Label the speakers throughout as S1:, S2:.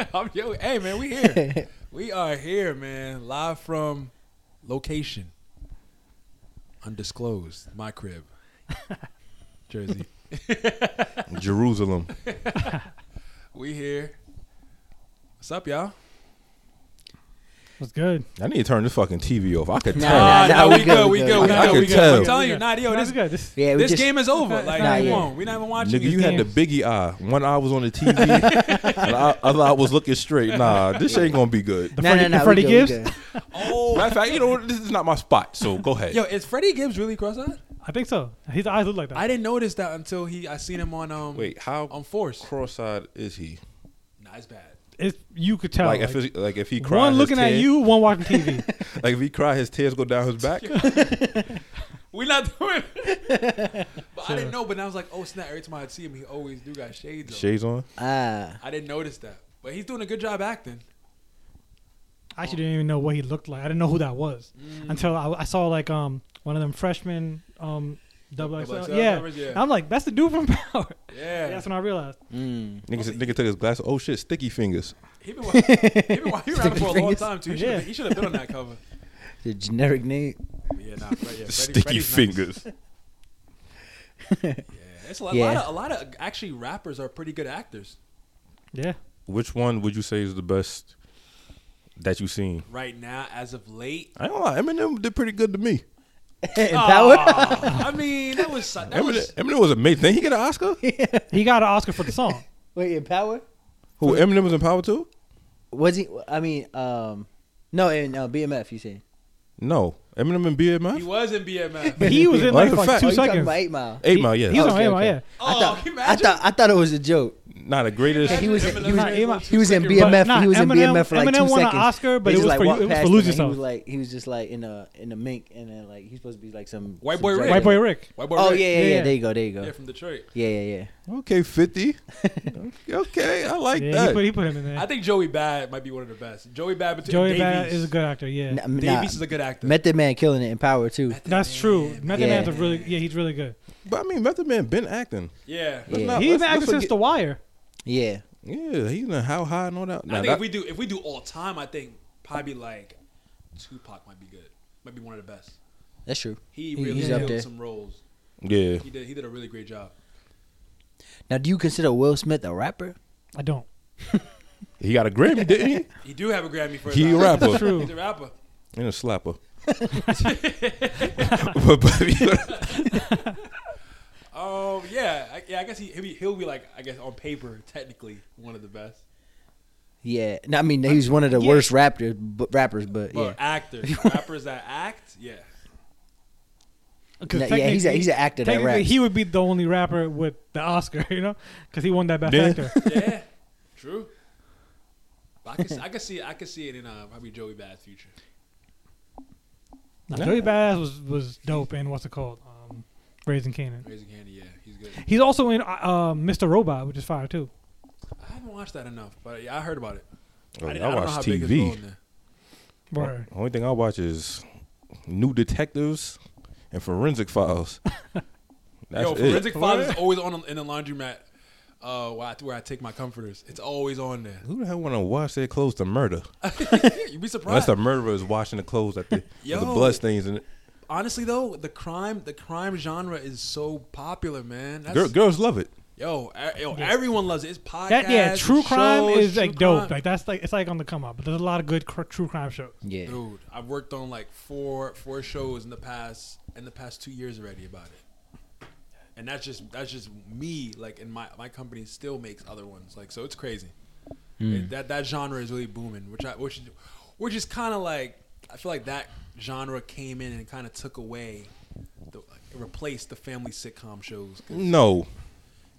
S1: I'm yo, hey man, we here. we are here, man. Live from location. Undisclosed. My crib. Jersey.
S2: Jerusalem.
S1: We here. What's up, y'all?
S3: What's good?
S2: I need to turn this fucking TV off. I could
S1: Nah,
S2: tell.
S1: nah,
S4: Nah, nah,
S1: we, good, we good, we
S2: I
S1: good,
S2: could
S1: we good.
S2: tell.
S1: I'm telling you, nah, yo,
S3: No,
S1: this,
S3: it's good. This,
S4: Yeah, we
S1: this
S4: just,
S1: game is over.
S3: it's
S1: like,
S3: not
S1: come
S4: yet.
S1: on, we're not even watching.
S2: Nigga,
S1: these
S2: you had the
S3: games.
S2: biggie eye. One eye was on the TV, and I, other eye was looking straight. Nah, this ain't gonna be good.
S3: The Freddie- the Freddie
S4: we good, we
S3: Gibbs?
S4: good.
S1: Oh,
S2: Matter of fact, you know what? This is not my spot. So go ahead.
S1: yo, is Freddie Gibbs really cross-eyed?
S3: I think so. His eyes look like that.
S1: I didn't notice that until he. I seen him on um
S2: Wait, how
S1: on Force.
S2: cross-eyed is he?
S1: Nah, it's bad.
S3: It's, you could tell.
S2: like,
S3: like,
S2: if it's, like if he cried,
S3: one
S2: his
S3: looking at
S2: tear-
S3: you, one watching TV.
S2: Like if he cried, his tears go down his back.
S1: We not doing. It. but I didn't know. But I was like, oh snap! Every time I see him, he always do got shades. on.
S2: Shades on.
S4: Ah,
S1: I didn't notice that, but he's doing a good job acting.
S3: I actually didn't even know what he looked like. I didn't know who that was
S1: Mm.
S3: until I, I saw like um one of them freshmen um double XL.
S1: XL
S3: Yeah.
S1: numbers, yeah.
S3: And I'm like, that's the dude from Power.
S1: Yeah,
S3: That's when I realized.
S4: mm.
S2: Nigga, said- nigga took his glass. Oh shit, sticky fingers.
S1: he been wa- he been wa- he been around for a long
S4: Fingers.
S1: time too. He should
S3: Yeah.
S1: have he should have been on that cover.
S4: the generic name.
S1: But yeah, nah, Fred, yeah, Freddie,
S2: sticky
S1: Freddie's nice.
S2: fingers.
S1: Yeah, it's a lot,
S4: Yeah.
S1: of, a lot of actually rappers are pretty good actors
S3: Yeah.
S2: Which one would you say is the best that you've seen?
S1: right now as of late.
S2: I ain't gonna lie, Eminem did pretty good to me.
S4: In power?
S1: I mean, that was that was
S2: Eminem, Eminem was amazing. Didn't he get an Oscar?
S3: He got an Oscar for the song.
S4: Wait, in power?
S2: Who Eminem was in Power too?
S4: Was he? I mean, um, no, in uh, BMF. You saying?
S2: No, Eminem and BMF.
S1: he was in BMF.
S3: But he was in
S2: Well, that's
S3: like,
S2: a
S3: for, like
S2: fact.
S3: two
S4: oh, you talking
S3: seconds.
S4: about Eight Mile?
S2: Eight Mile, yeah.
S3: He was on
S4: Okay,
S3: Eight Mile,
S4: okay.
S3: yeah.
S1: Oh,
S4: I thought,
S1: can you
S4: I
S1: imagine?
S4: thought I thought it was a joke.
S2: Not the greatest.
S4: He was- he was-
S3: Nah, Eminem-
S4: He was in
S1: Freaking rap.
S4: BMF. he was in
S3: Eminem-
S4: BMF for like
S3: Eminem
S4: two
S3: won an
S4: seconds.
S3: Oscar,
S4: They
S3: but it
S4: just,
S3: was
S4: like
S3: for-
S4: walked
S3: it was
S4: past
S3: for
S4: him,
S3: Lose
S4: and He
S3: Yourself.
S4: was like he was just like in a in a mink, and then like he's supposed to be like some
S1: White
S4: some
S1: boy
S4: drug
S1: Rick.
S3: White
S4: addict.
S3: Boy Rick.
S1: White boy.
S4: Oh
S1: Rick.
S4: yeah, yeah, yeah,
S3: Yeah.
S4: There you go. There you go.
S1: yeah, from Detroit.
S4: Yeah, yeah, yeah.
S2: Okay, fifty. okay, I like
S3: Yeah, he
S2: that.
S3: put, he put him in there.
S1: I think Joey Bad might be one of the best. Joey Bad between
S3: Joey
S1: Davies.
S3: Bad is a good actor. Yeah.
S4: Nah, nah,
S1: Davies is a good actor.
S4: Method Man killing it in power too.
S3: That's true. Method
S4: Yeah.
S3: Man's a really yeah, he's really good.
S2: but I mean, Method Man been acting.
S1: yeah.
S4: Yeah.
S2: Nah,
S3: He
S2: let's-
S3: even acted
S2: let's
S3: since
S2: forget-
S3: The Wire.
S4: Yeah,
S2: Yeah, he's in How High and all that.
S1: I
S2: Nah,
S1: think
S2: that-
S1: if we do if we do all time, I think probably like Tupac might be good. Might be one of the best.
S4: that's true.
S1: He
S4: He-
S1: really
S4: he's up
S1: killed
S4: there.
S1: some roles.
S2: yeah,
S1: He did he did a really great job.
S4: Now, do you consider Will Smith a rapper?
S3: I don't.
S2: he got a Grammy, didn't he?
S1: He do have a Grammy for his
S2: He a
S1: album.
S2: rapper
S3: True.
S1: He's a rapper.
S2: and a slapper. but, but, you know,
S1: Um, yeah, I, yeah. I guess he he'll be, he'll be like I guess on paper technically one of the best,
S4: Yeah, no, I mean he's one of the
S3: Yeah.
S4: worst rappers, but rappers, but
S1: but
S4: yeah,
S1: actors, rappers that act, yeah.
S3: 'Cause
S4: Nah, yeah, he's a-
S3: technically-
S4: he's an actor that
S3: technically,
S4: raps.
S3: He would be the only rapper with the Oscar, you know, because he won that best
S2: Yeah.
S3: actor.
S1: Yeah, true. But I could, I could see, I could see it in uh, probably Joey Bad's future.
S3: Nah, Joey Badass was was dope in what's it called, um, Raising Canaan.
S1: Raising Candy, yeah, he's good.
S3: He's also in uh, uh, Mr. Robot, which is fire too.
S1: I haven't watched that enough, but yeah, I heard about it.
S2: Oh,
S1: I, didn't-
S2: I
S1: I don't know
S2: watch
S1: how big his role
S2: TV.
S1: in there.
S3: Word.
S2: Only thing I watch is New Detectives and Forensic Files. That's
S1: Yo,
S2: it.
S1: Forensic Files is always on in the laundromat. Uh, where I, where I take my comforters, it's always on there.
S2: Who the hell want to wash their clothes to murder?
S1: You'd be surprised.
S2: Unless the murderer is washing the clothes at the, with the
S1: Yo.
S2: blood stains in it.
S1: Honestly though, the crime, the crime genre is so popular, man. That's,
S2: Girl, girls love it.
S1: Yo, e- yo, everyone loves it. It's podcast.
S3: That yeah, true crime
S1: shows,
S3: is
S1: true
S3: like dope.
S1: crime.
S3: Like that's like it's like on the come up. But there's a lot of good cr- true crime shows.
S4: yeah.
S1: Dude, I've worked on like four four shows in the past in the past two years already about it, and that's just that's just me. Like, and my my company still makes other ones. Like, so it's crazy. It- that that genre is really booming, which I which is- which is kind of like I feel like that genre came in and kind of took away, the, it replaced the family sitcom shows. 'Cause
S2: No,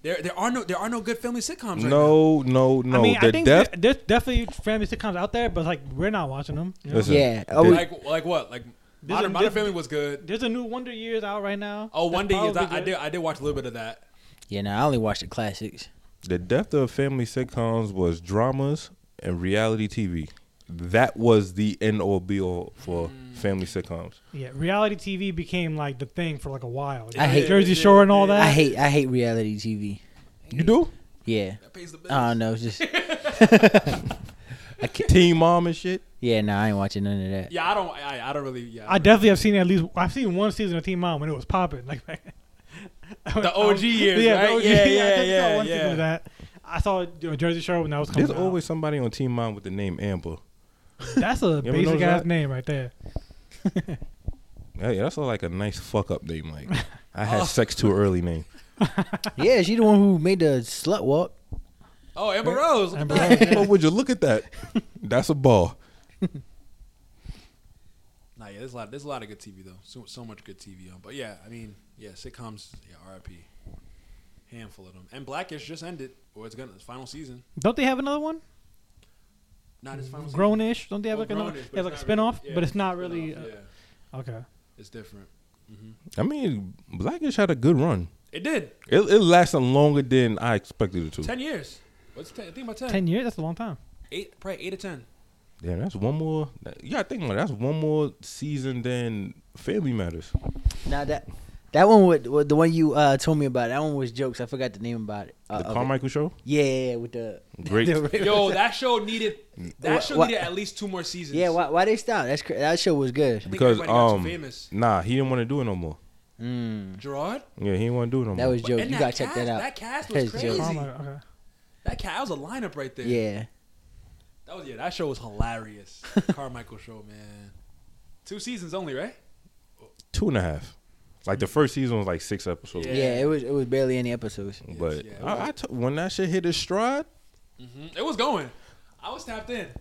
S1: There there are no there are no good family sitcoms. Right now.
S2: no, no, no.
S3: I mean,
S2: the
S3: I think
S2: death.
S3: there- there's definitely family sitcoms out there, but like we're not watching them. you know?
S2: Listen,
S4: Yeah.
S2: the-
S4: Oh, we-
S1: Like like what like
S3: There's
S1: Modern,
S3: a
S1: Modern
S3: diff-
S1: Family was good.
S3: There's a new Wonder Years out right now.
S1: Oh,
S3: That's
S1: one day yes, I,
S3: probably
S1: I
S3: good.
S1: did I did watch a little bit of that.
S4: Yeah, no, I only watch the classics.
S2: the death of family sitcoms was dramas and reality TV. That was the end all be all for
S1: Mm.
S2: family sitcoms.
S3: Yeah, reality TV became like the thing for like a while.
S1: I
S4: hate-
S3: Jersey Shore and all that.
S4: I hate I hate reality TV.
S2: You do?
S4: Yeah,
S1: That pays the bills.
S4: I don't know. it's Just
S2: Teen Mom and shit.
S4: Yeah, nah, I ain't watching none of that.
S1: Yeah, I don't. I, I don't really. Yeah,
S3: I definitely have seen at least I've seen one season of Team Mom when it was popping, like
S1: the OG years.
S3: yeah,
S1: right?
S3: the OG,
S1: yeah,
S3: I
S1: yeah,
S3: definitely saw
S1: yeah,
S3: one season
S1: yeah.
S3: of that. I saw you know, Jersey Shore when that was coming.
S2: There's
S3: out.
S2: always somebody on Team Mom with the name Amber.
S3: that's a
S2: ever
S3: basic
S2: notice
S3: ass
S2: that?
S3: name right there.
S2: Yeah, yeah, that's all like a nice fuck up name. Like, I had
S1: Oh.
S2: sex too early name.
S4: Yeah, she the one who made the slut walk.
S1: Oh, Amber Rose. look at
S3: Amber
S1: that.
S3: Rose, yeah.
S2: But would you look at that? That's a ball.
S1: Nah, yeah, there's a lot. There's a lot of good TV though. So, so much good TV on. But yeah, I mean, yeah, sitcoms. Yeah, R.I.P. Handful of them. And Blackish just ended, or it's gonna its final season.
S3: Don't they have another one?
S1: Not its final. season.
S3: Grownish? Don't they have
S1: Oh,
S3: like another?
S1: Grownish, but
S3: They have like a
S1: it's not
S3: spinoff,
S1: really- yeah,
S3: but it's not
S1: spinoff,
S3: really.
S1: yeah,
S3: uh, Okay.
S1: it's different. hmm
S2: I mean, Blackish had a good run.
S1: It did
S2: It, it lasted longer than I expected it to.
S1: ten years. What's ten? I think about ten.
S3: Ten years? That's a long time.
S1: Eight, probably eight or ten.
S2: Damn, that's one more. That, yeah, I think that's one more season than Family Matters.
S4: Now that that one with, with the one you uh, told me about. That one was jokes. I forgot the name about it. Uh,
S2: The
S4: of it.
S2: Carmichael Show.
S4: Yeah, yeah, yeah, with the
S2: Great.
S1: Yo, that show needed. That
S4: Wha-
S1: show
S4: wha-
S1: needed at least two more seasons.
S4: yeah, why, why they stop? That's cra- that show was
S1: I
S4: good.
S1: think
S2: Because,
S1: everybody got
S2: um,
S1: too famous.
S2: Nah, he didn't want to do it no more.
S4: Mm.
S1: Gerard.
S2: Yeah, he didn't want to do it no
S4: That
S2: more.
S4: was joke.
S1: And
S4: You
S1: that
S4: gotta check
S1: cast-
S4: that out.
S1: that cast was
S4: That's
S1: crazy.
S4: joke.
S3: Oh my, okay.
S1: That cat, that was a lineup right there.
S4: Yeah,
S1: That was yeah. That show was hilarious. Carmichael show, man. Two seasons only, right?
S2: two and a half. Like the first season was like six episodes.
S4: yeah,
S1: Yeah.
S4: It was it was barely any episodes.
S2: But
S1: Yes, yeah.
S2: I I t- when that shit hit its stride,
S1: Mm-hmm. It was going. I was tapped in. It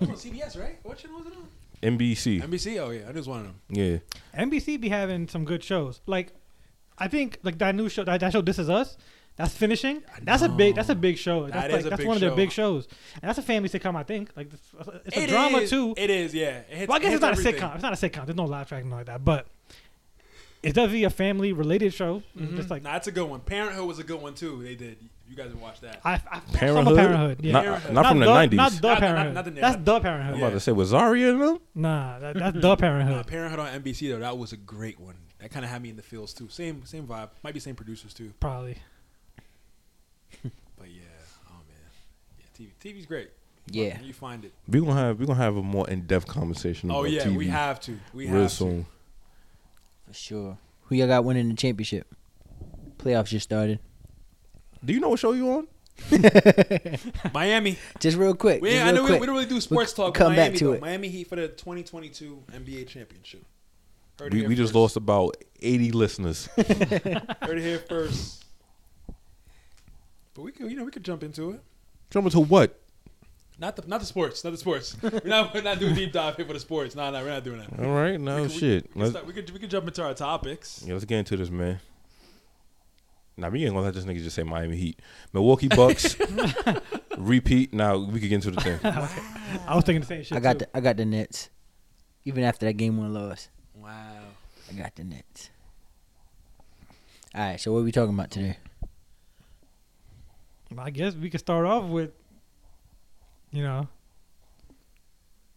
S1: was on CBS, right? What channel was it on?
S2: NBC.
S1: NBC. Oh yeah, I just wanted them.
S2: Yeah.
S3: NBC be having some good shows. Like, I think like that new show, that, that show, This Is Us, that's finishing.
S1: I
S3: That's a big,
S1: know.
S3: that's a big show. That's
S1: That
S3: like,
S1: is a
S3: that's
S1: big
S3: one of their
S1: show.
S3: big shows, and that's a family sitcom. I think like it's, it's a drama
S1: is-
S3: too.
S1: It is, yeah. It hits,
S3: well, I guess
S1: it
S3: it's not
S1: hits
S3: a
S1: everything.
S3: sitcom. It's not a sitcom. There's no live track and like that, but it's definitely a family related show. Mm-hmm. Just like
S1: Mm-hmm. Nah, that's a good one. Parenthood was a good one too. They did. You guys watched that?
S3: I, I found
S2: Parenthood?
S3: Some of Parenthood. Yeah.
S2: Not,
S1: Parenthood.
S2: not from the,
S3: the-
S2: 90s.
S3: Not the
S1: Not- not-
S3: Parenthood.
S1: not the name.
S3: that's the Parenthood.
S2: I'm about
S1: Yeah.
S2: to say, was Zarya in them?
S3: Nah, that, that's the
S1: Nah,
S3: Parenthood.
S1: Parenthood on NBC though. That was a great one. That kind of had me in the feels too. Same, same vibe. Might be same producers too.
S3: Probably.
S1: But yeah, oh man, yeah. TV, TV's great.
S4: Yeah.
S1: you find it.
S2: We're gonna have we're gonna have a more in depth conversation
S1: Oh
S2: about
S1: yeah,
S2: TV
S1: we have to. We
S2: real
S1: have
S2: soon.
S4: For sure. Who y'all got winning the championship? Playoffs just started.
S2: Do you know what show you on?
S1: to. Miami.
S4: Just real quick.
S1: We,
S4: just
S1: I
S4: real
S1: know we,
S4: quick.
S1: we don't really do sports
S4: We'll
S1: talk.
S4: come
S1: Miami,
S4: back to
S1: though.
S4: it.
S1: Miami Heat for the 2022 NBA championship. Heard it
S2: We,
S1: here
S2: we just
S1: first.
S2: lost about eighty listeners.
S1: Heard it here first. But we could, you know, we could jump into it.
S2: Jump into what?
S1: Not the, not the sports, not the sports. we're not, we're not doing deep dive here for the sports. No, no, we're not doing that.
S2: All right, Oh,
S1: We
S2: no
S1: could- we-
S2: shit.
S1: We, could
S2: let's,
S1: start- we could, we could jump into our topics.
S2: yeah, let's get into this, man. Now nah, we ain't gonna let this nigga just say Miami Heat, Milwaukee Bucks, repeat. Now we could get into the thing.
S3: I was thinking the same shit.
S4: I got
S3: too.
S4: the I got the Nets. Even after that game one loss,
S1: Wow.
S4: I got the Nets. All right, so what are we talking about today?
S3: I guess we could start off with, you know,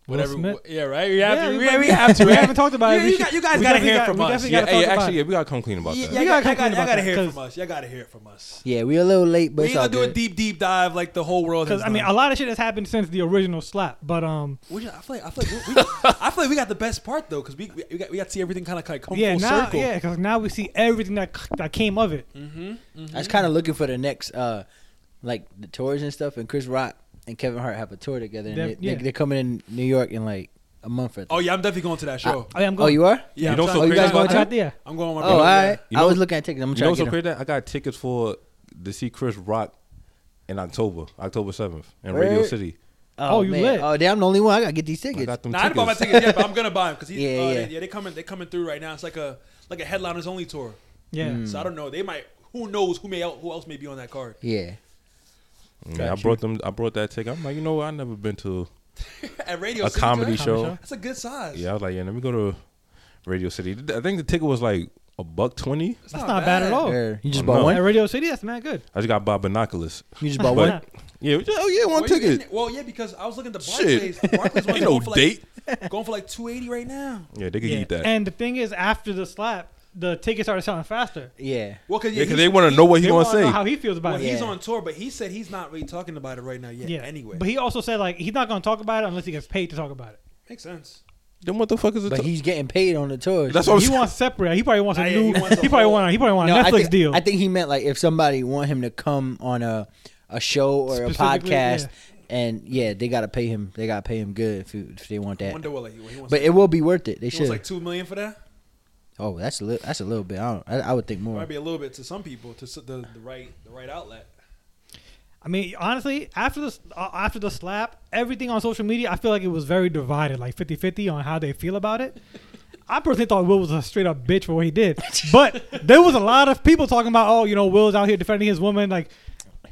S3: Will
S1: Whatever.
S3: Smith.
S1: Yeah, right. We have
S3: Yeah,
S1: to.
S3: we
S1: We,
S3: might-
S1: we have to.
S3: we
S1: right?
S3: haven't talked about it.
S1: You,
S3: We
S1: you
S3: should-
S1: got- you guys
S3: we
S1: got to
S3: definitely
S1: hear
S3: got-
S1: from
S3: we
S1: us.
S3: definitely
S2: Yeah,
S3: gotta
S2: hey,
S3: talk about
S2: actually, yeah,
S3: it.
S2: we gotta come clean about
S1: Yeah,
S2: that.
S1: yeah,
S3: We
S1: you
S3: gotta
S1: gotta,
S3: come
S1: y'all gotta,
S3: clean about that,
S1: hear
S3: 'cause-
S1: from us. Y'all gotta hear from us.
S4: Yeah, we a little late, but
S1: we
S4: it's
S1: ain't
S4: all
S1: gonna do a
S4: good.
S1: deep, deep dive like the whole world.
S3: Because
S1: Has
S3: I mean,
S1: done.
S3: a lot of shit has happened since the original slap, but um,
S1: We just, I feel like I feel like we, we- I feel like we got the best part though, because we, we we got we got to see everything kind of like come
S3: yeah,
S1: full
S3: now
S1: circle.
S3: yeah, because now we see everything that c- that came of it.
S1: Mm-hmm.
S4: I was kind of looking for the next, uh like the tours and stuff. And Chris Rock and Kevin Hart have a tour together, and
S3: They're-
S4: they,
S3: yeah.
S4: they, are coming in New York in like a month or.
S1: Oh yeah, I'm definitely going to that show.
S3: Oh, yeah, I'm
S4: oh,
S3: going.
S4: you are?
S1: yeah,
S2: You
S1: I'm
S2: know
S1: trying-
S2: so
S4: Oh, you
S2: crazy
S4: guys
S2: about
S4: going
S3: I'm
S4: to?
S3: trying- yeah.
S1: I'm going. With my
S4: Oh, all
S1: brother, yeah.
S4: right.
S2: You know-
S4: I was looking at tickets. I'm
S2: You know
S4: trying
S2: what's
S4: to
S2: so
S4: get 'em.
S2: crazy? I got tickets for to see Chris Rock in October, October seventh, in Radio
S4: Word.
S2: City.
S3: Oh, you
S4: man.
S3: lit.
S4: Oh, damn, I'm the only one. I gotta get these
S2: I
S4: tickets.
S2: got them
S1: Nah, I
S2: tickets.
S1: didn't buy my tickets yet, but I'm gonna buy them because
S4: Yeah,
S1: yeah, uh,
S4: yeah.
S1: yeah. They, yeah, they coming they coming through right now. It's like a like a headliners only tour.
S3: Yeah,
S1: So I don't know. They might. Who knows who may el- who else may be on that card?
S4: yeah.
S2: Yeah, I brought them. I brought that ticket. I'm like, you know, what? I never been to
S1: At radio.
S2: a
S1: City,
S2: comedy
S1: Jack?
S2: show.
S3: show?
S1: That's a good size.
S2: Yeah, I was like, yeah, let me go to Radio City. I think the ticket was like a buck twenty.
S1: It's
S3: that's not bad at all.
S4: Er, You just
S1: Mm.
S2: Oh,
S4: bought
S2: no.
S3: At
S4: one.
S3: Radio City, that's mad good.
S2: I just got by binoculars.
S4: You just
S3: Oh,
S4: bought
S2: But-
S4: one.
S2: Yeah, we just- oh yeah, one
S1: Well, you
S2: ticket.
S1: getting it- Well, yeah, because I was looking at the Barclays.
S2: Shit.
S1: Barclays
S2: Ain't
S1: one's
S2: no
S1: going for like,
S2: date.
S1: Going for like 280 right now.
S2: Yeah, they could
S3: Yeah.
S2: eat that.
S3: And the thing is, after the slap, the tickets started selling faster.
S4: Yeah.
S1: Well, cause, yeah,
S2: Yeah,
S1: he-
S2: because they want to know what he's
S3: They
S2: gonna
S3: wanna know
S2: say.
S3: how he feels about
S1: well,
S3: it.
S1: he's
S4: Yeah.
S1: on tour, but he said he's not really talking about it right now yet. Anyway,
S3: but he also said like he's not gonna talk about it unless he gets paid to talk about it.
S1: makes sense.
S2: Then what the fuck is it?
S4: But he's getting paid on the tour.
S2: That's what I'm
S3: he
S2: saying.
S3: wants separate. He probably wants a
S1: Ah, yeah,
S3: new.
S1: he
S3: He,
S1: wants a
S3: probably
S1: whole-
S3: want. He probably want a Netflix
S4: I think,
S3: deal.
S4: I think he meant like if somebody want him to come on a a show or a
S3: Specifically,
S4: podcast, and yeah, they gotta pay him. They gotta pay him good if, you- if they want
S1: I
S4: that.
S1: wonder what like, what he wants.
S4: But it will be worth it. They
S1: he wants
S4: should.
S1: like two million for that.
S4: oh, that's a little. That's a little bit. I don't. I, I would think more.
S1: Might be a little bit to some people to s- the, the right the right outlet.
S3: I mean, honestly, after this, uh, after the slap, everything on social media, I feel like it was very divided, like 50-50 on how they feel about it. I personally thought Will was a straight up bitch for what he did, but there was a lot of people talking about, oh, you know, Will's out here defending his woman, like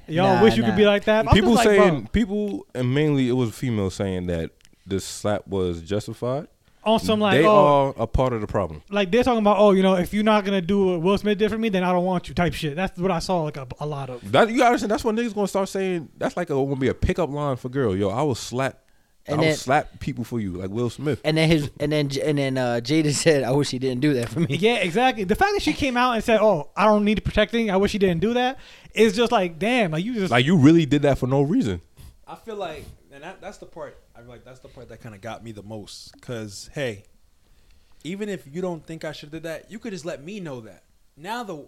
S3: y'all
S4: Nah,
S3: wish you
S4: nah.
S3: could be like that. I'm
S2: people
S3: just like, bro,
S2: saying people and mainly it was females saying that this slap was justified.
S3: on some like,
S2: they are
S3: oh,
S2: a part of the problem.
S3: like they're talking about, oh, you know, if you're not gonna do what Will Smith did for me, then I don't want you type shit. That's what I saw like a, a lot of.
S2: That you gotta understand. That's when niggas gonna start saying that's like a gonna be a pickup line for girl. Yo, I will slap.
S4: And
S2: I will
S4: then-
S2: slap people for you, like Will Smith.
S4: and then his. And then J- and then uh, Jada said, "I wish he didn't do that for me."
S3: Yeah, exactly. The fact that she came out and said, "Oh, I don't need protecting. I wish she didn't do that," is just like, damn, like you just
S2: Like you really did that for no reason.
S1: I feel like, and that, that's the part. I feel like that's the part that kind of got me the most. Cause hey, even if you don't think I should do that, you could just let me know that. Now the,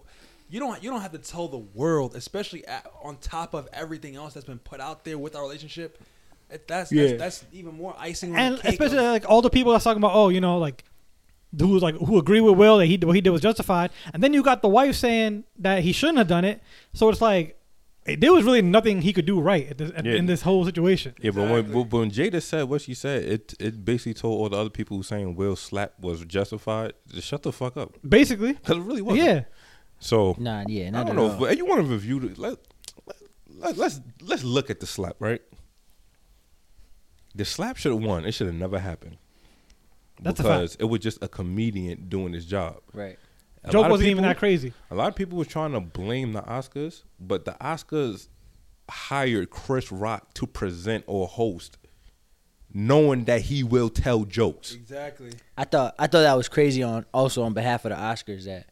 S1: you don't you don't have to tell the world, especially at, on top of everything else that's been put out there with our relationship. That- That's
S2: Yeah.
S1: that's, that's even more icing on
S3: and
S1: the cake.
S3: especially uh,
S1: of-
S3: like all the people that's talking about, oh, you know, like who's like who agree with Will that he what he did was justified, and then you got the wife saying that he shouldn't have done it. So it's like eh, there was really nothing he could do right at this, at,
S2: Yeah.
S3: in this whole situation.
S2: Yeah, but when
S1: Exactly.
S2: but when Jada said what she said, it it basically told all the other people who saying Will slap was justified. Just shut the fuck up,
S3: Basically,
S2: because it really was.
S3: yeah.
S2: So
S4: Nah. Yeah.
S2: I
S4: Not
S2: don't
S4: at
S2: know.
S4: all.
S2: But you want to review the let, let let's let's look at the slap, right? The slap should have won. It should have never happened.
S3: That's a fact.
S2: because it was just a comedian doing his job.
S4: right.
S2: A lot
S3: Joke
S2: of
S3: wasn't even
S2: people-
S3: that crazy.
S2: A lot of people were trying to blame the Oscars, but the Oscars hired Chris Rock to present or host, knowing that he will tell jokes.
S1: exactly.
S4: I thought. I thought that was crazy. On also on behalf of the Oscars that.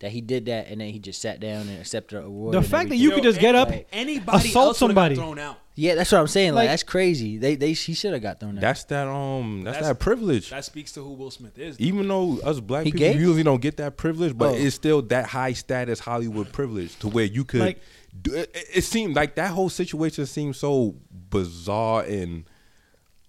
S4: That he did that, and then he just sat down and accepted an award.
S3: The
S4: and
S3: fact that
S4: everything.
S3: you could just get up,
S1: any- anybody
S3: assault
S1: else would've got
S3: somebody.
S1: thrown out.
S4: yeah, that's what I'm saying. Like,
S3: Like-
S4: that's crazy. They they he should have got thrown out.
S2: That's that um that's,
S1: That's-
S2: that privilege.
S1: That speaks to who Will Smith is.
S2: even though us black
S4: He
S2: people
S4: gay?
S2: usually don't get that privilege, but
S4: Oh.
S2: it's still that high status Hollywood privilege to where you could.
S3: Like-
S2: do, it, it seemed like that whole situation seemed so bizarre and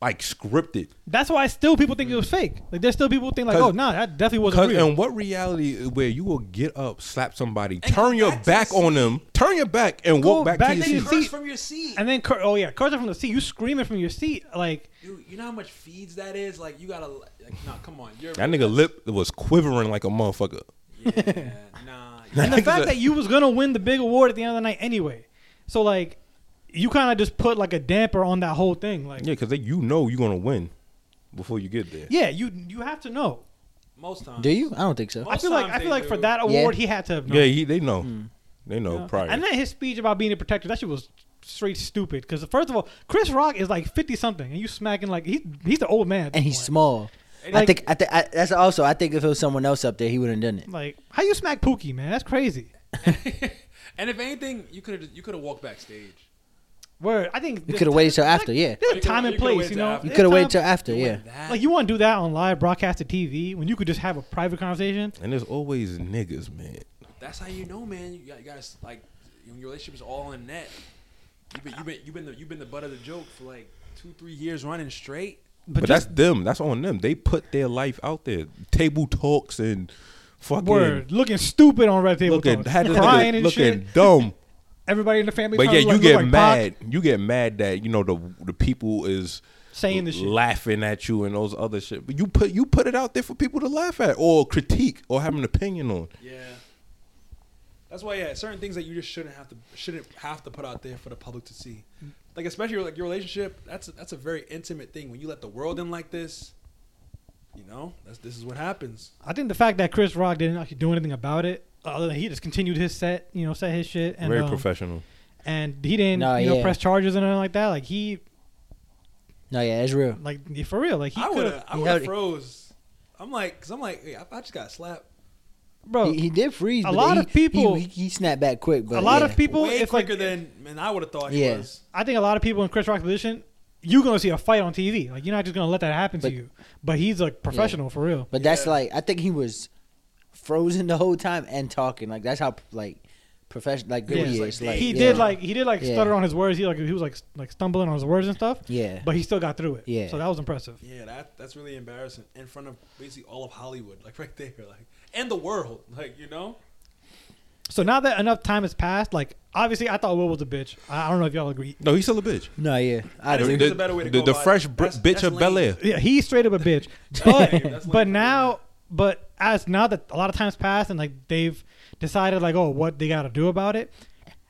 S2: like scripted.
S3: that's why still people think it was fake. Like there's still people think like,
S2: 'Cause-
S3: oh, nah, that definitely wasn't
S2: Cause
S3: real.
S2: in what reality is where you will get up, slap somebody,
S1: And
S2: turn
S1: go
S2: your
S1: back to the
S2: back on
S1: seat.
S2: them, turn your back, and
S3: Go
S2: walk back, to
S3: back
S2: your
S3: to
S2: seat.
S3: your
S1: you
S3: seat.
S1: curse from your seat.
S3: and then, Kurt, oh yeah, cursing from the seat, you screaming from your seat, like
S1: Dude, you know how much feeds that is? Like you gotta like nah, come on. You're
S2: That nigga lip was quivering like a motherfucker.
S1: Yeah, nah.
S3: and the
S2: Like
S3: fact
S2: the-
S3: that you was gonna win the big award at the end of the night anyway, so like you kind of just put like a damper on that whole thing. Like
S2: Yeah, because you know you're gonna win before you get there.
S3: yeah, you you have to know.
S1: Most times.
S4: Do you? I don't think so.
S3: I
S1: Most
S3: feel like
S1: times
S3: I feel
S1: they
S3: like for
S1: do.
S3: that award
S4: Yeah.
S3: he had to have known.
S2: Yeah, he, they know, they know
S3: You know?
S2: prior.
S3: And then his speech about being a protector, that shit was straight stupid. Because first of all, Chris Rock is like fifty something, and you smacking like he he's the old man. at
S4: and
S3: this
S4: he's
S3: point.
S4: small.
S1: And
S4: I
S3: like-
S4: think I think I, that's also I think if it was someone else up there, he wouldn't done it.
S3: Like how you smack Pookie, man? That's crazy.
S1: and if anything, you could have you could have walked backstage.
S3: Word. I think
S4: You coulda waited till after, yeah.
S3: There's a
S1: You coulda-
S3: time and
S1: you coulda
S3: place,
S1: waited
S3: you
S1: till
S3: know.
S1: after.
S4: You
S3: There's
S4: could have waited
S3: time-
S4: till after,
S1: You
S4: yeah.
S1: wouldn't that.
S3: Like you want to do that on live broadcasted TV when you could just have a private conversation.
S2: and there's always niggas, man.
S1: That's how you know, man. You got, you got like when your relationship is all on net. You've been you've been you've been the, you've been the butt of the joke for like two three years running straight.
S2: But,
S3: just-
S2: that's them. That's on them. They put their life out there. Table talks and fucking
S3: Word, looking stupid on Red Table
S2: looking
S3: Talk,
S2: had this nigga
S3: crying and
S2: looking
S3: shit.
S2: dumb.
S3: Everybody in the family,
S2: But yeah,
S3: probably,
S2: you
S3: like,
S2: get
S3: look like Pac
S2: mad. You get mad that you know the the people is
S3: saying this shit.
S2: laughing at you and those other shit. But you put you put it out there for people to laugh at or critique or have an opinion on.
S1: Yeah. That's why, yeah, certain things that you just shouldn't have to shouldn't have to put out there for the public to see. Like especially like your relationship, that's a, that's a very intimate thing. When you let the world in like this, you know, that's this is what happens.
S3: I think the fact that Chris Rock didn't actually do anything about it, other than he just continued his set, you know, set his shit, and
S2: Very
S3: um,
S2: professional.
S3: and he didn't,
S4: Nah,
S3: you know,
S4: yeah.
S3: press charges or anything like that. Like he,
S4: No, yeah, it's real.
S3: like for real, like he
S1: I would
S3: could.
S1: have I
S4: he
S1: would have
S4: held it.
S1: froze. I'm like, cause I'm like, hey, I, I just got slapped.
S3: bro.
S4: He, he did freeze.
S3: A
S4: but
S3: lot
S4: he-
S3: of people-
S4: He, he snapped back quick. But
S3: a lot
S4: yeah.
S3: of people,
S1: Way
S3: if
S1: quicker
S3: like,
S1: than man, I would have thought he
S4: Yeah.
S1: was.
S3: I think a lot of people in Chris Rock's position, you're gonna see a fight on TV. Like you're not just gonna let that happen
S4: But-
S3: to you. But he's a professional for real.
S4: But that's
S1: Yeah.
S4: like I think he was frozen the whole time and talking. Like that's how like professional like good
S3: Yeah.
S4: he
S1: Like,
S4: is. Like
S3: he
S4: yeah.
S3: did like he did like
S4: Yeah.
S3: stutter on his words. He like he was like s- like stumbling on his words and stuff.
S4: Yeah.
S3: But he still got through it.
S4: Yeah.
S3: So that was impressive.
S1: Yeah, that that's really embarrassing in front of basically all of Hollywood, like right there, like and the world, like you know.
S3: So now that enough time has passed, like obviously I thought Will was a bitch. I, I don't know if y'all agree.
S2: No, he's still a bitch.
S4: No, yeah. I
S1: I
S4: do.
S1: think
S2: The,
S1: there's a better way to
S2: the,
S1: go
S2: the
S1: about it.
S2: fresh br-
S1: That's-
S2: bitch
S1: that's
S2: of Bel
S1: lame.
S2: Air.
S3: Yeah, he's straight up a bitch.
S1: lame. That's
S3: But
S1: lame.
S3: but now but as now that a lot of times passed and like they've decided like oh what they got to do about it.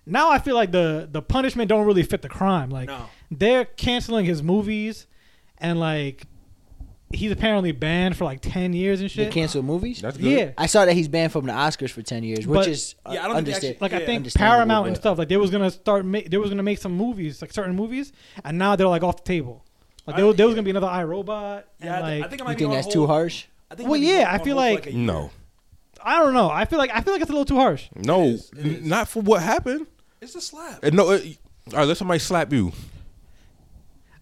S3: Now I feel like the the punishment don't really fit the crime. Like
S1: No.
S3: they're canceling his movies and like he's apparently banned for like 10 years and
S4: They
S3: shit.
S4: canceled movies.
S2: That's good.
S3: yeah.
S4: I saw that he's banned from the Oscars for ten years, which
S3: But-
S4: is uh,
S1: Yeah, I don't think they
S4: understand-
S1: actually-
S3: like I
S1: Yeah.
S3: think
S4: understandable,
S3: Paramount and
S4: but-
S3: stuff, like they was gonna start, ma- they was gonna make some movies, like certain movies, and now they're like off the table. Like there,
S1: I-
S3: was- there was gonna be another iRobot.
S1: Yeah,
S3: and,
S1: I,
S3: like,
S1: thi- I think I might
S4: You
S1: be
S4: think
S1: on
S4: that's
S1: hold.
S4: too harsh?
S1: I think
S3: Well,
S1: I might be
S3: yeah,
S1: on
S3: I feel
S1: hold for,
S3: like-
S1: a year.
S2: No,
S3: I don't know. I feel like I feel like it's a little too harsh.
S2: no,
S1: is, it is.
S2: n- not for what happened.
S1: it's a slap.
S2: And no, it, all right, let somebody slap you,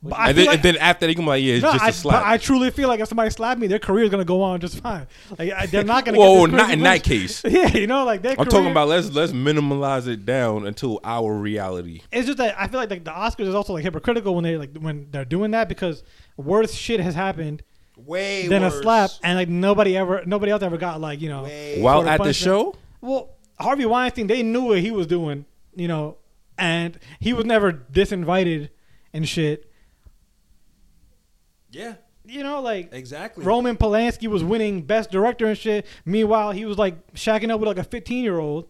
S3: But
S2: and
S3: I feel
S2: then,
S3: like,
S2: and then after they come like, yeah, it's
S3: no,
S2: just a
S3: I,
S2: slap.
S3: but I truly feel like if somebody slapped me, their career is gonna go on just fine. Like I, they're not gonna.
S2: Whoa,
S3: get this
S2: not in that
S3: crazy
S2: case.
S3: push- Yeah, you know, like their
S2: I'm
S3: career,
S2: talking about let's let's minimalize it down until our reality.
S3: It's just that I feel like like the Oscars is also like hypocritical when they like when they're doing that because worse shit has happened
S1: Way
S3: than
S1: worse.
S3: a slap, and like nobody ever, nobody else ever got like you know.
S1: Way
S2: While
S3: Sort of
S2: at the
S3: punishment.
S2: show,
S3: Well, Harvey Weinstein, they knew what he was doing, you know, and he was never disinvited and shit.
S1: yeah,
S3: You know, like
S1: exactly.
S3: Roman Polanski was winning Best Director and shit. Meanwhile, he was like shacking up with like a 15 year old,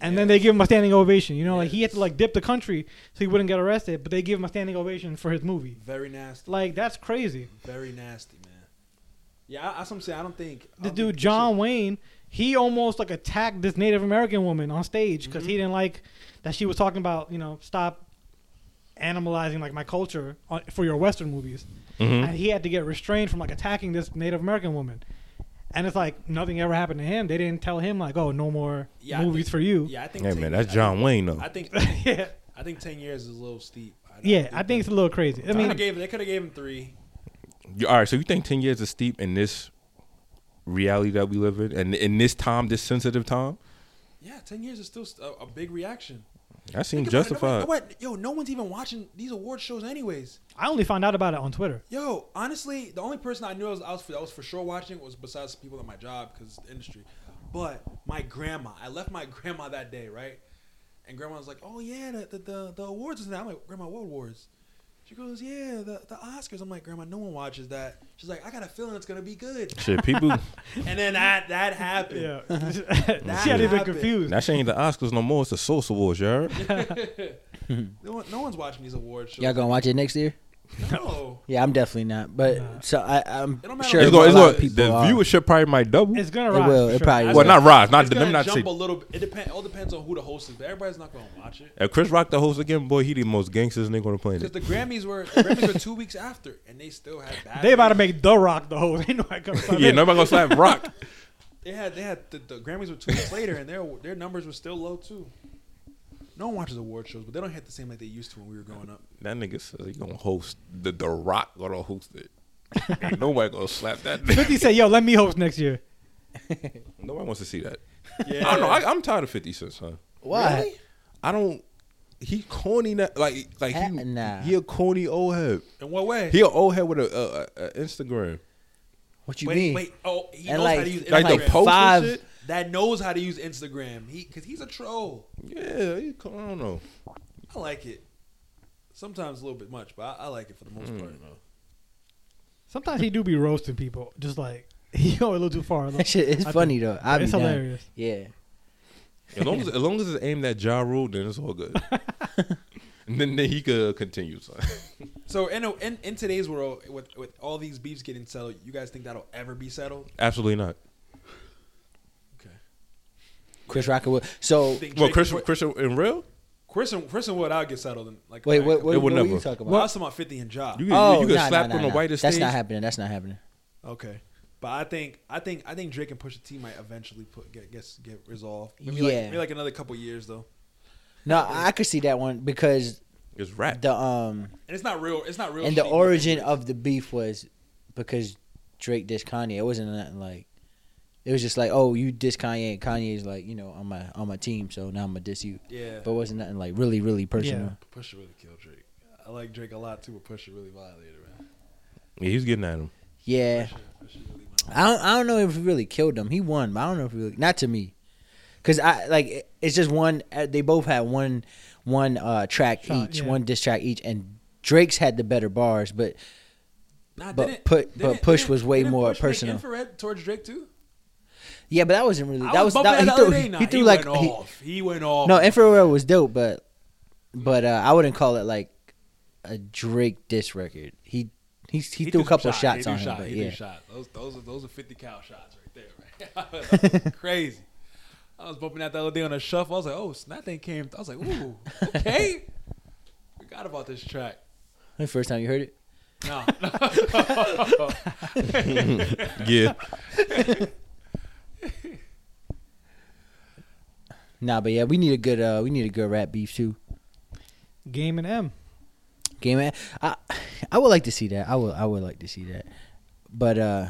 S3: and then they give him a standing ovation. You know, like he had to like dip the country so he wouldn't get arrested, but they give him a standing ovation for his movie.
S1: Very nasty.
S3: Like that's crazy.
S1: Very nasty, man. Yeah, I, that's what I'm saying. I don't think I
S3: The
S1: don't think
S3: dude
S1: they
S3: John Wayne, he almost like attacked this Native American woman on stage
S1: Mm-hmm.
S3: because he didn't like that she was talking about you know stop animalizing like my culture on, for your Western movies,
S1: Mm-hmm.
S3: and he had to get restrained from like attacking this Native American woman. And it's like nothing ever happened to him. They didn't tell him like, oh, no more
S1: should- yeah, I
S3: movies
S1: think-
S3: for you.
S1: Yeah, I think.
S2: hey
S1: 10
S2: man,
S1: years-
S2: that's John Wayne though.
S1: I think.
S3: yeah,
S1: I think ten years is a little steep. I,
S3: yeah. I think it's a little crazy. I
S1: I mean,
S3: mean,
S1: gave, they could have gave him three.
S2: You- all right, so you think ten years is steep in this reality that we live in, and in this time, this sensitive time?
S1: Yeah, ten years is still st- a, a big reaction.
S2: That
S1: Think
S2: seems
S1: about it, nobody-
S2: justified.
S1: what- yo, no one's even watching these award shows, anyways.
S3: I only found out about it on Twitter.
S1: Yo, honestly, the only person I knew I was, I was, I was for sure watching was besides people at my job because it's the industry. But my grandma, I left my grandma that day, right? And grandma was like, "Oh yeah, the the, the, the awards is now." I'm like, "Grandma, what awards?" She goes, "Yeah, the, the Oscars." I'm like, "Grandma, no one watches that." She's like, "I got a feeling it's gonna be good."
S2: Shit, people,
S1: And then that that happened.
S3: Yeah, she had even
S1: happened.
S3: confused.
S2: that shit ain't the Oscars no more. It's the Source Awards, y'all.
S1: No, one, no one's watching these award shows.
S4: Y'all gonna watch it next year?
S1: no.
S4: Yeah, I'm definitely not. But
S3: Nah.
S4: so I, I'm
S1: It don't matter
S4: sure
S1: what you
S2: It's going,
S4: a
S2: it's
S4: lot of
S2: going,
S4: people
S2: the
S4: are.
S2: viewership probably might double.
S3: It's gonna
S4: It
S3: rise.
S4: will.
S3: for
S4: It
S3: sure.
S4: probably
S2: Well,
S4: will.
S2: not rise. Not
S1: It's
S2: let me
S1: gonna
S2: not
S1: uh, jump
S2: say.
S1: a little. It depend. All depends on who the host is. But everybody's not gonna watch it.
S2: If Chris Rock the host again, boy, he the most gangsters nigga on the
S1: Because
S2: planet.
S1: the Grammys were the Grammys were two weeks after, and they still had bad.
S3: They about to
S1: ratings.
S3: make The Rock the host. They know I come from
S2: yeah, nobody gonna slap Rock.
S1: They had they had the, the Grammys were two weeks later, and their their numbers were still low too. No one watches award shows, but they don't hit the same like they used to when we were growing up.
S2: That nigga says he gonna host the The Rock gonna host it. Ain't nobody gonna slap that. Nigga.
S3: Fifty said, "Yo, let me host next year."
S2: Nobody wants to see that.
S1: Yeah,
S2: I don't know. I, I'm tired of Fifty Cent, son.
S4: Why?
S1: Really?
S2: I don't. He corny na- like like he
S4: Eh, nah.
S2: he a corny old head.
S1: In what way?
S2: He an old head with a, a, a, a Instagram.
S4: What you
S1: wait,
S4: mean?
S1: wait. Oh, he
S4: And
S1: knows
S4: like-
S1: how to use Instagram.
S2: Like the
S4: Like
S2: post
S4: five-
S2: and shit.
S1: that knows how to use Instagram. He because he's a troll.
S2: Yeah, he, co- I don't know.
S1: I like it. Sometimes a little bit much, but I, I like it for the
S3: Hmm.
S1: most part.
S3: Sometimes he do be roasting people, just like he go a little too far.
S4: That shit is
S3: I
S4: funny though.
S3: think-
S4: I'd
S3: it's
S4: be down.
S3: hilarious.
S4: Yeah.
S2: As long as, as long as it's aimed at Ja Rule, then it's all good. and then, then he could continue. Son.
S1: So in, a, in in today's world, with with all these beefs getting settled, you guys think that'll ever be settled?
S2: Absolutely not.
S1: Okay.
S4: Chris Rock and Will. So
S1: Think
S2: Well,
S1: Drake-
S2: Christian, Christian in real,
S1: Chris and Chris and Wood, I'll get settled. In, like
S4: wait,
S1: like,
S4: what? What,
S2: It would
S4: what were you
S2: never.
S4: talking
S1: Well, I
S4: about?
S1: was talking about Fifty and Ja.
S2: you could,
S4: Oh,
S2: you could
S4: nah,
S2: slap
S4: nah,
S2: on
S4: nah,
S2: the
S4: nah.
S2: whitest
S4: That's
S2: stage.
S4: not happening. That's not happening.
S1: okay, But I think I think I think Drake and Pusha T might eventually put get gets get resolved. Maybe
S4: Yeah.
S1: like maybe like another couple years though.
S4: No, I could see that one because
S2: It's rap.
S4: the um
S1: And it's not real. It's not real.
S4: and the
S1: shitty.
S4: origin of the beef was because Drake dissed Kanye. It wasn't nothing like it was just like, oh, you diss Kanye, and Kanye's like, you know, on my on my team, so now I'm gonna diss you.
S1: yeah.
S4: But it wasn't nothing like really, really personal.
S1: Pusha really killed Drake. I like Drake a lot too, but Pusha really violated man.
S2: Yeah, he's getting at him.
S4: Yeah,
S1: Pusha, Pusha really went off.
S4: I don't, I don't know if he really killed him. He won, but I don't know if he really not to me, because I like it- it's just one. uh, They both had one one uh track
S3: Shot,
S4: each,
S3: yeah.
S4: one diss track each, and Drake's had the better bars, but
S1: Nah,
S4: But
S1: didn't-
S4: put- but
S1: didn't-
S4: Push
S1: didn't-
S4: was way
S1: didn't
S4: more
S1: Push make
S4: personal.
S1: Infrared towards Drake too.
S4: yeah, but that wasn't really
S1: I
S4: that was,
S1: bumping
S4: that, he,
S1: that
S4: threw,
S1: the other day.
S4: he
S1: Nah,
S4: threw like
S1: went
S4: he-
S1: off. He went off.
S4: No, infrared was dope, but but uh, I wouldn't call it like a Drake diss record. He he he,
S1: He
S4: threw a
S1: some
S4: couple
S1: shot. He
S4: shots
S1: threw
S4: on him,
S1: shot.
S4: but
S1: He threw
S4: yeah,
S1: shot. Those those are those are fifty cal shots right there. Right? That was crazy. I was bumping that the other day on a shuffle. I was like, oh, so that thing came. I was like, ooh, okay. Forgot about this track.
S4: the first time you heard it.
S1: No,
S2: Yeah.
S4: Nah, but yeah, we need a good uh we need a good rap beef too.
S3: Game and M.
S4: Game man, I I would like to see that. I would I would like to see that, but uh.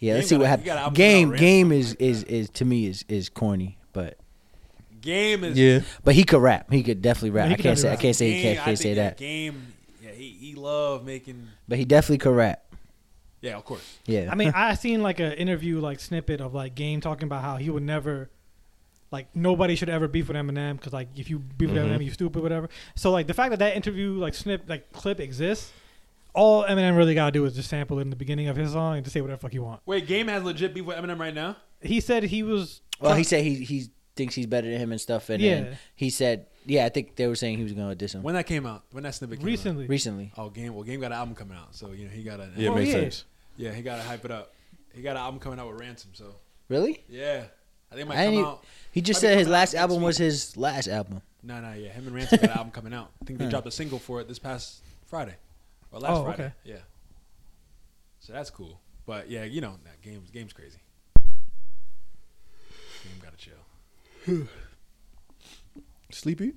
S4: Yeah,
S1: You
S4: let's
S1: ain't
S4: see what
S1: gotta- you gotta
S4: happens.
S1: opt
S4: Game,
S1: out, right?
S4: game is, is is to me is is corny, but
S1: game is
S2: Yeah.
S4: but he could rap. He could definitely rap.
S3: he
S4: I
S3: could
S4: can't say I
S3: definitely
S4: can't say he
S1: Game,
S4: can't,
S1: I
S4: can't say
S1: think
S4: that,
S1: game. Yeah, he he loved making.
S4: but he definitely could rap.
S1: Yeah, of course.
S4: Yeah,
S3: I mean, I seen like an interview, like snippet of like Game talking about how he would never, like nobody should ever beef with Eminem because like if you beef
S4: Mm-hmm.
S3: with Eminem, you stupid, whatever. So like the fact that that interview, like snip, like clip exists, all Eminem really gotta do is just sample it in the beginning of his song and just say whatever the fuck you want.
S1: Wait, game has legit beef with Eminem right now.
S3: He said he was.
S4: Well, he said he he thinks he's better than him and stuff, and
S3: Yeah.
S4: then he said, yeah, I think they were saying he was going to diss him
S1: When that came out, when that snippet came
S3: recently.
S4: recently.
S1: out. Oh, game. Well, game got an album coming out, so you know he got a
S2: Yeah,
S1: yeah.
S3: Oh,
S2: makes
S3: yeah.
S2: sense.
S1: he got to hype it up. He got an album coming out with Ransom, so
S4: Really?
S1: yeah, I think it might
S4: I
S1: come
S4: didn't.
S1: out.
S4: He just
S1: Might be
S4: said his
S1: coming out
S4: last
S1: next
S4: album
S1: week.
S4: was his last album.
S1: No, no, yeah. Him and Ransom got an album coming out. I think
S4: Hmm.
S1: they dropped a single for it this past Friday or last
S3: Oh,
S1: Friday.
S3: okay.
S1: Yeah. So that's cool, but yeah, you know, that game's game's crazy. Game gotta chill.
S2: Sleepy.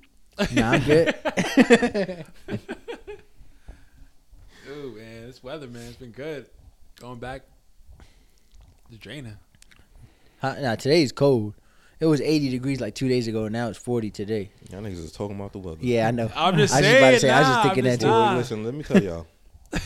S4: nah, I'm good.
S1: Ooh, man, this weather, man, it's been good. Going back, it's draining.
S4: Huh? Nah, today's cold. It was 80 degrees like two days ago, and now it's 40 today.
S2: Y'all niggas is talking about the weather.
S4: Yeah, I know.
S1: I'm just
S4: I was
S1: saying,
S4: about to say. I was
S1: nah,
S4: just
S1: I'm
S4: thinking
S1: just
S4: that too.
S1: not-
S2: Wait, listen, let me tell y'all.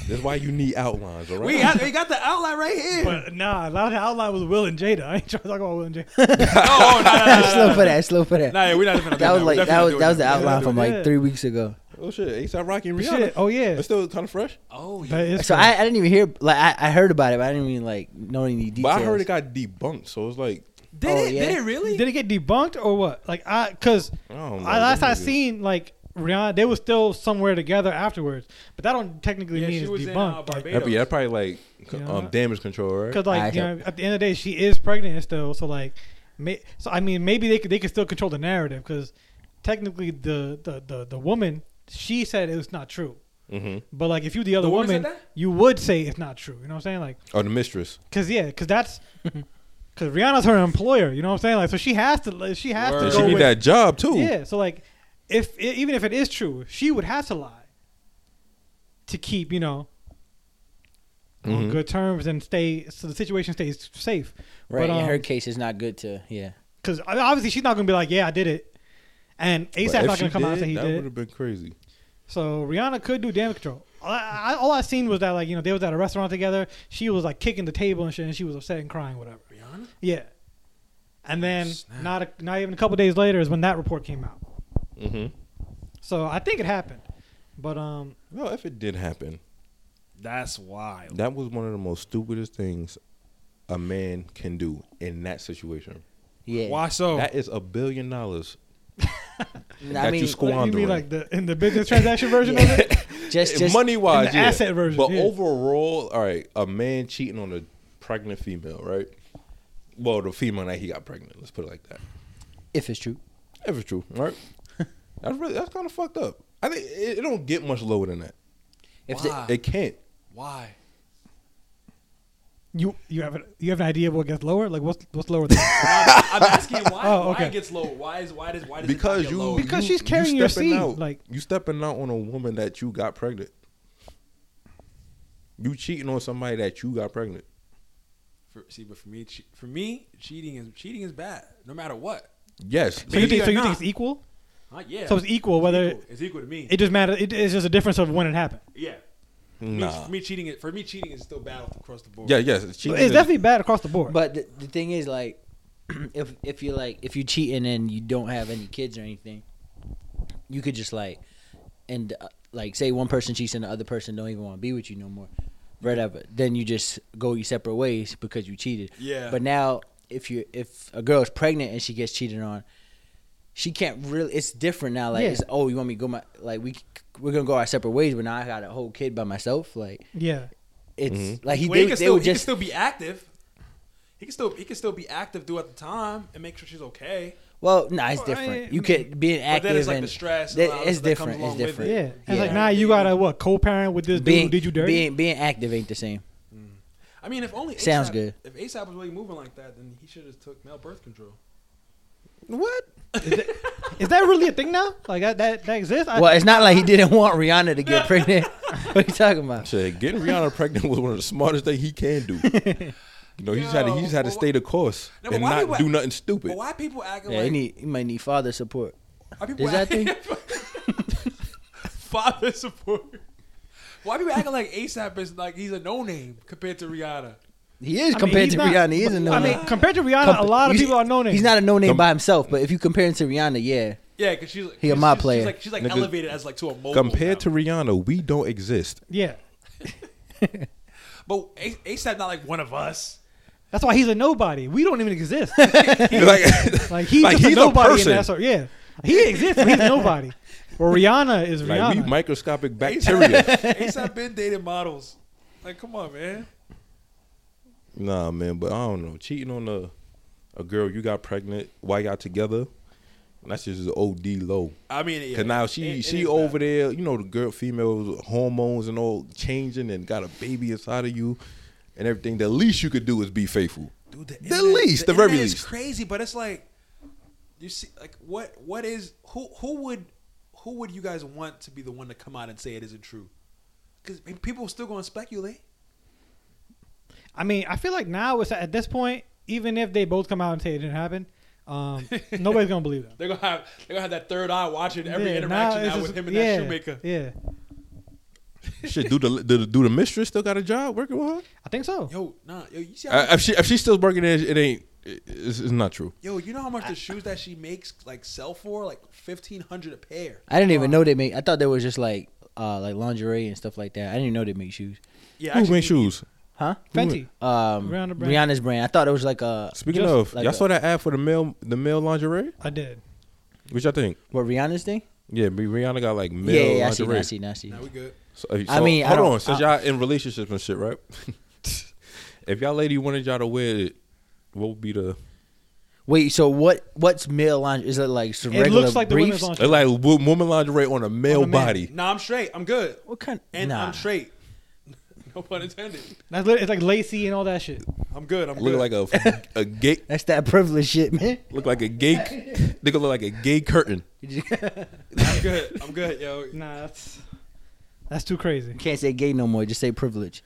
S2: That's why you need outlines, all right?
S1: We got, we got the outline right here.
S3: But nah, loud outline was Will and Jada. I ain't trying to talk about Will and Jada.
S1: oh, no, no, no, no,
S4: slow for that. Slow for that.
S1: Nah, yeah, we're not even gonna do
S4: that was
S1: We're
S4: like
S1: definitely
S4: that
S1: not
S4: was
S1: doing
S4: that was the
S1: We're not
S4: outline
S1: doing
S4: from
S3: Yeah.
S4: like three weeks ago.
S2: oh shit, ASAP Rocky and Rihanna.
S3: Shit. Oh yeah.
S2: It's still kind of fresh.
S1: Oh, yeah.
S3: That is
S4: So
S3: cool.
S4: I, I didn't even hear. Like I, I heard about it, but I didn't even like know any details.
S2: But I heard it got debunked, so it's like
S1: did
S4: Oh,
S1: it?
S4: yeah.
S1: Did it really?
S3: Did it get debunked or what? Like I, cause
S2: I don't know.
S3: I, last I
S2: Them niggas-
S3: seen like Rihanna, they were still somewhere together afterwards. But that don't technically
S1: Yeah,
S3: mean
S1: she
S3: it's
S1: was in, uh,
S3: debunked. like-
S1: Barbados.
S2: That'd, be, that'd probably like c-
S3: Yeah.
S2: um, damage control, right?
S3: Because like
S4: Alright,
S3: you
S4: so-
S3: know, at the end of the day, she is pregnant still. So like, may, so I mean, maybe they could they could still control the narrative because technically the, the the the woman she said it was not true.
S2: Mm-hmm.
S3: But like, if you the other
S1: The woman
S3: woman,
S1: said that?
S3: you would say it's not true. You know what I'm saying? Like,
S2: Or the mistress.
S3: cause yeah, cause that's cause Rihanna's her employer. You know what I'm saying? Like, so she has to li- she has
S1: Word.
S3: to
S2: And
S3: go
S2: she need
S3: with,
S2: that job too.
S3: yeah. So like, if i even if it is true, she would have to lie to keep you know. On
S2: Mhm.
S3: good terms and stay so the situation stays safe.
S4: Right.
S3: But,
S4: in her
S3: um,
S4: case, it's not good to. Yeah.
S3: because obviously she's not gonna be like, yeah, I did it, and
S2: But
S3: ASAP's
S2: if
S3: not
S2: she
S3: gonna come out and
S2: did,
S3: say he
S2: That would
S3: did. it.
S2: have been crazy.
S3: So Rihanna could do damage control. All I, I, all I seen was that like you know they was at a restaurant together. She was like kicking the table and shit, and she was upset and crying, whatever.
S1: Rihanna? Oh,
S3: Yeah. And then
S1: Snap.
S3: not a, not even a couple days later is when that report came out.
S2: Mm-hmm.
S3: So I think it happened, but um,
S2: No, if it did happen,
S1: That's wild.
S2: that was one of the most stupidest things a man can do in that situation.
S4: Yeah.
S1: Why
S3: Oh.
S1: so?
S2: That is a billion dollars
S4: Nah,
S2: that you
S3: like, you
S2: squandering.
S3: mean like the in the business transaction version of it?
S4: just just
S2: money wise,
S3: in the
S2: Eh, yeah.
S3: asset version,
S2: But
S3: yeah.
S2: overall, all right, a man cheating on a pregnant female, right? Well, the female that he got pregnant. Let's put it like that.
S4: If it's true.
S2: If it's true, right? that's really that's kind of fucked up. I think it, it don't get much lower than that.
S4: If
S1: Why?
S4: the,
S2: It can't.
S1: Why?
S3: You you have an, you have an idea of what gets lower? Like what's what's lower? Than
S1: I'm, I'm asking why.
S3: Oh,
S1: Why
S3: okay.
S1: it gets low? Why is why does why does it not
S2: because
S1: get
S2: you
S1: low?
S3: Because
S2: you-
S3: she's
S2: you
S3: carrying your
S2: stepping
S3: seed,
S2: Out,
S3: like-
S2: you stepping out on a woman that you got pregnant. You cheating on somebody that you got pregnant.
S1: For, see, but for me, che- for me, cheating is cheating is bad, no matter what.
S2: Yes,
S3: so you
S1: Maybe
S3: think so
S1: or
S3: you think
S1: not.
S3: it's equal?
S1: Huh? Yeah.
S3: So it's equal whether
S1: equal. it's equal to me.
S3: it just matters. It, it's just a difference of when it happened.
S1: yeah. Me-
S2: nah.
S1: For me, cheating it for me cheating is still bad across the board.
S2: Yeah, yes, it's cheating.
S3: It's definitely bad across the board.
S4: But the, the thing is, like, if if you're like if you cheating and you don't have any kids or anything, you could just like, and uh, like say one person cheats and the other person don't even want to be with you no more, whatever. Then you just go your separate ways because you cheated.
S1: Yeah.
S4: But now if you if a girl's pregnant and she gets cheated on, she can't really. It's different now. Like,
S3: Yeah.
S4: it's, oh, you want me to go my like we. c- We're gonna go our separate ways, but now I got a whole kid by myself. Like
S3: yeah,
S4: it's like he,
S1: Well,
S4: they,
S1: he can
S4: they
S1: still
S4: would
S1: he can
S4: just
S1: still be active. He can still he can still be active throughout the time and make sure she's okay.
S4: Well, no, it's
S3: Well,
S4: different.
S3: I-
S4: you could be an
S1: But
S4: active
S1: then it's like
S4: and
S1: the stress and
S4: that-
S1: all that
S4: it's
S1: stuff that comes
S4: different. It's
S1: along with
S4: different.
S1: it.
S3: yeah. It's like
S4: Yeah.
S3: now you gotta what co-parent with this
S4: Being,
S3: dude? Did you dirty?
S4: Being, being active ain't the same.
S1: I mean, if only
S4: Sounds
S1: A$AP
S4: good.
S1: If ASAP was really moving like that, then he should have took male birth control.
S3: what? Is that, is that really a thing now? Like that that, that exists? I-
S4: Well, it's not like he didn't want Rihanna to get pregnant. what are you talking about?
S2: Shit, getting Rihanna pregnant was one of the smartest things he can do. You know, he's had to, he's had to
S1: Yo,
S2: stay the course
S1: No, but
S2: and
S1: why
S2: not
S1: people-
S2: do nothing stupid.
S1: But why people acting
S4: Yeah, he,
S1: like
S4: need, he might need father support.
S1: Why people
S4: Does that
S1: acting- father support? Why people acting like ASAP is like he's a no name compared to Rihanna?
S4: He is
S3: I mean,
S4: compared
S3: he's
S4: to
S3: not-
S4: Rihanna. He is a no
S3: I
S4: name.
S3: mean, compared to Rihanna, a lot of
S4: He's-
S3: people are known.
S4: He's not a no name
S2: Com-
S4: by himself, but if you compare him to Rihanna, yeah.
S1: Yeah, because she's
S4: He a
S1: she's-
S4: my
S1: she's-
S4: player.
S1: She's like, she's like
S2: Nigga,
S1: elevated as like to a mogul
S2: Compared to
S1: now.
S2: Rihanna, we don't exist.
S3: Yeah,
S1: but A- ASAP not like one of us.
S3: that's why he's a nobody. We don't even exist.
S2: like,
S3: Like he's
S2: Like,
S3: just
S2: he's
S3: a
S2: a
S3: nobody in
S2: person.
S3: that sort. Yeah, he exists. But he's nobody. Well, Rihanna is
S2: like we
S3: Rihanna.
S2: microscopic bacteria.
S1: ASAP been dated models. Like, come on, man.
S2: Nah, man, but I don't know. Cheating on a a girl you got pregnant while y'all together, that's just OD low.
S1: I mean, yeah.
S2: Cause now she
S1: It- it
S2: she
S1: is
S2: over
S1: bad.
S2: there, you know, the girl females hormones and all changing and got a baby inside of you and everything. The least you could do is be faithful.
S1: Dude,
S2: the
S1: internet-
S2: least, the, very
S1: internet
S2: least.
S1: Is crazy, but it's like you see, like what what is who who would who would you guys want to be the one to come out and say it isn't true? Because people are still going to speculate.
S3: I mean, I feel like now it's at this point, even if they both come out and say it didn't happen, um, nobody's gonna believe them.
S1: They're gonna have they're gonna have that third eye watching every
S3: Yeah,
S1: interaction
S3: it's
S1: now,
S3: just-
S1: with him and
S3: yeah,
S1: that shoemaker.
S3: Yeah,
S2: Shit, do the, do the do the mistress still got a job working with her?
S3: I think so.
S1: Yo, nah, yo, you see, how
S2: Uh, if she if she's still working there, it ain't. it- It's, it's not true.
S1: yo, you know how much the shoes that she makes like sell for, like fifteen hundred a pair.
S4: I didn't even know they made. I thought they was just like uh, like lingerie and stuff like that. I didn't even know they make shoes.
S1: Yeah,
S2: Who
S1: actually,
S2: make shoes?
S4: Huh?
S3: Fenty.
S4: Um,
S3: Rihanna brand.
S4: Rihanna's brand. I thought it was like a
S2: Speaking
S3: Just
S2: of,
S4: like
S2: y'all
S4: a-
S2: saw that ad for the male the male lingerie.
S3: I did.
S2: What y'all think?
S4: what Rihanna's thing.
S2: Yeah, Bri- Rihanna got like male
S4: Yeah, yeah, I see,
S2: lingerie.
S4: I see, I see.
S1: Now we good.
S2: So, uh,
S4: I
S2: so-
S4: mean, I
S2: hold
S4: don't-
S2: on. Since
S4: I-
S2: y'all in relationships and shit, right? if y'all lady wanted y'all to wear it, what would be the
S4: Wait, so what? What's male lingerie? Is it like some
S3: It
S4: regular
S3: looks like the
S4: briefs?
S3: women's lingerie.
S2: It's like wo- woman lingerie on a male
S3: man.
S2: body?
S1: Nah, I'm straight. I'm good,
S4: What kind?
S1: and
S4: nah.
S1: I'm straight. No pun intended.
S3: That's lit- it's like lacy and all that shit.
S1: I'm good. I'm
S2: Look
S1: good.
S2: like a a gay
S4: That's that privilege shit, man.
S2: look like a gay they could look like a gay curtain.
S4: you
S1: I'm good. I'm good, yo.
S3: Nah, that's that's too crazy.
S4: can't say gay no more. Just say privilege.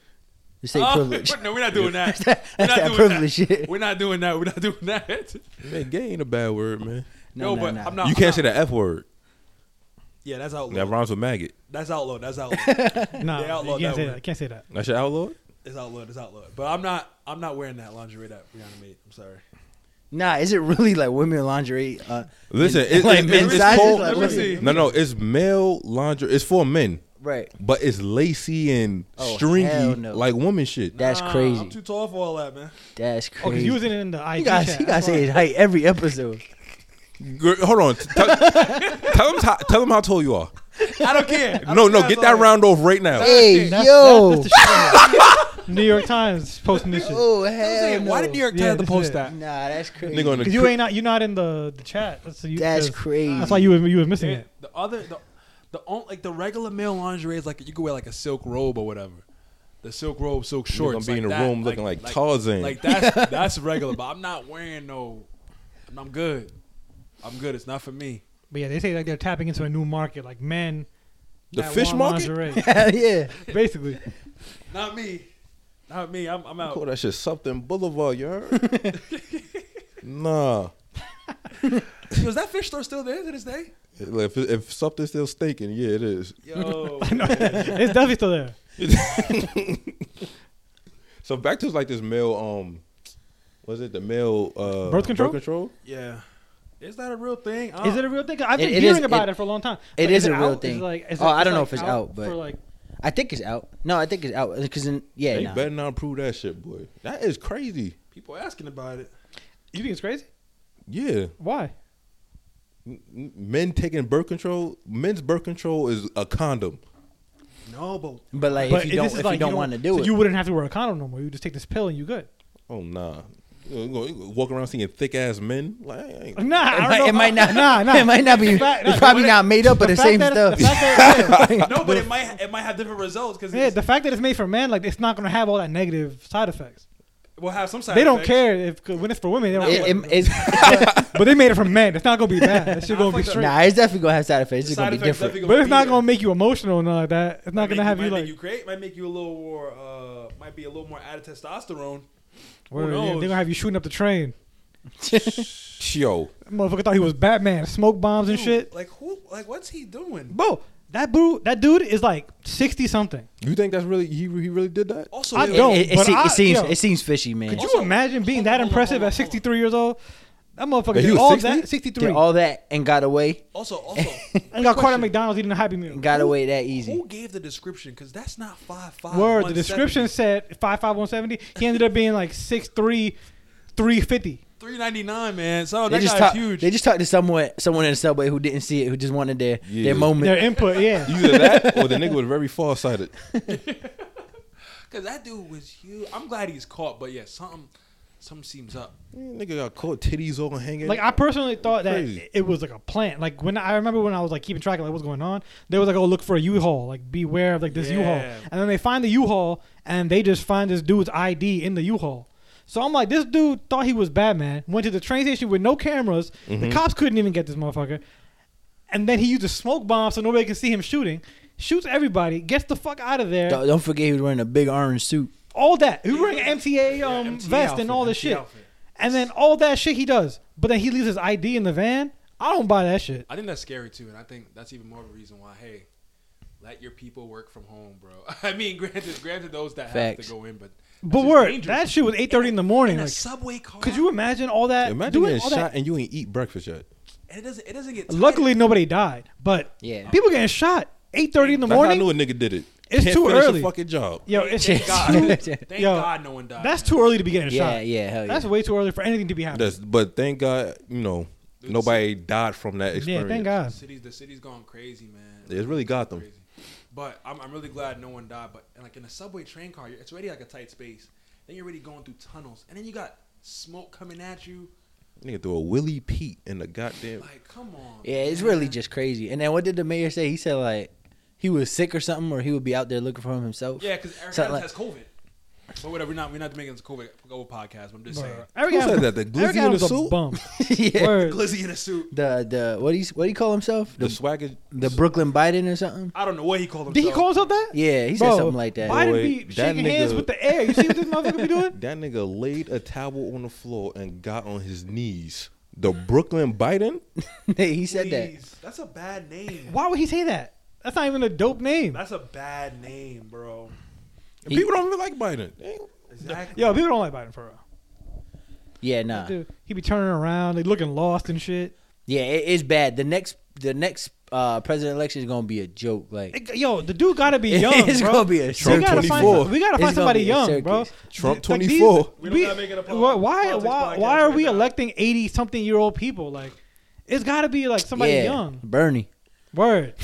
S4: Just say
S1: Oh,
S4: privilege.
S1: No, we're not doing that.
S4: That's
S1: we're not
S4: that
S1: doing
S4: privilege
S1: that.
S4: shit.
S1: We're not doing that. We're not doing that.
S2: Man, gay ain't a bad word, man.
S1: No, but I'm not-
S2: you can't say the f word.
S1: Yeah, that's outlawed.
S2: That rhymes with maggot.
S1: That's outlawed. That's outlawed.
S3: Nah,
S1: They outlawed
S3: you
S1: that
S3: can't say
S1: one.
S3: that. Can't say that.
S2: That's your outlaw.
S1: it's outlawed. It's outlawed. But I'm not. I'm not wearing that lingerie that Rihanna made. I'm sorry.
S4: Nah, is it really like women lingerie? Uh,
S2: Listen, it,
S4: Like
S2: it-
S4: men's
S2: it's
S4: sizes?
S2: called.
S4: Like,
S1: Let me see.
S2: no, no, it's male lingerie. It's for men,
S4: right.
S2: but it's lacy and
S4: Oh, hell
S2: stringy
S4: no.
S2: like woman shit.
S4: That's
S1: Nah,
S4: crazy.
S1: I'm too tall for all that, man.
S4: That's
S3: Oh, cause
S4: crazy.
S3: you was in it in the IG
S4: you guys,
S3: chat.
S4: you guys
S3: That's why.
S4: say his height every episode.
S2: Girl, hold on. T- tell, tell them how, tell them how tall you are.
S1: I don't care. I don't care.
S2: No, no,
S1: That's
S2: get
S1: all
S2: that
S1: right.
S2: round off right now.
S4: Hey,
S3: That's-
S4: yo.
S3: that's- that's the shit. New York Times posting this shit.
S4: oh
S1: I'm
S4: hell
S1: saying,
S4: no.
S1: Why did New York Times
S3: Yeah,
S1: have to
S3: this
S1: post
S3: is-
S1: that?
S4: Nah, that's crazy.
S2: Nigga on the
S3: Cause you
S2: cri-
S3: ain't not you not in the the chat. That's, you,
S4: That's
S3: 'cause
S4: crazy.
S3: That's why you was, you was missing
S1: Yeah,
S3: it.
S1: the other the the on, like the regular male lingerie is like you could wear like a silk robe or whatever. the silk robe, silk
S2: You're
S1: shorts.
S2: gonna be
S1: like
S2: in the
S1: that,
S2: room looking like Tarzan.
S1: Like that's that's regular, but I'm not wearing no. and I'm good. I'm good. It's not for me.
S3: But yeah, they say like they're tapping into a new market, like men.
S2: The
S3: that
S2: fish
S3: want
S2: market?
S3: lingerie.
S4: yeah.
S3: basically.
S1: Not me. Not me. I'm, I'm
S2: Call
S1: out.
S2: that shit something Boulevard, you heard? nah.
S1: Yo, is that fish store still there to this day?
S2: If, if something's still stinking, yeah, it is.
S1: Yo.
S3: it's definitely still there.
S2: So back to like this male, um, was it the male uh,
S3: Birth control?
S1: yeah. Is that a real thing? I
S3: Is it a real thing? I've
S4: It-
S3: been
S4: it
S3: hearing
S4: is-
S3: about
S4: it-
S3: it, for a long time.
S4: it
S3: Like,
S4: is
S3: it
S4: a real
S3: out?
S4: thing.
S3: Is it like, is
S4: Oh,
S3: it-
S4: I don't know
S3: like,
S4: if it's out, but-
S3: for like
S4: I think it's out. No, I think it's out because in yeah,
S2: They
S4: nah.
S2: better not prove that shit, boy. That is crazy.
S1: Uh, People asking about it.
S3: you think it's crazy?
S2: Yeah,
S3: Why?
S2: M- m- men taking birth control. Men's birth control is a condom.
S1: No, but
S4: but like
S3: But
S4: if
S3: this
S4: you don't
S3: is
S4: if you
S3: like,
S4: don't want to do
S3: so
S4: it,
S3: you wouldn't have to wear a condom no more. You just take this pill and you good.
S2: Oh nah. You gonna- you gonna Walk around seeing thick ass men. Like, I ain't-
S3: Nah,
S4: it
S3: I don't
S4: might,
S3: know.
S4: it might not.
S3: Nah, nah.
S4: It might not be.
S3: The fact-
S4: it's
S3: nah,
S4: probably
S3: the
S4: not made up of the
S3: fact
S4: same
S3: that
S4: stuff.
S3: it's- the fact that it's-
S1: no, but it might it might have different results because
S3: yeah, the fact that it's made for men, like it's not gonna have all that negative side effects.
S1: we'll have some side.
S3: They don't
S1: effects.
S3: care if when it's for women, they don't care.
S4: It- it- it's,
S3: but they made it for men. It's not gonna be bad. That shit
S1: Nah,
S3: gonna be
S1: fuck
S3: straight.
S1: that.
S4: nah, it's definitely gonna have side effects.
S1: The
S4: It's
S1: side
S4: gonna be
S1: effects
S4: different.
S1: definitely
S3: But it's
S1: be
S3: not
S1: there.
S3: gonna make you emotional and all like that. It's not
S1: Might
S3: gonna have
S1: might
S3: you
S1: make
S3: like.
S1: you great. Might make you a little more. Uh, might be a little more out of testosterone. Who
S3: Word, yeah,
S1: knows?
S3: They're gonna have you shooting up the train.
S2: Yo,
S3: That motherfucker thought he was Batman, smoke bombs and
S1: Dude,
S3: shit.
S1: Like who? Like what's he doing?
S3: Bro, that boo, that dude is like sixty something.
S2: you think that's really he? He really did that?
S1: Also,
S3: I
S1: wait,
S4: It-
S1: wait,
S3: don't-
S1: wait.
S4: It, it,
S3: but
S4: se-
S3: I-
S4: it seems
S3: yo.
S4: it seems fishy, man.
S3: Could you
S1: Also-
S3: imagine being
S1: hold
S3: that
S1: on, hold on,
S3: impressive
S1: hold on,
S3: at
S1: hold on.
S3: sixty three years old? That motherfucker
S2: he
S3: did
S2: was
S3: all
S2: 60?
S3: that sixty
S4: Did
S3: three
S4: all that and got away.
S1: Also, also,
S3: and got caught at
S1: question.
S3: McDonald's eating a Happy Meal.
S4: Got away that easy.
S1: who gave the description? Because that's not five five.
S3: Word, the description said five five one seventy. He ended up being like six three, three fifty.
S1: three ninety nine, man. So
S4: They
S1: that
S4: just
S1: guy's
S4: talked.
S1: huge.
S4: They just talked to someone someone in the subway who didn't see it, who just wanted their
S2: Yeah.
S4: their moment.
S3: Their input, yeah.
S2: Either that or the nigga was very far sighted.
S1: Because that dude was huge. I'm glad he's caught, but yeah, something something seems up.
S2: Nigga got caught titties all hanging.
S3: Like I personally thought that
S2: Crazy.
S3: it was like a plant. Like when I remember when I was like keeping track of like what's going on, they was like, "Oh, look for a U-Haul. Like beware of like this
S1: Yeah.
S3: U-Haul." And then they find the U-Haul and they just find this dude's ID in the U-Haul. So I'm like, this dude thought he was Batman. Went to the train station with no cameras.
S1: Mm-hmm.
S3: The cops couldn't even get this motherfucker. And then he used a smoke bomb so nobody can see him shooting. Shoots everybody. Gets the fuck out of there.
S4: Don't, don't forget he was wearing a big orange suit.
S3: all that. He was wearing an MTA
S1: Yeah,
S3: um,
S1: MTA
S3: vest
S1: outfit,
S3: and all this
S1: MTA
S3: shit.
S1: outfit.
S3: And then all that shit he does. But then he leaves his ID in the van. I don't buy that shit.
S1: I think that's scary too, and I think that's even more of a reason why. Hey, let your people work from home, bro. I mean, granted, granted those that have
S4: Facts.
S1: to go in, but
S3: But word, that shit was 8.30 in the morning.
S1: in a
S3: Like,
S1: subway car.
S3: could you imagine all that?
S2: imagine
S3: doing
S2: getting
S3: all
S2: shot
S3: that?
S2: and you ain't eat breakfast yet.
S1: And it doesn't. It doesn't get. tired.
S3: Luckily, nobody died. But
S4: Yeah.
S3: people getting shot 8.30 in the
S2: That's how I knew
S3: morning?
S2: a nigga did it.
S3: It's
S2: Can't
S3: too
S2: finish
S3: early.
S2: A fucking job.
S3: Yo,
S1: Thank,
S3: it's
S1: thank
S3: too,
S1: God. Thank
S3: Yo,
S1: God no one died.
S3: that's
S1: man.
S3: too early to be getting
S4: Yeah,
S3: shot.
S4: yeah, hell yeah.
S3: That's way too early for anything to be happening.
S2: That's but thank God, you know, nobody died from that
S3: yeah,
S2: experience.
S3: thank God.
S1: The city's the city's gone crazy, man.
S2: It's really Gotham.
S1: Crazy. But I'm, I'm really glad no one died. But and like in a subway train car, it's already like a tight space. Then you're already going through tunnels, and then you got smoke coming at you.
S2: Nigga threw a Willie Pete in the goddamn.
S1: Like, come on.
S4: Yeah, it's
S1: man.
S4: really just crazy. And then what did the mayor say? He said like he was sick or something, or he would be out there looking for him himself.
S1: Yeah, because Eric
S4: So,
S1: Adams
S4: like-
S1: has COVID. But whatever, we're not we're not making this COVID COVID podcast. But I'm just saying,
S3: Bruh. Eric
S2: Who said
S3: Adams-
S2: that? The glizzy
S3: Eric
S2: in a
S3: Adams a
S2: suit?
S3: bum.
S4: Yeah.
S3: Word.
S1: glizzy in a suit.
S4: The the what do you what do you call himself?
S2: The
S4: The
S2: swagger,
S4: the Brooklyn Biden or something.
S1: I don't know what he called himself.
S3: Did he call himself that?
S4: Yeah, he said something like that.
S3: Biden
S2: Boy,
S3: be
S2: that
S3: shaking hands
S2: nigga-
S3: with the air. You see what this motherfucker be doing?
S2: that nigga laid a towel on the floor and got on his knees. The Brooklyn Biden,
S4: he said that.
S1: Please. That's a bad name.
S3: Why would he say that? That's not even a dope name.
S1: That's a bad name, bro.
S4: He-
S2: people don't even like Biden. They-
S1: Exactly.
S3: Yo, people don't like Biden for real.
S4: Yeah, nah.
S3: Dude, he be turning around, they looking lost and shit.
S4: Yeah, it, it's bad. The next the next uh, president election is gonna be a joke. Like
S3: It- Yo, the dude gotta be young.
S4: it's
S3: bro.
S4: gonna be a
S3: we
S2: Trump
S3: gotta
S4: circus.
S3: find,
S2: 24.
S3: we gotta
S4: It's
S3: find
S4: gonna
S3: somebody
S4: be a
S3: young,
S4: circus.
S3: bro.
S2: Trump
S3: Like, these-
S2: 24.
S1: We
S3: We
S1: don't gotta make it a pol-
S3: why, why,
S1: politics
S3: why,
S1: podcast
S3: why are
S1: right
S3: we
S1: now.
S3: electing eighty something year old people? Like, it's gotta be like somebody
S4: yeah,
S3: young.
S4: Bernie.
S3: Word.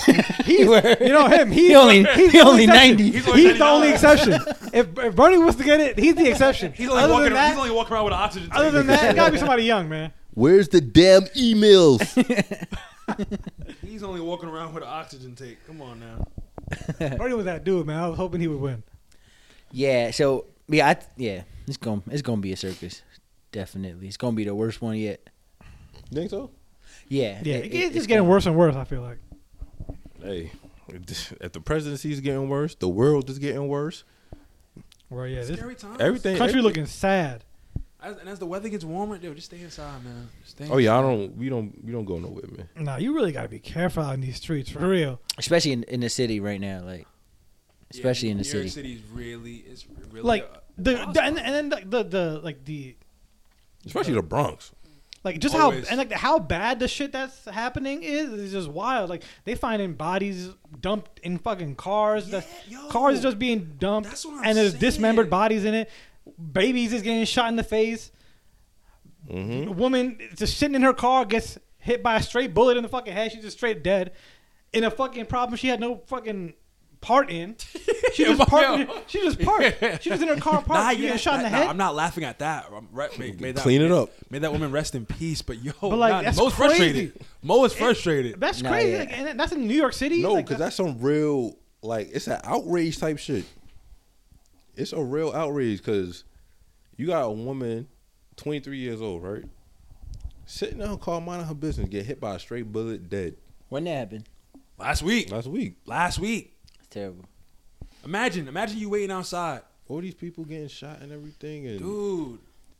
S3: He's,
S4: Word.
S3: You know him. He's
S4: He only
S3: he's
S4: he
S3: the
S4: only
S3: exception.
S4: ninety.
S1: He's only
S3: He's the only
S1: 99.
S3: exception. If, if Bernie was to get it, he's the exception.
S1: He's only
S3: other
S1: walking.
S3: than that,
S1: he's only walking around with an oxygen.
S3: other than
S1: tank.
S3: that, it gotta be somebody young, man.
S2: Where's the damn emails?
S1: he's only walking around with an oxygen tank. Come on now.
S3: Bernie was that dude, man. I was hoping he would win.
S4: Yeah. So yeah, I, yeah. It's gonna it's gonna be a circus. Definitely, it's gonna be the worst one yet.
S2: You think so?
S4: Yeah.
S3: Yeah,
S4: it-
S3: it,
S4: it-
S3: it's just getting
S4: gonna-
S3: worse and worse. I feel like.
S2: Hey, if the presidency is getting worse, the world is getting worse.
S3: Well, yeah, this
S1: Scary times.
S2: Everything.
S3: country
S2: every-
S3: looking sad.
S1: As, and as the weather gets warmer, dude, just stay inside, man. Just stay
S2: Oh yeah, I don't. We don't. We don't go nowhere, man.
S3: Nah, you really gotta be careful out in these streets, for real.
S4: especially in, in the city right now, like especially in the city.
S1: New York City is really, it's really
S3: Like
S1: uh,
S3: the,
S1: awesome.
S3: the and, and then the, the the like the
S2: Especially the Bronx.
S3: like just
S1: Always.
S3: how and like how bad the shit that's happening is is just wild. Like they finding bodies dumped in fucking cars. The
S1: Yeah,
S3: cars
S1: yo.
S3: just being dumped,
S1: That's what I'm
S3: and there's
S1: saying.
S3: dismembered bodies in it. Babies is getting shot in the face.
S4: Mm-hmm.
S3: A woman just sitting in her car gets hit by a straight bullet in the fucking head. She's just straight dead in a fucking problem she had no fucking part in. She just
S1: Yo.
S3: parked. She just parked. She was in her car parked.
S1: Nah,
S3: you
S1: yeah,
S3: get shot in the
S1: that- nah,
S3: head.
S1: I'm not laughing at that. I'm right, may, may that
S2: Clean it
S1: may-
S2: up.
S1: May that woman rest in peace. But yo,
S3: But, like,
S1: nah,
S3: that's
S1: Mo's
S3: crazy.
S1: frustrated. Mo is frustrated.
S3: that's
S4: Nah,
S3: crazy.
S4: yeah.
S3: Like, and that's in New York City.
S2: No,
S3: Like,
S2: because that's some real like it's an outrage type shit. It's a real outrage because you got a woman, twenty three years old, right, sitting in her car minding her business, get hit by a straight bullet, dead
S4: When that happened,
S1: last week,
S2: last week.
S1: last week.
S4: it's terrible.
S1: Imagine, imagine you waiting outside,
S2: All these people getting shot and everything, and
S1: dude.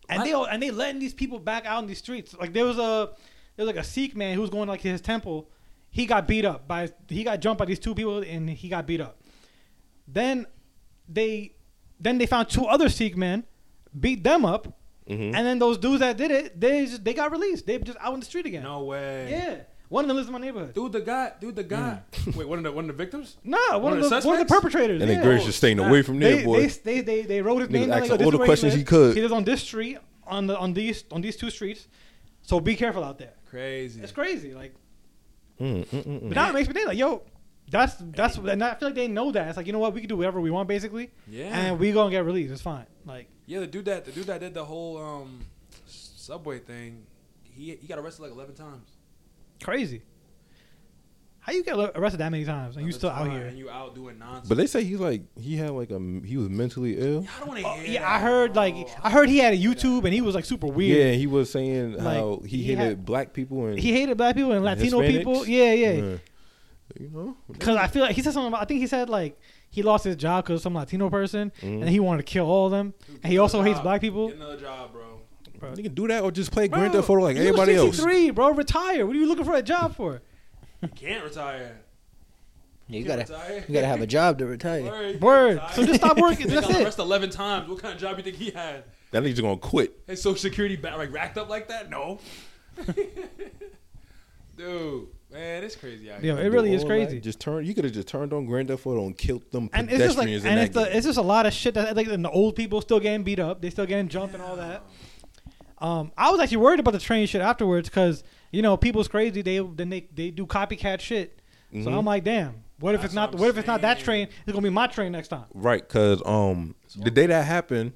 S3: and they all- and they letting these people back out in these streets. Like there was a there was like a Sikh man who was going like to his temple. He got beat up by he got jumped by these two people and he got beat up. Then they then they found two other Sikh men, beat them up,
S2: Mhm.
S3: and then those dudes that did it they just, they got released. They just out in the street again.
S1: No way.
S3: Yeah, one of them lives in my neighborhood.
S1: Dude, the guy. Dude, the guy. Wait, one of the one of the victims.
S3: No, one,
S1: One
S3: of
S1: of
S3: the
S1: the
S3: one of the
S1: suspects?
S3: perpetrators.
S2: and
S3: yeah. Oh.
S2: then Grace just staying away from there,
S3: they,
S2: boy.
S3: They, they, they, they wrote his
S2: Niggas
S3: name. down,
S2: asked
S3: Like,
S2: him all the questions he could.
S3: He lives on this street, on the on these on these two streets. So be careful out there.
S1: Crazy.
S3: It's crazy. Like,
S2: Mm, mm, mm, mm.
S3: but now it makes me think like, yo, that's that's and I feel like they know that. It's like you know what, we can do whatever we want basically,
S1: Yeah.
S3: and we gonna get released. It's fine. Like,
S1: Yeah, the dude that the dude that did the whole um subway thing, he he got arrested like eleven times.
S3: crazy. How you get arrested that many times and you
S1: Another
S3: still out
S1: time,
S3: here?
S1: And you out doing nonsense.
S2: But they say he's like he had like a he was mentally ill.
S1: I don't want to
S3: Oh,
S1: hear.
S3: yeah, I
S1: that,
S3: heard
S1: bro.
S3: like I heard he had a YouTube and he was like super weird.
S2: Yeah, he was saying
S3: Like,
S2: how he,
S3: he
S2: hated
S3: had-
S2: black people and
S3: He hated black people and
S2: and
S3: Latino people.
S2: Hispanics.
S3: Yeah, yeah.
S2: You know,
S3: Because I feel like he said something about, I think he said like he lost his job because some Latino person
S2: Mm-hmm.
S3: and he wanted to kill all of them.
S1: Dude,
S3: and
S1: get
S3: he also
S1: another
S3: hates
S1: job.
S3: black people.
S1: Get another job, bro.
S2: You can do that or just play
S3: Bro,
S2: Grand Theft Auto like
S3: you
S2: everybody else.
S3: 63, bro. Retire. What are you looking for a job for?
S1: You can't retire.
S4: Yeah, you
S1: Can't
S4: gotta
S1: retire.
S4: you gotta have a job to retire.
S1: Word. you can't
S3: Word.
S1: retire.
S3: So just stop working.
S1: He
S3: That's
S1: got
S3: it.
S1: arrested eleven times. What kind of job you think he had?
S2: That nigga's gonna quit.
S1: His social security ba- like racked up like that? No. Dude, man, it's crazy out here.
S3: Yo, it really is
S2: All that,
S3: crazy.
S2: Just turn. You could have just turned on Grand Theft Auto and killed them
S3: And it's just like,
S2: pedestrians
S3: and it's,
S2: in that
S3: the,
S2: game.
S3: it's just a lot of shit that like and the old people still getting beat up. They still getting jumped and all that. Um, I was actually worried about the train shit afterwards because you know people's crazy. They then they they do copycat shit.
S2: Mm-hmm.
S3: So I'm like, damn. What if
S1: That's
S3: it's not?
S1: what
S3: What,
S1: I'm
S3: if it's not that
S1: saying.
S3: train? It's gonna be my train next time.
S2: right, cause um, the day that happened,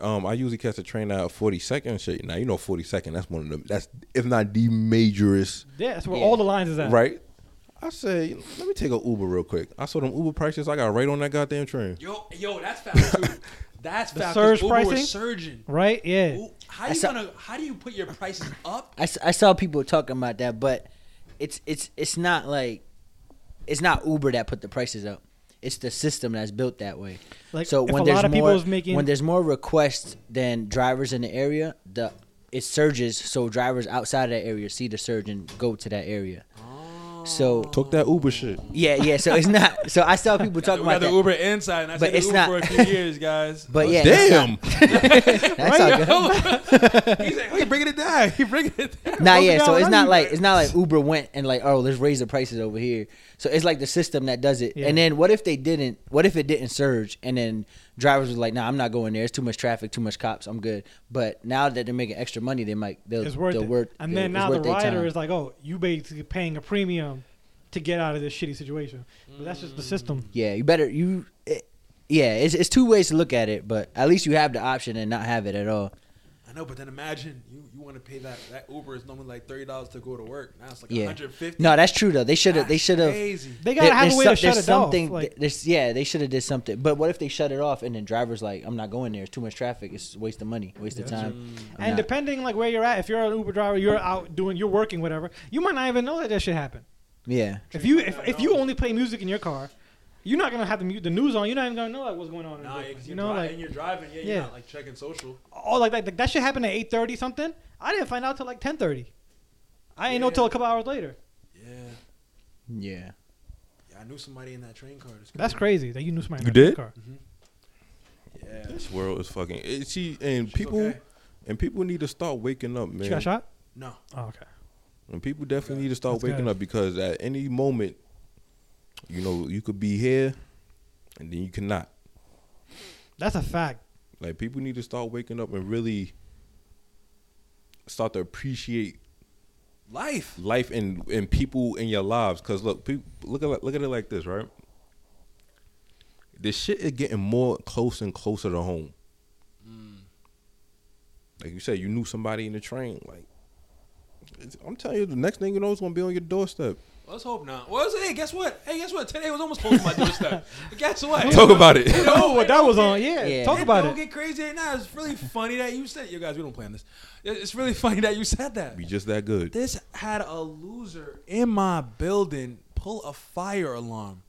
S2: um, I usually catch a train out Forty Second shit. Now you know Forty Second. That's one of them. That's if not the majorest.
S3: Yeah, that's where
S4: Yeah.
S3: all the lines is at.
S2: Right. I say, let me take a Uber real quick. I saw them Uber prices. I got right on that goddamn train.
S1: Yo, yo, that's fast too. That's
S3: The
S1: fast.
S3: surge
S1: Surge Uber pricing.
S3: pricing?
S1: surging.
S3: Right? Yeah.
S1: Ooh, How
S4: I
S1: do you
S4: saw-
S1: gonna? How do you put your prices up?
S4: I, s- I saw people talking about that, but it's it's it's not like it's not Uber that put the prices up. It's the system that's built that way.
S3: Like,
S4: so
S3: if
S4: when
S3: a
S4: there's
S3: lot of people
S4: more
S3: is making-
S4: when there's more requests than drivers in the area, the it surges so drivers outside of that area see the surge and go to that area. So
S1: Oh.
S2: Took that Uber shit.
S4: yeah, yeah. So it's not. So I saw people
S1: we
S4: talking
S1: got
S4: about
S1: the
S4: that.
S1: Uber inside, and I
S4: But
S1: said
S4: it's
S1: Uber
S4: not-
S1: for a few years, guys.
S4: But yeah, that's not-
S2: Damn.
S4: that's all good.
S1: He's like, hey, bringing it down. He bringing it down.
S4: Nah,
S3: Broke it
S4: yeah. So
S3: down
S4: it's not
S3: right.
S4: like it's not like Uber went and like, oh, let's raise the prices over here. So it's like the system that does it.
S3: Yeah.
S4: And then what if they didn't? What if it didn't surge? And then drivers were like, nah, I'm not going there. It's too much traffic, too much cops. I'm good. But now that they're making extra money, they might they'll,
S3: It's worth
S4: they'll
S3: it.
S4: work.
S3: and then
S4: it's
S3: now the
S4: worth their
S3: rider
S4: time.
S3: is like, oh, you basically paying a premium to get out of this shitty situation. But that's just the system.
S4: yeah, you better you. It, yeah, it's, it's two ways to look at it, but at least you have the option and not have it at all.
S1: I know, but then imagine you, you want to pay that that Uber is normally like thirty dollars to go to work. Now it's like
S4: Yeah.
S1: one hundred fifty.
S4: No, that's true though. They should have. They should have.
S1: Crazy.
S3: They gotta have a
S4: there's
S3: way
S4: some-
S3: to shut
S4: there's
S3: it off.
S4: something-
S3: Like,
S4: there's- yeah, they should have did something. But what if they shut it off and then drivers like, I'm not going there. It's too much traffic. It's a waste of money, waste of time. I'm
S3: Mm. and
S4: not."
S3: depending like where you're at, if you're an Uber driver, you're out doing, you're working, whatever. You might not even know that that shit happened.
S4: yeah,
S3: If you if, if you only play music in your car, you're not gonna have the mu- the news on. You're not even gonna know like what's going on. in
S1: Nah,
S3: Brooklyn,
S1: yeah, 'cause
S3: you
S1: you're
S3: know,
S1: dri-
S3: like
S1: and you're driving. Yeah,
S3: yeah.
S1: you're not like checking social.
S3: oh, like, like like, that shit happened at eight thirty something. I didn't find out till like ten thirty. I ain't know
S1: Yeah.
S3: till a couple hours later.
S1: Yeah,
S4: yeah.
S1: yeah. I knew somebody in that train car. It's
S3: That's crazy that you knew somebody.
S2: You
S3: in that fucking
S2: did?
S3: Car.
S1: Yeah.
S2: This world is fucking. It, she and
S1: She's
S2: people
S1: okay.
S2: and people need to start waking up, man.
S3: She got shot.
S1: No.
S3: Oh, okay.
S2: And people definitely need to start
S3: That's
S2: waking
S3: good.
S2: up because at any moment, you know, you could be here, and then you cannot.
S3: That's a fact.
S2: Like people need to start waking up and really start to appreciate
S1: Life.
S2: life and and people in your lives. Cause look, people, look at look at it like this, right? The shit is getting more close and closer to home.
S1: Mm.
S2: Like you said, you knew somebody in the train. Like it's- I'm telling you, the next thing you know, it's gonna be on your doorstep.
S1: Let's hope not. Well, it's- hey, guess what? Hey, guess what? Today was almost close to my doorstep. But guess what?
S2: Talk about it.
S3: Oh, what that was on. Yeah,
S4: Yeah.
S3: talk about
S1: don't
S3: it.
S1: get crazy right now. It's really funny that you said. You guys, we don't plan this. It- It's really funny that you said that.
S2: Be just that good.
S1: This had a loser in my building pull a fire alarm.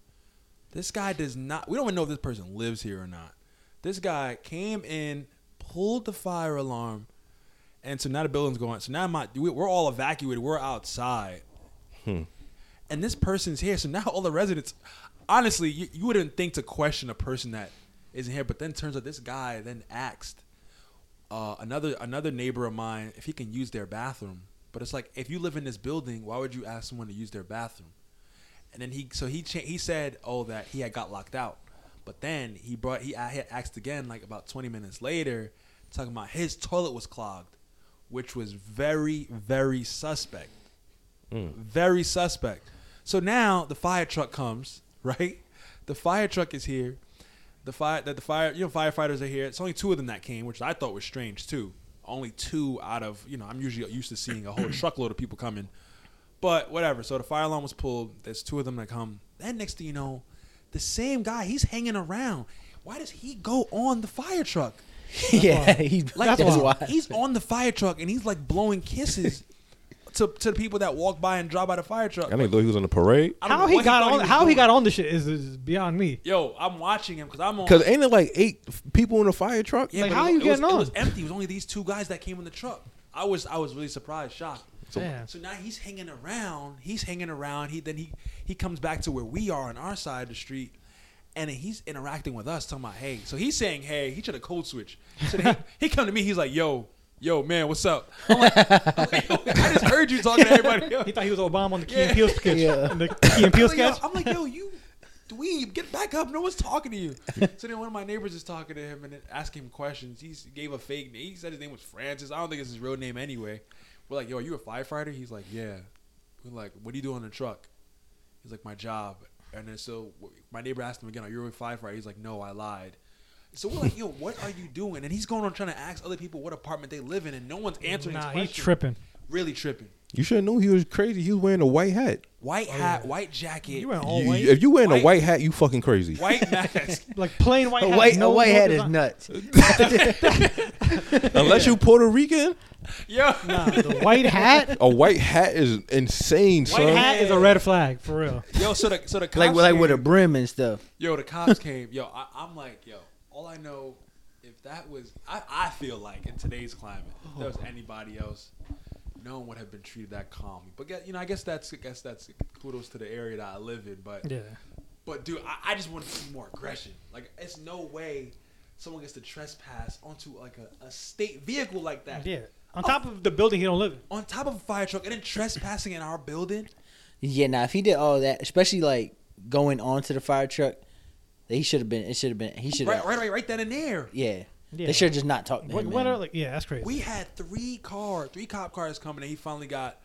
S1: This guy does not. We don't even know if this person lives here or not. This guy came in, pulled the fire alarm, and so now the building's going. So now my we- we're all evacuated. We're outside, and this person's here. So now all the residents. Honestly, you, you wouldn't think to question a person that isn't here, but then turns out this guy then asked uh, another another neighbor of mine if he can use their bathroom. But it's like if you live in this building, why would you ask someone to use their bathroom? And then he so he cha- he said oh that he had got locked out, but then he brought he I had asked again like about twenty minutes later, talking about his toilet was clogged, which was very very suspect, very suspect. So now the fire truck comes right, the fire truck is here, the fire that the fire you know firefighters are here. It's only two of them that came, which I thought was strange too. Only two out of you know I'm usually used to seeing a whole truckload of people coming, but whatever. So the fire alarm was pulled. There's two of them that come. Then next thing you know, the same guy he's hanging around. Why does he go on the fire truck?
S4: yeah, he's
S1: Like
S4: that's
S1: he's-
S4: why.
S1: he's on the fire truck and he's like blowing kisses to to the people that walk by and drive by the fire truck.
S2: I didn't know he was on the parade.
S1: I don't
S3: How
S1: know
S3: he
S1: what
S3: got
S1: thought
S3: on?
S1: was
S3: how he
S1: doing.
S3: got on the shit is, is beyond me.
S1: Yo, I'm watching him because I'm on.
S2: Cause ain't it like eight f- people in a fire truck?
S1: Yeah,
S3: Like,
S1: but
S3: how
S1: it,
S3: you
S1: it was,
S3: getting
S1: It was
S3: on?
S1: empty. It was only these two guys that came in the truck. I was I was really surprised, shocked. So,
S3: Damn.
S1: so now he's hanging around. He's hanging around. He then he he comes back to where we are on our side of the street, and then he's interacting with us, talking about hey. So he's saying hey. He should have code switch. So then he, he come to me. He's like yo. Yo, man, what's up? I'm like, I'm like, yo, I just heard you talking to everybody.
S3: He thought he was Obama on the Key
S1: Yeah.
S3: and Peele sketch.
S4: Yeah.
S3: The Key
S1: I'm
S3: and Peele
S1: like, yo-
S3: sketch.
S1: I'm like, yo, you dweeb, get back up. No one's talking to you. so then one of my neighbors is talking to him and then asking him questions. He s- gave a fake name. He said his name was Francis. I don't think it's his real name anyway. We're like, yo, are you a firefighter? He's like, yeah. We're like, what do you do on the truck? He's like, my job. And then so w- my neighbor asked him again, are you a firefighter? He's like, no, I lied. So we're like, yo, what are you doing? And he's going on trying to ask other people what apartment they live in, and no one's answering his
S3: Nah, he
S1: question.
S3: tripping.
S1: Really tripping.
S2: You should have knew he was crazy. He was wearing a white hat.
S1: White hat, white jacket,
S3: Oh, You went all
S2: You,
S3: white,
S2: if you wearing a
S1: Oh, White-
S2: white hat, you fucking crazy.
S1: white mask.
S3: like plain white.
S4: a
S3: hat,
S4: white,
S3: no-
S4: a white
S3: no
S4: hat is
S3: design.
S4: nuts.
S2: Unless you Puerto Rican,
S1: Yo.
S3: Nah, the white hat.
S2: a white hat is insane,
S3: White
S2: son.
S3: hat is a red flag for real.
S1: Yo, so the so the cops
S4: Like, like
S1: came.
S4: with a brim and stuff.
S1: yo the cops came. Yo, I, I'm like yo. All I know, if that was, I, I feel like in today's climate, if there was anybody else, no one would have been treated that calmly. But get- you know, I guess that's I guess that's kudos to the area that I live in. But
S3: Yeah.
S1: but dude, I, I just want to see more aggression. Like it's no way someone gets to trespass onto like a, a state vehicle like that.
S3: Yeah. On top of the building he don't live in.
S1: On top of a fire truck and then trespassing in our building.
S4: Yeah, now if he did all that, especially like going onto the fire truck, he should have been. It should have been. He should
S1: Right,
S4: have.
S1: right, right, right then and there.
S4: Yeah.
S3: Yeah.
S4: They should have just not talked to
S3: What,
S4: him.
S3: what
S4: man.
S3: are like? Yeah, that's crazy.
S1: We had three car, three cop cars coming, and he finally got,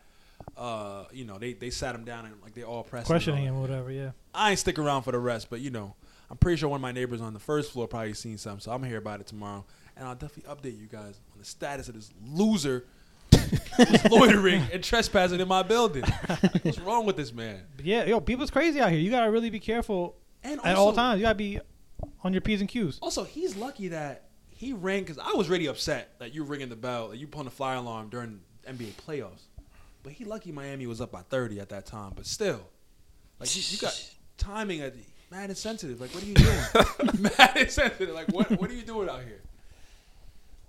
S1: uh, you know, they they sat him down and like they all pressed.
S3: questioning
S1: on.
S3: him or whatever. Yeah.
S1: I ain't stick around for the rest, but you know, I'm pretty sure one of my neighbors on the first floor probably seen some, so I'm gonna hear about it tomorrow, and I'll definitely update you guys on the status of this loser who's loitering and trespassing in my building. Like, what's wrong with this man?
S3: But yeah, yo, people's crazy out here. You gotta really be careful
S1: And
S3: at
S1: also-
S3: all times. You gotta be on your p's and q's.
S1: Also, he's lucky that he rang because I was really upset that you ringing the bell, that you pulling the fire alarm during NBA playoffs. But he lucky Miami was up by thirty at that time. But still, like you got timing at mad insensitive. Like what are you doing? mad insensitive. Like what what are you doing out here?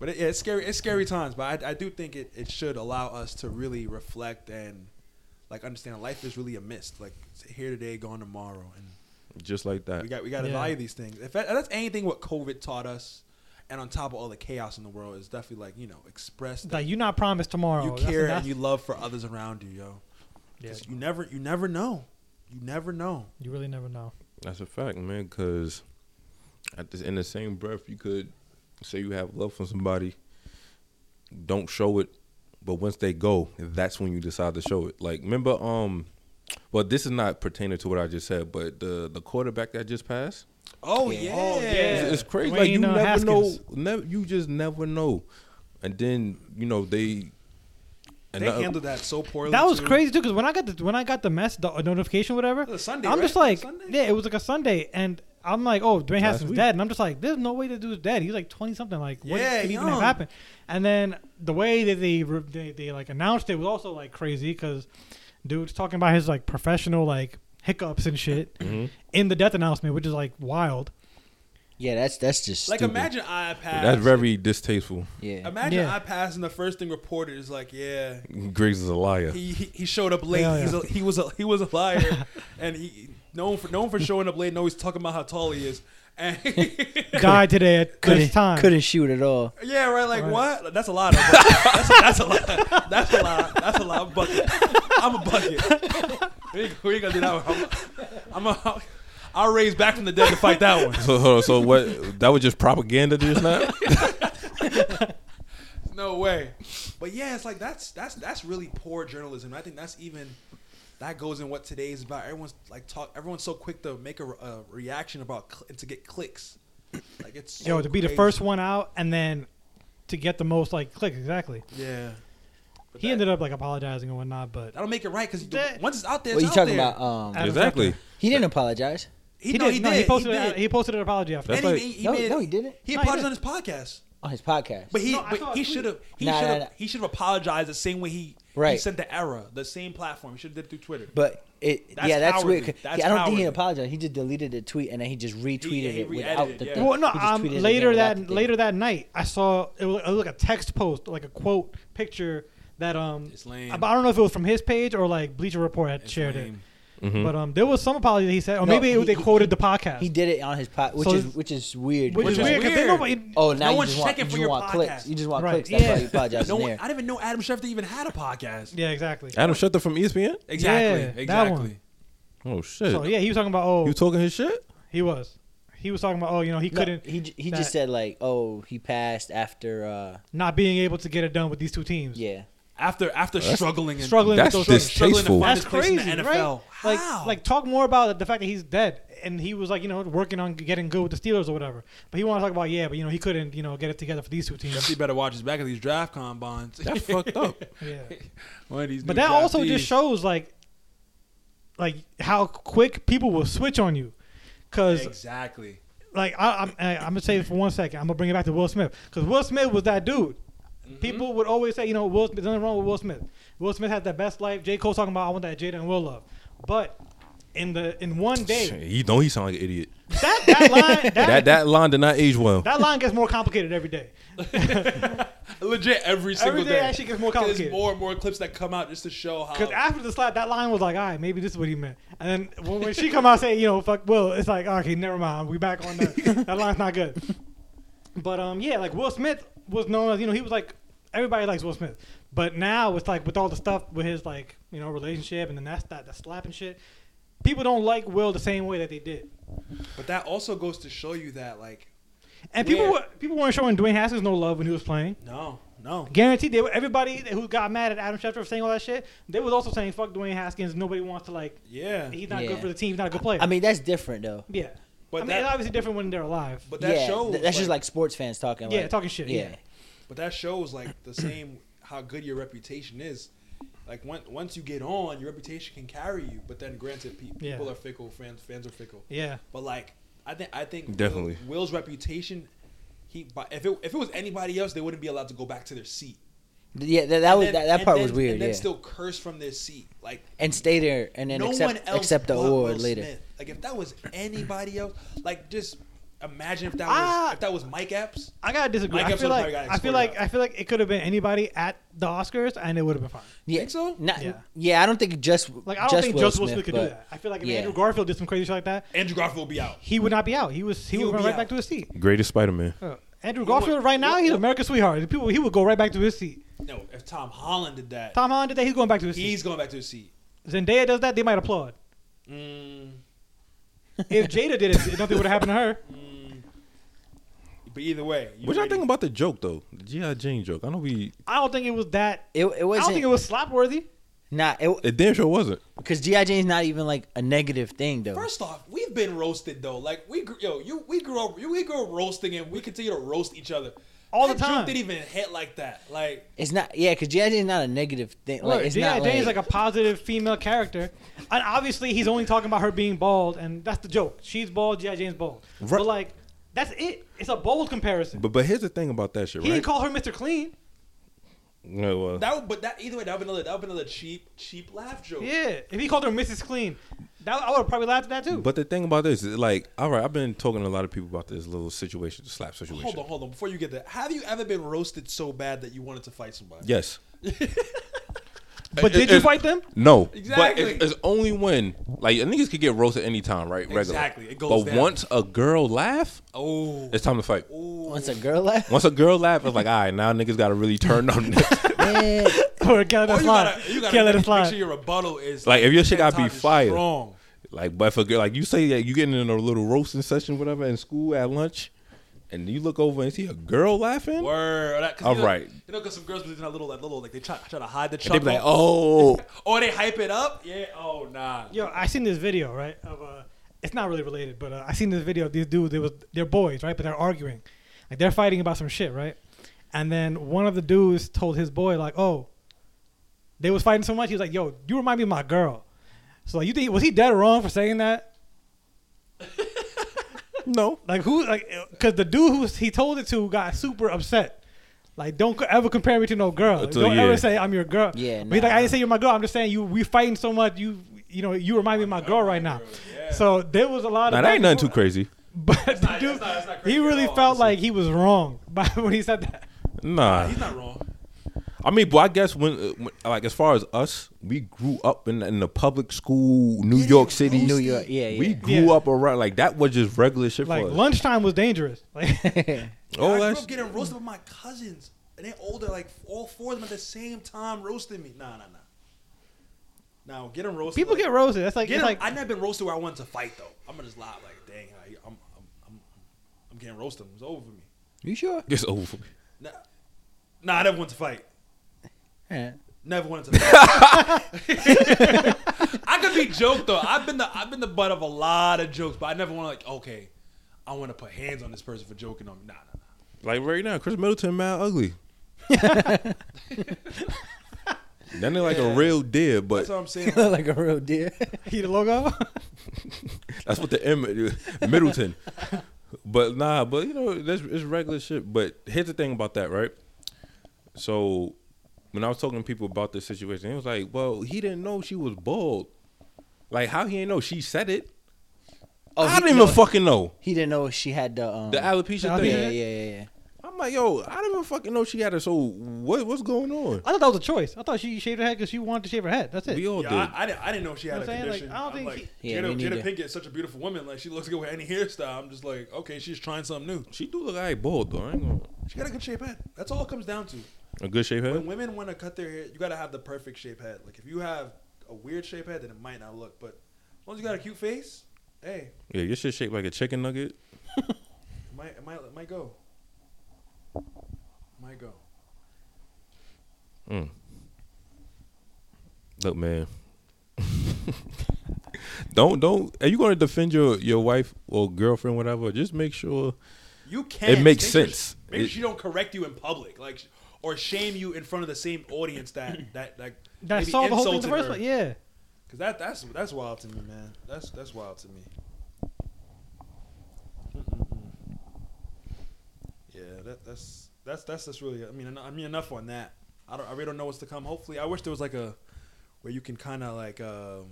S1: But it, yeah, it's scary. It's scary times. But I, I do think it, it should allow us to really reflect and like understand life is really a mist. Like it's here today, gone tomorrow, and
S2: Just like that.
S1: we got we got to
S3: Yeah.
S1: value these things. If, that, if that's anything, what COVID taught us, and on top of all the chaos in the world, is definitely like you know express that
S3: Like you're not promised tomorrow.
S1: you
S3: That's-
S1: care
S3: that's-
S1: and you love for others around you, yo.
S3: Yeah.
S1: 'Cause You never you never know, you never know.
S3: you really never know.
S2: That's a fact, man. Because at this, in the same breath, you could say you have love for somebody, don't show it, but once they go, that's when you decide to show it. Like remember, um, well, this is not pertaining to what I just said, but the the quarterback that just passed,
S1: Oh
S4: Yeah.
S1: Oh,
S3: yeah.
S2: it's, it's crazy.
S3: Wayne,
S2: like you
S3: uh,
S2: never
S3: Haskins.
S2: know, never you just never know, and then you know they.
S1: They
S2: another-
S1: handled that so poorly.
S3: That was
S1: too.
S3: crazy too, because when I got the when I got the mess, the uh, notification, whatever,
S1: was a Sunday,
S3: I'm
S1: right?
S3: just like,
S1: Sunday?
S3: yeah, it was like a Sunday, and I'm like, oh, Dwayne
S2: Last
S3: Haskins
S2: week.
S3: dead, and I'm just like, there's no way the dude's dead. He's like 20 something. Like, what
S1: Yeah,
S3: could even
S1: young.
S3: have happened? And then the way that they re- they, they like announced it was also like crazy because dude's talking about his like professional like hiccups and shit in the death announcement, which is like wild.
S4: Yeah, that's that's just
S1: Like
S4: stupid.
S1: imagine I pass.
S2: That's very distasteful.
S4: Yeah,
S1: Imagine
S3: Yeah.
S1: I pass and the first thing reported is like, yeah,
S2: Griggs is a liar.
S1: he he- he showed up late.
S3: Hell
S1: He's
S3: yeah.
S1: a, he was a he was a liar, and he known for known for showing up late. No, he's talking about how tall he is, and
S3: Died today at this time.
S4: couldn't shoot at all.
S1: yeah, right. Like
S3: Right.
S1: what? That's a lot. Of that's, that's a lot. That's a lot. That's a lot. I'm a bucket. I'm a bucket. We ain't, we ain't gonna do that one. I'm, a, I'm a, I'll raise back from the dead to fight that one.
S2: So, hold on, so what? That was just propaganda just now.
S1: No way. But yeah, it's like that's that's that's really poor journalism. I think that's even that goes in what today is about. Everyone's like talk. Everyone's so quick to make a, a reaction about cl- and to get clicks. Like it's so
S3: Yo, to be the
S1: crazy.
S3: first one out, and then to get the most like clicks, exactly.
S1: Yeah. But
S3: He
S1: that,
S3: ended up like apologizing and whatnot, but
S1: That'll make it right because
S3: That-
S1: once it's out there,
S4: What
S1: it's
S4: you
S1: out
S4: talking
S1: there.
S4: about? Um,
S3: Adam
S2: exactly.
S3: Schefter.
S4: he didn't apologize.
S1: He, no, he
S3: no,
S1: did.
S3: he posted
S1: he
S3: a-
S1: did.
S3: he posted an apology after.
S2: That's
S1: and
S2: like-
S1: he, he,
S4: No,
S1: made,
S4: no, he didn't.
S1: He
S3: No, he
S1: apologized on his podcast.
S4: on his podcast.
S1: But he,
S3: No, I saw
S1: but
S3: a
S1: he
S3: tweet.
S1: should have, he
S4: Nah,
S1: should have,
S4: nah, nah.
S1: he should have apologized the same way he, he
S4: Right.
S1: sent the error, the same platform. He should have did it through Twitter.
S4: But it,
S1: That's
S4: yeah, that's
S1: cowardly.
S4: weird. 'cause
S1: That's
S4: he- I don't think
S1: cowardly.
S4: he apologized. He just deleted the tweet and then he just retweeted
S1: he
S4: it
S1: re-edited
S4: without the
S1: it, yeah.
S4: thing.
S3: Well, no.
S4: He just
S3: Um,
S4: tweeted it
S3: later
S4: again without
S3: that
S4: the thing.
S3: later that night, I saw it was, it was like a text post, like a quote picture that um.
S1: It's lame.
S3: I, I don't know if it was from his page or like Bleacher Report had
S1: It's
S3: shared
S1: lame.
S3: it,
S4: Mm-hmm.
S3: but um, there was some apology that he said, or
S4: No,
S3: maybe it,
S4: he-
S3: they
S4: he-
S3: quoted the podcast,
S4: He did it on his pod, which
S3: So
S4: is
S3: it's-
S4: which is weird.
S3: which,
S1: Which
S3: is
S1: is
S3: weird because
S1: weird.
S3: nobody.
S4: Oh, now
S1: No
S4: you
S1: one's
S4: just want,
S1: checking for
S4: you just
S1: your
S4: want
S1: podcast.
S4: clicks. You just want
S3: Right,
S4: clicks. That's
S3: yeah.
S4: why you apologize
S1: No
S4: in
S1: one, I
S4: there.
S1: didn't even know Adam Schefter even had a podcast.
S3: yeah, exactly.
S2: Adam Schefter from E ESPN.
S1: Exactly.
S3: Yeah, that
S1: exactly.
S3: one.
S2: Oh shit!
S3: So yeah, he was talking about oh,
S2: You talking his shit?
S3: he was, he was talking about oh, you know, he
S4: No,
S3: couldn't
S4: he j- he
S3: that-
S4: just said like, oh, he passed after. uh
S3: not being able to get it done with these two teams.
S4: Yeah,
S1: After after
S2: That's-
S1: struggling and
S3: Struggling
S2: That's
S3: with those
S2: dis-
S3: things.
S1: struggling to
S2: distasteful.
S1: find
S3: That's
S1: his place
S3: crazy,
S1: in the NFL.
S3: right?
S1: How?
S3: Like, like talk more about the fact that he's dead, and he was like, you know, working on getting good with the Steelers or whatever. But he wanted to talk about, yeah, but you know, he couldn't, you know, get it together for these two
S1: Jeffy
S3: teams.
S1: better watch his back of these draft combines.
S2: That's fucked up.
S3: yeah.
S1: One of these
S3: But
S1: new
S3: that also
S1: draftees.
S3: just shows like, like how quick people will switch on you, because
S1: exactly.
S3: like I, I'm, I, I'm gonna say it for one second. I'm gonna bring it back to Will Smith because Will Smith was that dude. People would always say, you know, Will Smith, there's nothing wrong with Will Smith. Will Smith had the best life. J. Cole's talking about I want that Jada and Will love, but in the in one day,
S2: You don't. He sound like an idiot.
S3: that that line that
S2: That
S3: that,
S2: that line did not age well.
S3: line gets more complicated every day.
S1: Legit every single
S3: day actually gets more
S1: There's
S3: complicated.
S1: more and more clips that come out just to show how.
S3: Because after the slap, that line was like, all right, maybe this is what he meant. And then when, when she come out saying, you know, fuck Will, it's like, okay, never mind. We back on the that line's not good. But um, yeah, like Will Smith was known as, you know, he was like everybody likes Will Smith. But now it's like with all the stuff with his like, you know, relationship and then that's that that slap and shit. People don't like Will the same way that they did.
S1: but that also goes to show you that like
S3: And people
S1: Yeah.
S3: were, people weren't showing Dwayne Haskins no love when he was playing.
S1: no, no.
S3: Guaranteed, they were, everybody who got mad at Adam Schefter for saying all that shit, they was also saying fuck Dwayne Haskins. Nobody wants to like
S1: Yeah.
S3: he's not
S4: Yeah.
S3: good for the team. He's not a good player.
S4: I mean that's different though.
S3: yeah. I
S1: But
S3: mean, it's
S1: that,
S3: obviously different when they're alive.
S1: but that
S4: yeah,
S1: shows.
S4: th- that's just like sports fans talking.
S3: yeah,
S4: like,
S3: talking shit. Yeah.
S1: But that shows like the same how good your reputation is. Like once once you get on, your reputation can carry you. But then, granted, pe-
S3: Yeah.
S1: people are fickle. Fans fans are fickle.
S3: Yeah.
S1: But like, I think I think Will-
S2: Definitely.
S1: Will's reputation. He but if it if it was anybody else, they wouldn't be allowed to go back to their seat.
S4: Th- yeah. That, that was
S1: And
S4: that,
S1: then-
S4: that
S1: and
S4: part
S1: then-
S4: was weird.
S1: And then
S4: yeah.
S1: still curse from their seat. Like
S4: and stay there and then
S1: no one
S4: accept
S1: else
S4: accept the
S1: but
S4: award
S1: Will
S4: later.
S1: Smith. Like if that was anybody else, like just imagine if that was
S3: Ah.
S1: if that was Mike Epps.
S3: I gotta disagree.
S1: Mike
S3: I
S1: Epps
S3: feel
S1: would've
S3: like
S1: probably got
S3: I feel
S1: escorted
S3: like
S1: out.
S3: I feel like it could have been anybody at the Oscars and it would have been fine.
S4: Yeah.
S1: Think so?
S4: Not,
S3: Yeah.
S4: yeah. I don't think just
S3: Like I don't
S4: just
S3: think
S4: Will
S3: Joseph Will
S4: Smith,
S3: Smith could do
S4: but-
S3: that. I feel like if
S4: yeah.
S3: Andrew Garfield did some crazy shit like that,
S1: Andrew Garfield will be out.
S3: he would not be out. He was he,
S1: He
S3: would
S1: would
S3: run
S1: be
S3: right back
S1: out.
S3: to his seat.
S2: Greatest Spider Man.
S3: Uh, Andrew
S1: He
S3: Garfield
S1: would-
S3: right now,
S1: he
S3: he's
S1: would-
S3: America's sweetheart. The people he would go right back to his seat.
S1: No, if Tom Holland did that,
S3: Tom Holland today, he's going back to his seat.
S1: he's going back to his seat.
S3: Zendaya does that, they might applaud.
S1: Mm,
S3: If Jada did it, nothing would have happened to her.
S1: mm. But either way, you
S2: What y'all
S1: already-
S2: think about the joke though? The G.I. Jane joke. I know we
S3: I don't think it was that.
S4: It, it
S3: I
S4: wasn't.
S3: don't think it was slap worthy.
S4: nah, it
S2: it damn sure wasn't.
S4: because GI Jane's not even like a negative thing though.
S1: First off, we've been roasted though. Like we, gr- yo, you, we grew up, you, we grew up roasting, and we continue to roast each other
S3: All the
S1: That
S3: time.
S1: Joke didn't even hit like that. Like
S4: it's not. Yeah, because GI Jane's not a negative thing.
S3: Look,
S4: Like it's
S3: G.I.
S4: not
S3: Jane is
S4: like,
S3: like a positive female character, and obviously he's only talking about her being bald, and that's the joke. She's bald, GI Jane's bald.
S2: Right.
S3: But like, that's it. It's a bold comparison.
S2: But but here's the thing about that shit,
S3: he
S2: right?
S3: didn't call her Mr. Clean.
S2: No, well,
S1: that, would, but that either way, that would be another, that would be another cheap, cheap laugh joke.
S3: Yeah, if he called her Mrs. Clean, that I would have probably laughed at that too.
S2: But the thing about this is like, all right, I've been talking to a lot of people about this little situation, the slap situation.
S1: Hold on, hold on. Before you get that, have you ever been roasted so bad that you wanted to fight somebody?
S2: Yes.
S3: But did you fight them?
S2: No.
S1: Exactly.
S2: But it's, it's only when like niggas could get roasted anytime, right? Regular.
S1: Exactly. It goes
S2: But
S1: down.
S2: once a girl laugh,
S1: Oh.
S2: it's time to fight.
S1: Ooh.
S4: once a girl left.
S2: Once a girl laugh, it's like, all right, now niggas gotta really turn up. niggas.
S4: yeah.
S3: or can't let
S1: Or
S3: it
S1: you
S3: slide.
S1: gotta, Oh, you gotta
S3: Can't let it
S1: make, make
S3: slide.
S1: sure your rebuttal is
S2: Like, if your
S1: 10
S2: shit gotta be
S1: times
S2: fire.
S1: strong.
S2: like, but if a girl, like you say, that you getting in a little roasting session, whatever, in school at lunch, and you look over and see a girl laughing,
S1: Word. Or that- 'cause
S2: All
S1: you know,
S2: right.
S1: You know, because some girls be doing that little, that little, like they try, try to hide the
S2: and they be
S1: chuckle.
S2: like, oh,
S1: Or they hype it up. Yeah. Oh nah.
S3: Yo, I seen this video right of uh, it's not really related, but uh, I seen this video of these dudes. They was they're boys, right? But they're arguing, like they're fighting about some shit, right? And then one of the dudes told his boy like, "Oh, they was fighting so much." He was like, "Yo, you remind me of my girl." So like, you think was he dead or wrong for saying that?
S2: no.
S3: Like who? Like because the dude who was- he told it to got super upset. Like don't co- ever compare me to no girl.
S2: Uh, to-
S3: don't
S2: yeah.
S3: ever say I'm your girl.
S4: Yeah,
S3: But he's like
S4: nah.
S3: I didn't say you're my girl. I'm just saying you we fighting so much. You you know you remind me of my girl right now.
S1: Yeah.
S3: So there was a lot
S2: Now
S3: of
S2: that ain't nothing
S3: back
S2: too
S3: and
S2: crazy.
S3: forth. But the
S1: not-
S3: dude,
S1: that's not- that's not
S3: he
S1: crazy at
S3: really
S1: all,
S3: felt like he was wrong by when he said that.
S2: Nah.
S1: He's not wrong.
S2: I mean, but I guess when, uh, when like as far as us, we grew up in in the public school, New York City,
S4: New York. Yeah, yeah.
S2: We grew
S3: Yeah.
S2: up around like that was just regular shit
S3: Like
S2: for us.
S3: lunchtime was dangerous. Like
S2: Oh,
S1: I grew
S2: that's
S1: up getting roasted with my cousins, and they're older. Like all four of them at the same time roasting me. Nah, nah, nah. Now getting roasted.
S3: people
S1: like,
S3: get roasted. That's like
S1: Getting,
S3: it's like
S1: I never been roasted where I wanted to fight though. I'm gonna just lie like, dang, I, I'm, I'm, I'm, I'm getting roasted. It's over for me.
S4: you sure?
S2: it's over. for me.
S1: Nah, nah, I never wanted to fight.
S4: Yeah.
S1: Never wanted to. Fight. I could be joked though. I've been the I've been the butt of a lot of jokes, but I never want to like. Okay, I want to put hands on this person for joking on me. Nah, nah, nah.
S2: Like right now, Chris Middleton, man, ugly. that ain't like a real deer, but
S1: That's what I'm saying.
S4: Look like a real deer.
S3: he the logo.
S2: that's what the M Middleton. But nah, but you know, that's it's regular shit. But here's the thing about that, right? So when I was talking to people about this situation, it was like, well, he didn't know she was bald. Like how he ain't know she said it.
S4: Oh,
S2: I
S4: he-
S2: didn't even
S4: no,
S2: fucking know
S4: He didn't know she had the um.
S2: the
S1: Oh.
S2: alopecia
S3: the
S2: thing.
S3: alopecia.
S4: yeah, yeah, yeah, yeah.
S2: I'm like, yo, I didn't even fucking know she had it. So what what's going on?
S3: I thought that was a choice. I thought she shaved her head because she wanted to shave her head. That's it.
S2: We all
S1: Yeah,
S2: did.
S1: I, I didn't. I didn't know she had
S3: You know
S1: a
S3: what I'm saying?
S1: condition.
S3: Like, I don't
S1: I'm
S3: think
S1: like,
S4: he- Oh, Yeah,
S1: Jada,
S4: me
S1: Jada
S4: neither.
S1: Pinkett is such a beautiful woman. Like she looks good with any hairstyle. I'm just like, okay, she's trying something new.
S2: she do look like bald though. I ain't gonna
S1: She got a good shape head. That's all it comes down to.
S2: a good shape
S1: When
S2: head.
S1: women want to cut their hair, you gotta have the perfect shape head. Like if you have a weird shape head, then it might not look. But as long as you got a cute face, hey,
S2: Yeah, your shit shaped like a chicken nugget.
S1: it might it might it might go. It might go.
S2: Look, man. Don't don't. Are you going to defend your your wife or girlfriend, whatever? Just make sure.
S1: You can.
S2: It makes
S1: Make
S2: sense.
S1: Sure, make
S2: It-
S1: sure she don't correct you in public, like, sh- or shame you in front of the same audience that that like
S3: That
S1: maybe
S3: saw the whole thing in the
S1: insulted
S3: first
S1: her.
S3: place. Yeah.
S1: Cause that that's that's wild to me, man. That's that's wild to me. Mm-mm-mm. Yeah, that, that's that's that's just really. I mean, en- I mean enough on that. I don't. I really don't know what's to come. Hopefully, I wish there was like a where you can kind of like um,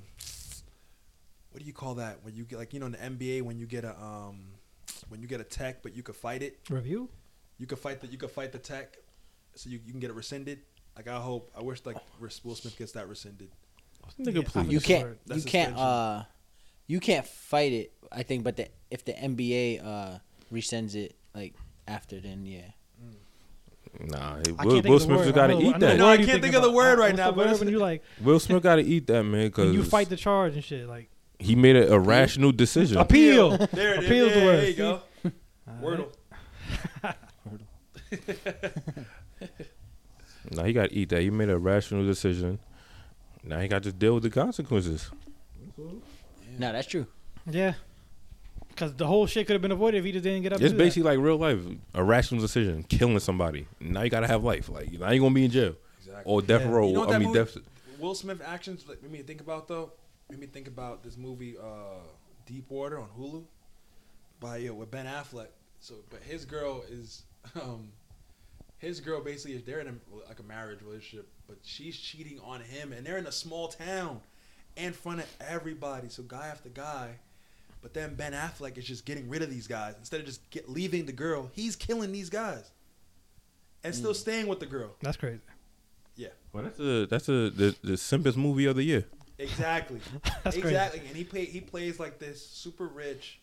S1: what do you call that? When you get like you know in the NBA when you get a um when you get a tech, but you could fight it.
S3: Review.
S1: You could fight the you could fight the tech, so you, you can get it rescinded. Like I hope. I wish like Will Smith gets that rescinded.
S2: Nigga,
S3: Yeah, I
S2: please.
S3: would
S4: You
S3: just wear
S4: can't.
S3: it.
S1: That's
S4: you can't.
S1: suspension.
S4: Uh, you can't fight it. I think, but the, if the NBA uh resends it like after, then yeah.
S2: Nah,
S3: I
S2: Will,
S3: can't think
S2: Will
S3: of the
S2: Smith
S3: word.
S2: just
S3: I
S2: got to
S3: know-
S2: eat
S3: know
S1: I
S2: that.
S3: the
S1: No,
S3: word you
S1: can't think of the
S3: about.
S1: word right
S3: What's
S1: now,
S3: the
S1: but
S3: word
S1: it's-
S3: when you like
S2: Will Smith got to eat that man because
S3: when you fight the charge and shit like
S2: he made an irrational decision.
S3: appeal.
S1: There it is.
S3: Appeal's the
S1: Yeah, There you
S3: word.
S1: go. Wordle.
S2: Now he got to eat that. He made a rational decision. Now he got to deal with the consequences.
S4: No, that's true.
S3: Yeah. Because the whole shit could have been avoided if he just didn't get up. and
S2: It's
S3: do that.
S2: basically like real life. A rational decision, killing somebody. Now you got to have life. Like now you gonna be in jail
S1: Exactly.
S2: or death
S3: Yeah.
S2: row.
S1: You know what
S2: I
S1: that
S2: mean,
S1: movie-
S2: death.
S1: Will Smith actions like, made me think about though. Made me think about this movie uh, Deep Water on Hulu by uh, with Ben Affleck. So, but his girl is um, his girl basically is they're in a, like a marriage relationship, but she's cheating on him, and they're in a small town, in front of everybody. So guy after guy. But then Ben Affleck is just getting rid of these guys instead of just get, leaving the girl. He's killing these guys, and
S2: Mm.
S1: still staying with the girl.
S3: That's crazy.
S2: Well, that's a that's a the, the simplest movie of the year.
S1: Exactly.
S3: That's crazy.
S1: exactly. And he play he plays like this super rich,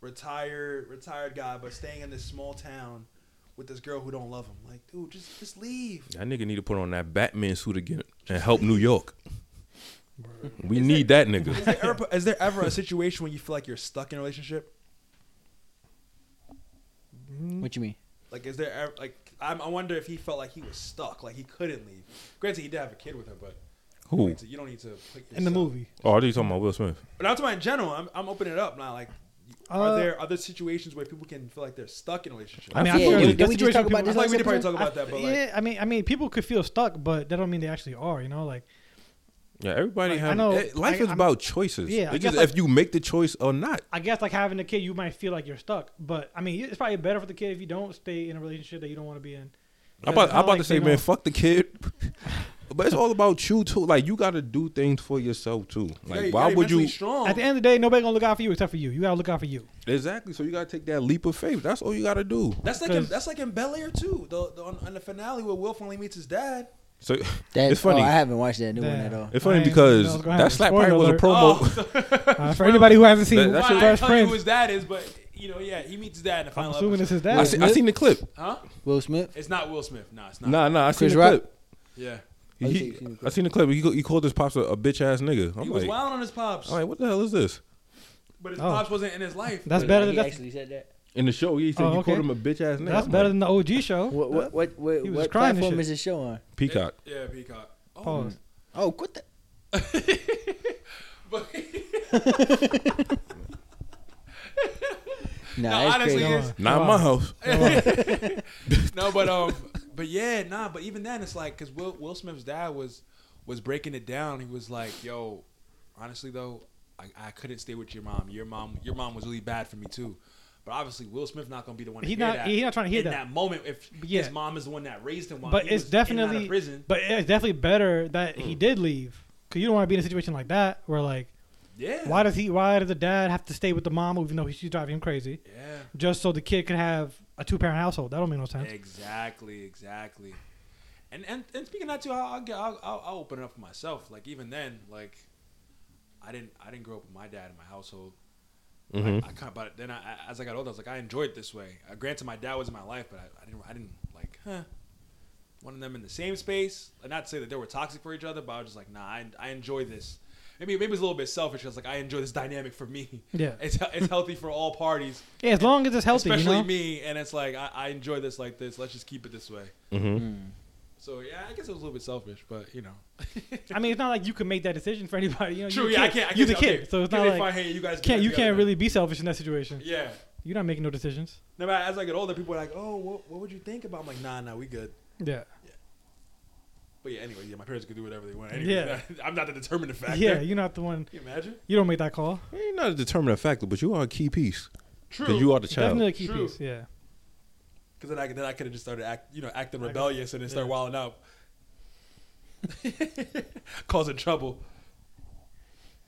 S1: retired retired guy, but staying in this small town with this girl who don't love him. Like, dude, just just leave.
S2: That nigga need to put on that Batman suit again and help New York.
S3: Bro.
S2: We
S1: Is
S2: need that nigga. Oh,
S1: Is there, ever, is there ever a situation when you feel like you're stuck in a relationship?
S3: Mm.
S4: What you mean?
S1: Like, is there ever like I'm, I wonder if he felt like he was stuck, like he couldn't leave. Granted, he did have a kid with her, but you don't
S2: Who?
S1: need to- you don't need to put
S3: In the
S1: yourself-
S3: movie.
S2: Oh, are you talking about Will Smith?
S1: But I'm talking about in general. I'm, I'm opening it up now. Like,
S3: Uh,
S1: are there other situations where people can feel like they're stuck in a relationship?
S3: I mean,
S4: Yeah,
S3: I feel
S4: did-
S3: like
S4: did
S3: that's
S4: we
S3: the
S4: just talk
S3: situation
S4: about
S1: I
S4: this
S1: feel like we
S4: last
S1: did probably
S4: episode?
S1: talk about that, but like,
S3: yeah, I mean, I mean, people could feel stuck, but that don't mean they actually are. You know, like
S2: Yeah, everybody
S3: Like, I
S2: have.
S3: know-
S2: eh, life
S3: I-
S2: is
S3: I'm-
S2: about choices.
S3: Yeah, I
S2: it's
S3: guess
S2: just
S3: I-
S2: if you make the choice or not.
S3: I guess like having a kid, you might feel like you're stuck, but I mean, it's probably better for the kid if you don't stay in a relationship that you don't want to be in.
S2: I'm about,
S3: it's
S2: I'm
S3: not
S2: about to
S3: like
S2: say,
S3: they
S2: man,
S3: don't-
S2: fuck the kid. but it's all about you too. Like you got to do things for yourself too.
S1: yeah,
S2: Like
S1: you
S2: why
S1: gotta be
S2: would you?
S1: mentally Strong.
S3: At the end of the day, nobody gonna look out for you except for you. You gotta look out for you.
S2: Exactly. So you got to take that leap of faith. That's all you got to do.
S1: That's like in,
S3: 'Cause-
S1: that's like in Bel Air too. The, the on, on the finale where Will finally meets his dad.
S2: So
S4: That,
S2: It's funny.
S4: Oh, I haven't watched that new one
S3: Damn.
S4: at all.
S2: it's
S3: I
S2: funny
S3: ain't- that
S2: because
S3: was gonna
S2: that
S3: happen.
S2: slap probably was a
S3: Spoiler
S2: promo.
S3: Uh, for anybody who hasn't seen
S2: That-
S1: Well,
S2: that
S1: I didn't
S2: shit-
S3: Fresh
S1: tell you
S3: Prince,
S1: who his dad is, but you know, yeah, he meets his dad in the
S3: I'm
S1: final
S3: assuming it's
S1: episode.
S3: his
S2: I,
S3: dad.
S2: see, I seen the clip.
S1: Huh?
S4: Will Smith.
S1: It's not Will Smith. No, it's not.
S2: Nah, nah. I seen
S4: Chris
S2: the
S4: Rock?
S2: clip.
S1: Yeah,
S2: He,
S4: Oh, you seen- you seen the
S2: I
S4: clip.
S2: seen the clip. He, go- he called his pops a, a bitch ass nigga. I'm
S1: he was
S2: like,
S1: wild on his pops,
S2: I'm like, what the hell is this?
S1: but his
S3: Oh.
S1: pops wasn't in his life.
S3: That's
S4: Wait,
S3: better
S4: He
S3: than that's,
S4: actually said that.
S2: In the show, he said
S3: Oh,
S2: he
S3: okay.
S2: called him a bitch ass nigga.
S3: that's
S2: I'm
S3: better
S2: like,
S3: than the OG show.
S4: What what what what,
S3: He was
S4: what
S3: crying and
S4: platform
S3: shit.
S4: is this show on?
S2: Peacock.
S1: Yeah, Peacock. Oh.
S3: Pause.
S4: Oh, what the?
S1: but
S4: Nah,
S1: No,
S4: that's
S1: honestly,
S4: crazy.
S1: it's-
S2: Not in my house.
S1: no, but um, but yeah, nah. But even then, it's like because Will Will Smith's dad was was breaking it down. He was like, "Yo, honestly though, I, I couldn't stay with your mom. Your mom, your mom was really bad for me too." But obviously, Will Smith not gonna be the one. To
S3: He's
S1: hear
S3: not-
S1: That
S3: he not trying to hear
S1: in
S3: that.
S1: that, moment. If
S3: Yeah.
S1: his mom is the one that raised him, while
S3: But
S1: he
S3: it's
S1: was in and out of
S3: definitely,
S1: prison. Mm.
S3: but it's definitely better that he did leave because you don't want to be in a situation like that where like,
S1: Yeah.
S3: why does he? Why does the dad have to stay with the mom even though she's driving him crazy?
S1: Yeah.
S3: just so the kid could have a two parent household. That don't make no sense.
S1: Exactly, exactly. And and, and speaking of that too, I'll, I'll get I'll, I'll, I'll open it up for myself. Like even then, like I didn't I didn't grow up with my dad in my household.
S2: Mhm.
S1: I, I kind of, but then I, I- as I got older, I was like I enjoyed it this way. Uh, granted, my dad was in my life, but I, I didn't I didn't like huh. One of them in the same space, and not to say that they were toxic for each other, but I was just like, nah, I, I enjoy this. Maybe maybe it's a little bit selfish. I was like, I enjoy this dynamic for me.
S3: Yeah.
S1: it's it's healthy for all parties
S3: Yeah, as long as it's healthy,
S1: especially
S3: you know? Mm.
S1: me. And it's like I, I enjoy this like this. Let's just keep it this way.
S2: Mm-hmm.
S1: So yeah, I guess it was a little bit selfish, but you know.
S3: I mean, it's not like you can make that decision for anybody. You know,
S1: True,
S3: you
S1: yeah, I
S3: can't-
S1: can't. I
S3: You
S1: can't
S3: the
S1: tell. Okay,
S3: kid, so it's
S1: give
S3: not
S1: me
S3: like
S1: five, hey, you guys get
S3: can't
S1: it
S3: you
S1: together.
S3: can't really be selfish in that situation.
S1: Yeah.
S3: You're not making no decisions.
S1: No, but as I get older, people are like, "Oh, what, what would you think about?" I'm like, "Nah, nah, we good."
S3: Yeah,
S1: But yeah, anyway, yeah, my parents could do whatever they want. Anyway,
S3: Yeah.
S1: I'm not the determining factor.
S3: yeah. You're not the one.
S1: Can you imagine?
S3: You don't make that call.
S2: You ain't not a determining factor, but you are a key piece.
S1: True.
S2: Because you are the child.
S3: Definitely a key
S1: True.
S3: piece. Yeah.
S1: Because then I then I could have just started act, you know acting
S3: I got-
S1: rebellious and then start
S3: yeah.
S1: wilding out, causing trouble.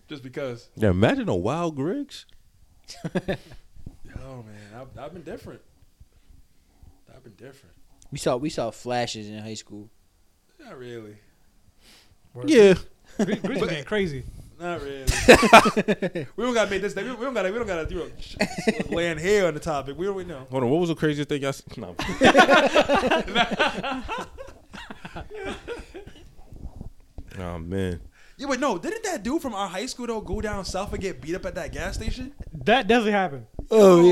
S1: Just because.
S2: Yeah, imagine a wild Griggs.
S1: Oh man, I've, I've been different. I've been different.
S4: We saw we saw flashes in high school.
S1: Not really.
S2: Yeah.
S3: Gri- Grizzlies getting crazy.
S1: Not really. we don't gotta make this. thing- We don't gotta. We don't gotta. You know, sh- land here on the topic. We already know.
S2: Hold on, what was the craziest thing I s- No. oh, man.
S1: Yeah, but no, didn't that dude from our high school though go down south and get beat up at that gas station?
S3: That doesn't happen.
S4: Oh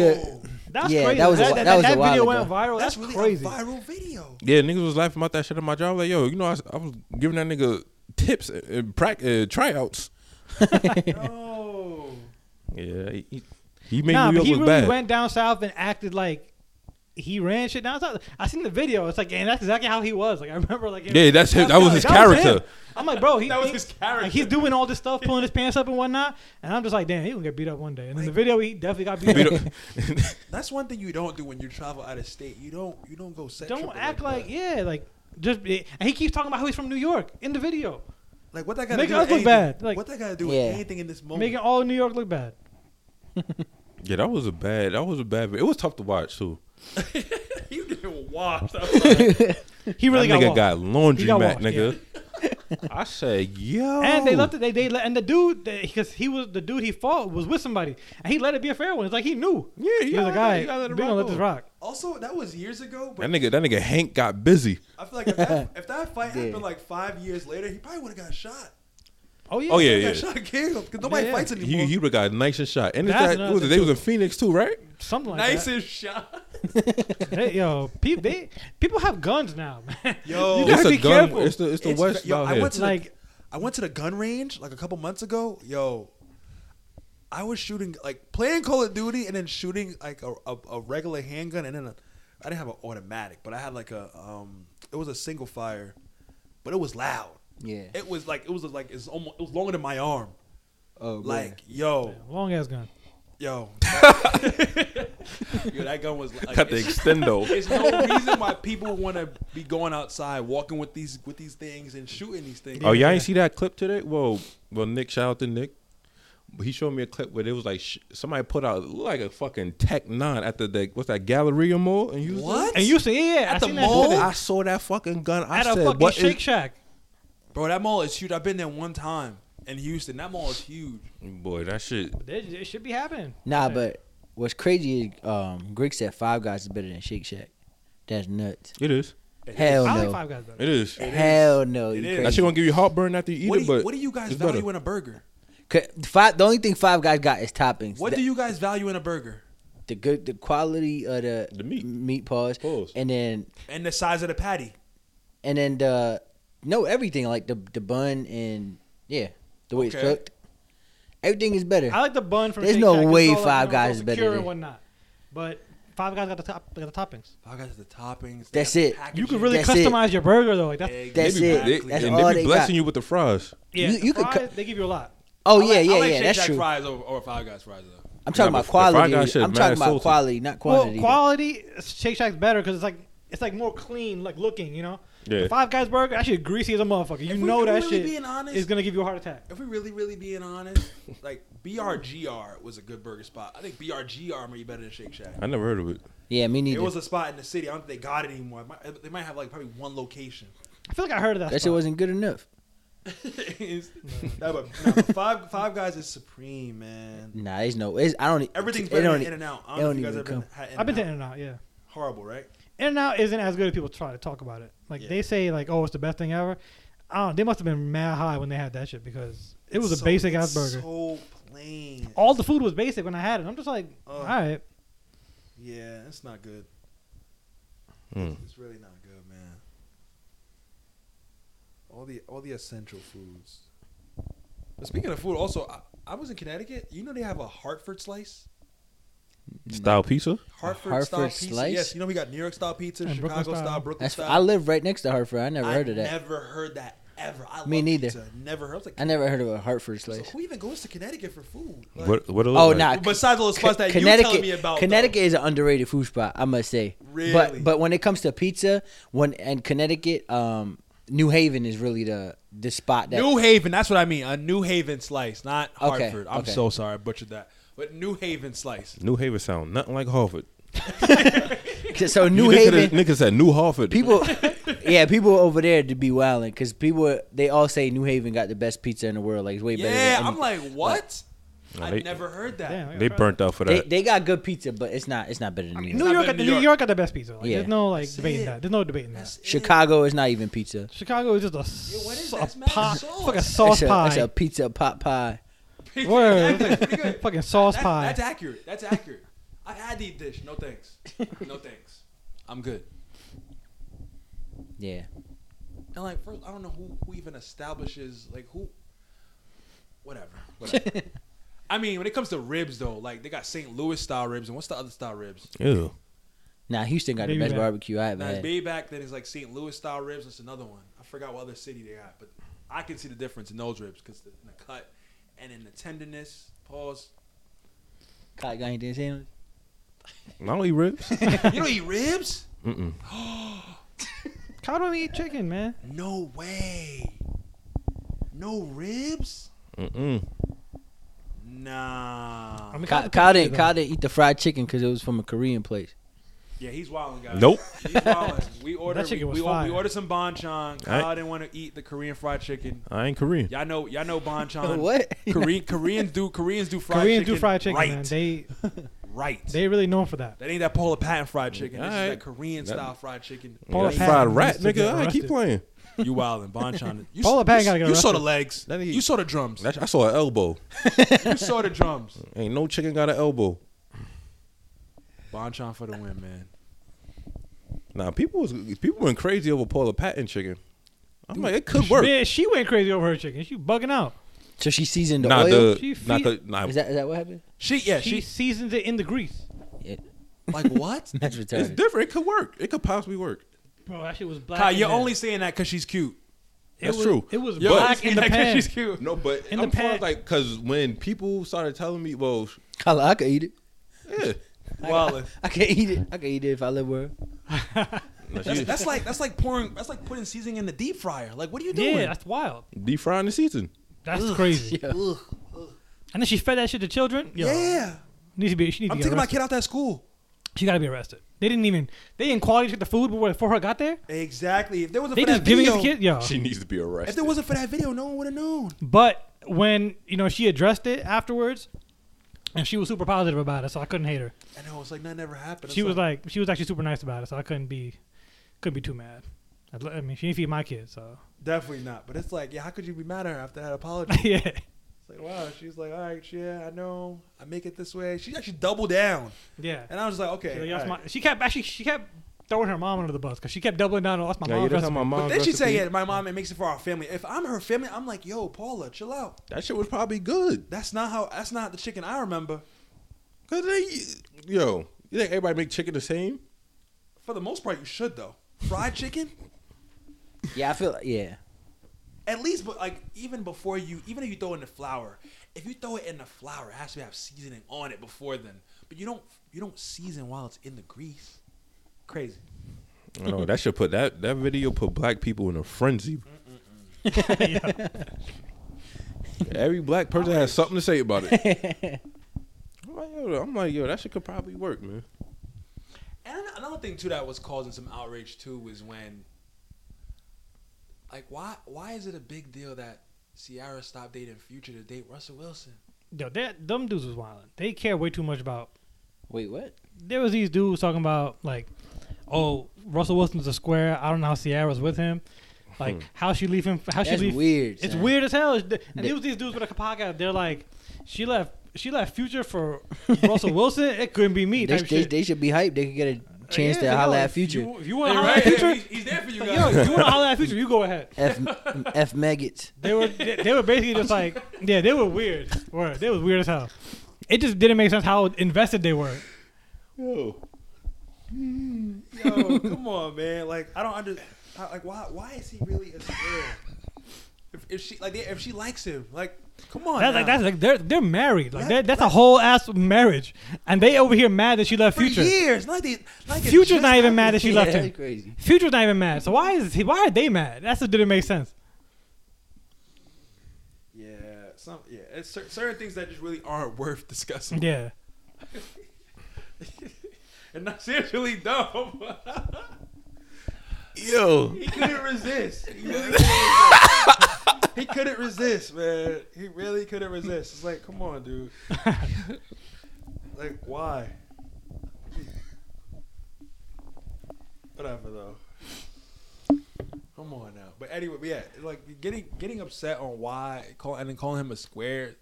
S3: That's
S4: Yeah,
S3: crazy.
S4: that was a whi- that was a while
S3: video
S4: ago.
S3: went viral. That's,
S1: that's, really
S3: crazy.
S1: a viral video.
S2: Yeah, niggas was laughing about that shit at my job. Like, yo, you know, I, s- I was giving that nigga tips and, and prac- uh, tryouts.
S1: No,
S2: Yeah, he, he- he made
S3: nah,
S2: New York
S3: but he
S2: look
S3: really
S2: bad.
S3: went down south and acted like he ran shit down south. I seen the video. It's like, and that's exactly how he was. Like I remember, like him-
S2: Yeah, that's him. That was his character.
S3: him. I'm like, bro, he,
S1: That was
S3: he-
S1: his character.
S3: Like, he's doing all this stuff, pulling his pants up and whatnot, and I'm just like, damn, he gonna get beat up one day. And in the video, he definitely got beat,
S2: Beat
S3: up.
S2: up-
S1: that's one thing you don't do when you travel out of state. You don't. You don't go sex.
S3: Don't
S1: tripping
S3: act like
S1: that.
S3: yeah, like just. be- And he keeps talking about how he's from New York in the video,
S1: Like what that got to
S3: Make
S1: do?
S3: us
S1: with
S3: look
S1: anything-
S3: bad, like-
S1: what that got to do
S4: Yeah.
S1: with anything in this moment?
S3: making all New York look bad.
S2: yeah, that was a bad. That was a bad. It was tough to watch too.
S1: you get washed. up.
S3: He really
S2: that
S3: got,
S2: nigga
S3: walked.
S2: got laundry
S3: He got
S2: mat,
S3: walked,
S2: nigga. I said, yo.
S3: And they left it. They they let, and the dude because he was the dude he fought was with somebody, and he let it be a fair one. It's like he knew.
S2: Yeah,
S3: He
S2: you gotta
S3: was like,
S2: let-
S3: all
S2: you
S3: right,
S2: gotta let it
S3: we're gonna
S2: rock
S3: let this
S2: on."
S3: rock.
S1: also, that was years ago. But
S2: That nigga, that nigga Hank got busy.
S1: I feel like if that, if that fight
S4: Yeah.
S1: happened like five years later, he probably would have got shot.
S3: Oh yeah.
S2: Oh yeah,
S1: He
S2: yeah.
S1: got shot killed because nobody
S3: Yeah.
S1: fights anymore.
S2: He he would got nice and shot. And it's
S3: That's
S2: that, what
S3: another
S2: was it,
S3: thing,
S2: they was in Phoenix too, right?
S3: Something like
S1: nice
S3: that.
S1: and shot.
S3: Hey, yo, pe- they, people have guns now, man.
S1: Yo.
S3: you
S1: It's
S3: gotta be careful.
S2: It's the it's the
S1: It's
S2: West.
S1: cra- yo,
S2: out
S1: I
S2: here.
S1: went to
S3: Like-
S1: the, I went to the gun range like a couple months ago. Yo, I was shooting like playing Call of Duty and then shooting like a, a, a regular handgun and then a, I didn't have an automatic, but I had like a um it was a single fire, but it was loud.
S4: Yeah.
S1: It was like it was like it's almost it was longer than my arm.
S4: Oh,
S1: Like yo
S3: Long ass gun.
S1: yo. that- Yo, that gun was like
S2: got the
S1: it's-
S2: extendo.
S1: there's no reason why people want to be going outside, walking with these with these things and shooting these things.
S2: oh, y'all ain't see that clip today? Well, well, Nick, shout out to Nick. But he showed me a clip where it was like sh- somebody put out it looked like a fucking Tech Nine at the, the what's that Galleria Mall and you
S1: What?
S3: And you see, yeah,
S1: At
S3: I
S1: the
S3: seen
S1: mall?
S3: That shit.
S2: I saw that fucking gun. I
S3: at
S2: said,
S3: a fucking
S2: what is-
S3: Shake Shack.
S1: Bro, that mall is huge. I've been there one time in Houston. That mall is huge.
S2: Boy, that shit.
S3: It, it should be happening.
S4: Nah, but what's crazy is um, Greg said Five Guys is better than Shake Shack. That's nuts.
S2: It is.
S4: Hell
S3: I like
S4: no.
S3: Five Guys better.
S2: It is.
S4: Hell no.
S1: It
S4: You
S1: is.
S2: That
S4: crazy.
S2: shit gonna give you heartburn after you eat
S1: What do
S2: it.
S1: you,
S2: But
S1: what do you guys
S2: it's
S1: value
S2: better.
S1: in a burger?
S4: C- Five, the only thing Five Guys got is toppings.
S1: What
S4: the,
S1: do you guys value in a burger?
S4: the good the quality of the,
S2: The meat.
S4: meat paws,
S2: Pause.
S4: and then
S1: And the size of the patty.
S4: and then the no everything like the the bun and yeah the way it's
S1: Okay.
S4: cooked. Everything is better.
S3: I like the bun from.
S4: There's
S3: Shake
S4: no
S3: Shack. It's
S4: way
S3: all, like,
S4: Five
S3: you know,
S4: Guys
S3: real
S4: is better
S3: secure
S4: than-
S3: and whatnot. But Five Guys got the top, got the toppings.
S1: I got the toppings. they
S4: That's
S1: got the
S4: it.
S3: You
S1: packaging.
S3: can really
S4: That's it.
S3: customize your burger though. Like that's
S4: That's
S2: They be-
S4: it.
S2: They,
S4: That's
S2: and
S4: all
S2: they be
S4: they
S2: blessing
S4: got.
S2: you with the fries.
S3: yeah.
S4: You-
S3: the
S4: you could
S3: fries,
S4: cu-
S3: they give you a lot.
S4: oh
S1: I
S4: yeah,
S1: like- I
S4: yeah,
S1: like
S4: yeah.
S1: Shake
S4: That's
S1: Shack
S4: true.
S1: fries over, over Five Guys fries though.
S4: I'm talking about
S2: Nah, but the Five
S4: quality.
S2: Guys shit
S4: I'm
S2: mad
S4: talking about
S2: salty.
S4: quality, not quantity.
S3: Well, quality Shake Shack's better because it's like it's like more clean, like looking. You know,
S2: Yeah.
S3: The Five Guys burger that shit greasy as a motherfucker. You
S1: If we-
S3: know
S1: if we
S3: that
S1: really
S3: shit
S1: being honest-
S3: is gonna give you a heart attack.
S1: If we really, really being honest, like BRGR was a good burger spot. I think BRGR may be better than Shake Shack.
S2: I never heard of it.
S4: yeah, me
S1: It
S4: neither.
S1: was a spot in the city. I don't think they got it anymore. It might- They might have like probably one location.
S3: I feel like I heard of that.
S4: that shit
S3: spot.
S4: wasn't good enough.
S1: It's- no, but, no, but five Five Guys is supreme, man.
S4: Nah, there's no. It's, I don't. e,
S1: Everything's
S4: Mm. it
S1: better
S4: don't,
S1: than In and Out. I don't know
S4: it
S1: if
S4: don't
S1: you guys
S4: even
S1: ever been,
S4: come.
S1: had
S3: I've been to
S1: In-N-Out.
S3: In and Out. Yeah,
S1: horrible, right?
S3: In and Out isn't as good as people try to talk about it. Like
S1: Yeah.
S3: they say, like oh, it's the best thing ever. I don't. They must have been mad high when they had that shit because it was
S1: So-
S3: a basic ass
S1: it's
S3: burger.
S1: So plain.
S3: All the food was basic when I had it. I'm just like,
S1: Ugh.
S3: all right,
S4: Hmm.
S1: yeah, it's not good. It's really not good, man. All the all the essential foods. But speaking of food, also I, I was in Connecticut. You know they have a Hartford slice.
S2: Style pizza.
S1: Hartford, style
S4: Hartford
S1: pizza.
S4: slice?
S1: Yes, you know we got New York style pizza,
S3: And
S1: Chicago
S3: Brooklyn
S1: style,
S3: style.
S1: Brooklyn
S4: That's,
S1: style.
S4: I live right next to Hartford. I never
S1: I
S4: heard of that.
S1: Never heard that ever. I
S4: Me
S1: love
S4: neither.
S1: Pizza. Never heard. I was like,
S4: I never heard of a Hartford
S1: so
S4: slice.
S1: who even goes to Connecticut for food? Like,
S2: What what it look
S4: Oh,
S2: like?
S4: nah.
S1: Besides all the spots that you
S4: Connecticut,
S1: telling me about, though.
S4: Connecticut is an underrated food spot, I must say.
S1: Really?
S4: But but when it comes to pizza, when and Connecticut, um, New Haven is really the the spot that
S1: New Haven, that's what I mean. A New Haven slice, not
S4: Okay,
S1: Hartford. I'm
S4: okay.
S1: so sorry, I butchered that. But New Haven slice.
S2: New Haven sound nothing like Harvard.
S4: so New
S2: nigga
S4: Haven
S2: Nigga said New Harvard.
S4: people, yeah, people over there to be wilding because people they all say New Haven got the best pizza in the world. Like it's way better.
S1: Yeah,
S4: than
S1: I'm
S4: anything.
S1: like, what?
S2: No,
S1: I've
S2: they-
S1: never heard that.
S3: Damn, I
S2: they
S3: gotta try
S2: burnt out for
S4: They,
S2: that.
S4: they got good pizza, but it's not it's not better than New York.
S3: New
S1: not been
S3: York, got the,
S1: New
S3: New
S1: York.
S3: York got the best pizza. Like,
S4: Yeah.
S3: There's no like
S1: That's
S3: debating
S1: it.
S3: that. There's no debating that.
S1: That's it.
S4: Chicago is not even pizza.
S3: Chicago is just a,
S1: what is
S3: s-
S1: that? It's
S3: a
S1: mad
S3: pie,
S1: sauce.
S3: fucking
S1: It's
S3: sauce
S4: it's, a, it's
S3: pie.
S4: a pizza pot pie.
S3: Word,
S1: That's actually pretty good.
S3: fucking sauce
S1: That-
S3: pie.
S1: That's accurate. That's accurate. I had the dish. No thanks. No thanks. I'm good.
S4: Yeah,
S1: And like, first, I don't know who, who even establishes like who. Whatever. Whatever. I mean, when it comes to ribs though, like they got St. Louis style ribs, and what's the other style ribs?
S2: Ew.
S4: now Houston got the
S3: Baby
S4: best
S3: back.
S4: barbecue I ever
S1: Now, it's
S4: had.
S1: way back then it's like St. Louis style ribs. That's another one. I forgot what other city they got, but I can see the difference in those ribs because the, in the cut and in the tenderness. Pause.
S4: Caught got anything to say on it?
S2: I don't eat ribs.
S1: you don't eat ribs?
S2: Mm-mm.
S3: How do we eat chicken, man?
S1: No way. No ribs?
S2: Mm-mm.
S1: Nah.
S3: I mean,
S4: Kyle,
S3: Kyle's a
S4: Kyle
S3: pizza
S4: didn't,
S3: guy.
S4: Kyle didn't eat the fried chicken because it was from a Korean place.
S1: yeah, he's wilding, guys.
S2: Nope.
S1: He's wilding. We ordered.
S3: chicken
S1: we, we,
S3: was
S1: or- we
S3: fire.
S1: ordered some banchan. Kyle didn't want to eat the Korean fried chicken.
S2: I ain't Korean.
S1: Y'all know. Y'all know banchan.
S4: What?
S1: Korean Koreans do Koreans do fried
S3: Koreans
S1: chicken.
S3: do fried chicken,
S1: right.
S3: man. They
S1: right.
S3: they really known for that.
S1: That ain't that Paula Patton fried chicken. This
S2: Alright.
S1: is that Korean
S2: That-
S1: style fried chicken.
S3: Paula
S2: That's
S3: Patton
S2: fried rat,
S3: used to
S2: nigga.
S3: get
S2: I keep
S3: arrested.
S2: playing.
S1: You wild and Bonchon. You,
S3: Paula Patton gotta get
S1: You saw the
S3: arrested.
S1: legs.
S2: That nigga-
S1: You saw the drums.
S2: That's- I saw an elbow.
S1: You saw the drums.
S2: Ain't no chicken got an elbow.
S1: Bonchon for the win, man.
S2: Nah, people was people went crazy over Paula Patton chicken. I'm like, it could work.
S3: Man, she went crazy over her chicken. She bugging out.
S4: So she seasoned the
S2: Nah,
S4: oil.
S2: the
S3: She
S2: nah,
S3: feed-
S2: the- nah.
S4: Is that is that what happened?
S1: She yeah
S3: she
S1: she
S3: seasons it in the grease.
S1: like what?
S4: That's
S2: it's
S4: retarded.
S2: different. It could work. It could possibly work.
S3: Bro, that shit was black.
S1: Kyle,
S3: in
S1: you're
S3: there.
S1: only saying that because she's cute.
S3: It
S2: That's
S3: was-
S2: true.
S3: It was
S2: Yo,
S3: black in the
S1: Like, 'cause
S3: pan.
S1: She's cute.
S2: No, but
S3: In the
S2: I'm the
S3: pan-
S2: like because when people started telling me, well, sh-
S4: Kyle, I could eat it.
S2: yeah,
S1: Wildin'.
S4: I could eat it. I could eat it if I live where.
S2: Nah,
S1: That's,
S2: she
S1: that's like that's like pouring that's like putting seasoning in the deep fryer. Like what are you doing?
S3: Yeah, that's wild.
S2: deep frying the season.
S3: That's crazy.
S4: Yeah.
S1: Ugh.
S3: And then she fed that shit to children. Yo,
S1: yeah.
S3: needs to be. She needs
S1: I'm
S3: to
S1: taking
S3: be
S1: my
S3: arrested.
S1: kid out that school.
S3: She gotta be arrested. They didn't even. They didn't quality check the food before her got there.
S1: Exactly. If there wasn't
S3: They
S1: for
S3: just
S1: that
S3: giving
S1: video,
S3: it to kid. Yo,
S2: She needs to be arrested.
S1: if there wasn't for that video, no one would have known.
S3: But when you know she addressed it afterwards, and she was super positive about it, so I couldn't hate her.
S1: And it was like nothing ever happened.
S3: She
S1: It's
S3: was like, she was actually super nice about it, so I couldn't be couldn't be too mad. I'd li- I mean, she didn't feed my kids, so
S1: definitely not. But it's like, yeah, how could you be mad at her after that apology?
S3: yeah.
S1: It's like, wow. She's like, all right, yeah, I know. I make it this way. She actually doubled down.
S3: Yeah,
S1: And I was like,
S3: She,
S1: okay.
S3: like, "That's
S1: all
S3: my-"
S1: right.
S3: she kept actually she kept throwing her mom under the bus because she kept doubling down on that's my
S2: Yeah,
S3: mom.
S2: you done had
S3: recipe."
S2: my mom
S1: But then she
S2: recipe.
S1: said, yeah, my mom, it makes it for our family. If I'm her family, I'm like, yo, Paula, chill out.
S2: That shit was probably good.
S1: That's not how, that's not the chicken I remember.
S2: Cause they, yo, you think everybody make chicken the same?
S1: For the most part, you should, though. Fried chicken?
S4: Yeah, I feel. Like, yeah.
S1: At least, but like, even before you, even if you throw in the flour, if you throw it in the flour, it has to have seasoning on it before then. But you don't, you don't season while it's in the grease. Crazy.
S2: I know that should put that that video put black people in a frenzy. Every black person has something to say about it. I'm like, yo, I'm like, yo, that shit could probably work, man.
S1: And an- another thing too that was causing some outrage too was when, like, why why is it a big deal that Ciara stopped dating Future to date Russell Wilson?
S3: Yo, that them dudes was wilding. They care way too much about.
S4: Wait, what?
S3: There was these dudes talking about like, oh, Russell Wilson's a square. I don't know how Sierra's with him.
S2: Hmm.
S3: Like how she leave him? How she
S4: That's
S3: leave?
S4: weird.
S3: It's
S4: son.
S3: weird as hell. And
S4: They-
S3: it was these dudes with a podcast. They're like, she left. She left Future for Russell Wilson. It couldn't be me.
S4: They, they,
S3: Type shit. Uh,
S4: they should be hyped. They could get a chance
S3: Yeah,
S4: to holler
S3: yo,
S4: at
S3: if you-
S4: Future.
S3: If you want
S1: Hey,
S3: to holler at
S1: right here,
S3: Future,
S1: he's, he's there for you
S3: yo,
S1: guys.
S3: if you want to holler at Future, you go ahead.
S4: F F maggots.
S3: They were they, they were basically just like yeah, they were weird. Word, they was weird as hell. It just didn't make sense how invested they were.
S2: Yo,
S1: Yo, come on, man. Like I don't understand. Like why? Why is he really a square? If, if she like if she likes him, like come on.
S3: That's like
S1: now.
S3: that's like they're they're married. Like
S1: Let-
S3: that, that's a whole ass marriage, and they over here mad that she left
S1: for
S3: Future.
S1: years. Like they, like it
S3: Future's
S1: just
S3: not even
S1: happened.
S3: mad that she left
S4: Yeah,
S3: him.
S4: crazy.
S3: Future's not even mad. So why is he? Why are they mad? That's what didn't make sense.
S1: Yeah, some yeah. It's cer- certain things that just really aren't worth discussing.
S3: Yeah.
S1: and that's it's really dumb.
S2: yo,
S1: he couldn't resist. He, really couldn't resist. He couldn't resist, man. He really couldn't resist. It's like, come on, dude. like, why? Whatever, though. Come on now. But anyway, but yeah, like getting getting upset on why call and then calling him a square.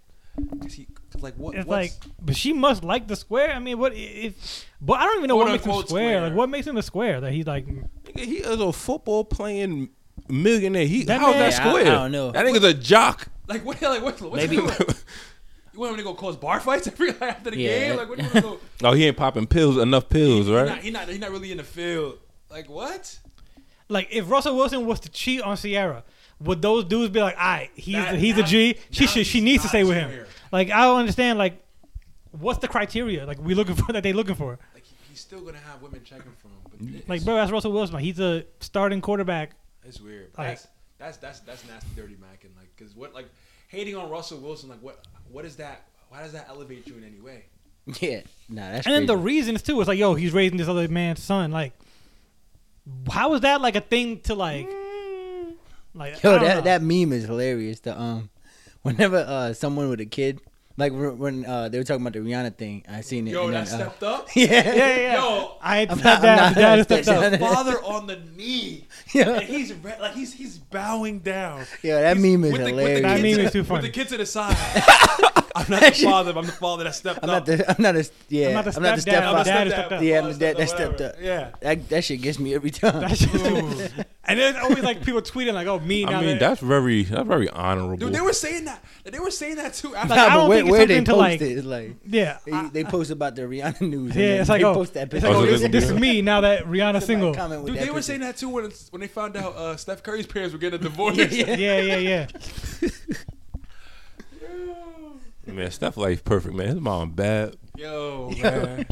S1: Cause he, cause like what?
S3: It's like,
S1: what's-
S3: but she must like the square. I mean, what if? But I don't even know
S1: Quote
S3: what makes him square.
S1: unquote square.
S3: Like, what makes him a square? That he's like,
S2: nigga, he is a football playing millionaire. He
S3: That
S2: how's
S3: man-
S2: that
S4: Yeah, I- I
S2: square?
S4: don't know.
S2: That nigga's a jock.
S1: Like what? Like what? What's
S4: Maybe-
S1: you want? You want him to go cause bar fights every after the
S4: Yeah.
S1: game? Like what? do You want to go?
S2: Oh, he ain't popping pills enough pills,
S1: He's
S2: right?
S1: not, he not. He not really in the field. Like what?
S3: like if Russell Wilson was to cheat on Sierra, would those dudes be like, all right, he's
S1: That-
S3: he's a
S1: that-
S3: G. She
S1: now
S3: should she
S1: he's
S3: needs to
S1: not
S3: stay with him.
S1: square.
S3: Like I don't understand. Like, what's the criteria? Like we looking for that they looking for?
S1: Like he- he's still gonna have women checking for him. But it's,
S3: Like bro, that's Russell Wilson. Like, he's a starting quarterback.
S1: it's weird.
S3: like-
S1: that's, that's that's that's nasty, dirty macking. Like because what? Like hating on Russell Wilson. Like what? What is that? Why does that elevate you in any way?
S4: Yeah, nah, that's.
S3: And then the
S4: crazy.
S3: reasons too. It's like, yo, he's raising this other man's son. Like, how is that like a thing to like?
S1: Mm.
S3: Like, I
S4: yo
S3: don't
S4: that
S3: know.
S4: that meme is hilarious. The um, whenever uh someone with a kid, like re- when uh they were talking about the Rihanna thing, I seen it.
S1: Yo,
S4: and
S1: that
S4: then, uh,
S1: stepped up.
S4: yeah,
S3: yeah, yeah, yeah.
S1: Yo,
S3: I ain't
S4: I'm
S3: step
S4: not- I'm
S3: down.
S4: not-
S3: Dad
S4: I'm
S3: stepped
S4: not-
S3: up.
S1: Father on the knee.
S4: Yeah.
S1: And he's re- like he's he's bowing down.
S4: Yo, that
S1: He's-
S4: meme is
S1: with the- with the
S4: hilarious.
S3: That
S1: kid
S3: meme
S1: to
S3: is
S1: the-
S3: too funny.
S1: With the kid to the side. I'm not the father. I'm the father that stepped
S4: I'm
S1: up.
S4: not the. I'm not a. Yeah,
S3: I'm not the stepdad,
S4: step
S3: I'm
S1: I'm
S3: not
S1: the
S4: father.
S3: dad
S1: stepdad,
S3: is stepped up.
S1: father
S4: Yeah, I'm the dad that
S1: whatever.
S4: stepped up.
S1: Yeah.
S4: That, that shit gets me every time.
S3: That shit- and there's always like people tweeting like, "Oh, me." Now
S2: I mean,
S3: that,
S2: that's very that's very honorable.
S1: Dude, they were saying that. They were saying that too. After
S3: Like, I
S4: Nah, but
S3: don't
S4: where,
S3: think it's
S4: where they
S3: something to,
S4: post
S3: like-
S4: it, it's like
S3: yeah,
S4: they,
S3: I-
S4: they post about the Rihanna news. and
S3: yeah.
S4: then
S3: It's like,
S4: they
S3: oh,
S4: post
S3: it's
S4: that
S3: like,
S4: picture.
S3: oh,
S2: Oh, so
S3: this,
S2: this-
S3: this is me now that Rihanna's
S4: Somebody
S3: single.
S4: comment with
S1: Dude,
S4: that
S1: they were
S4: picture.
S1: saying that too when it's, when they found out uh, Steph Curry's parents were getting a divorce.
S4: Yeah,
S3: Yeah, yeah, yeah.
S2: man, Steph life perfect, man. His mom bad.
S1: Yo, man.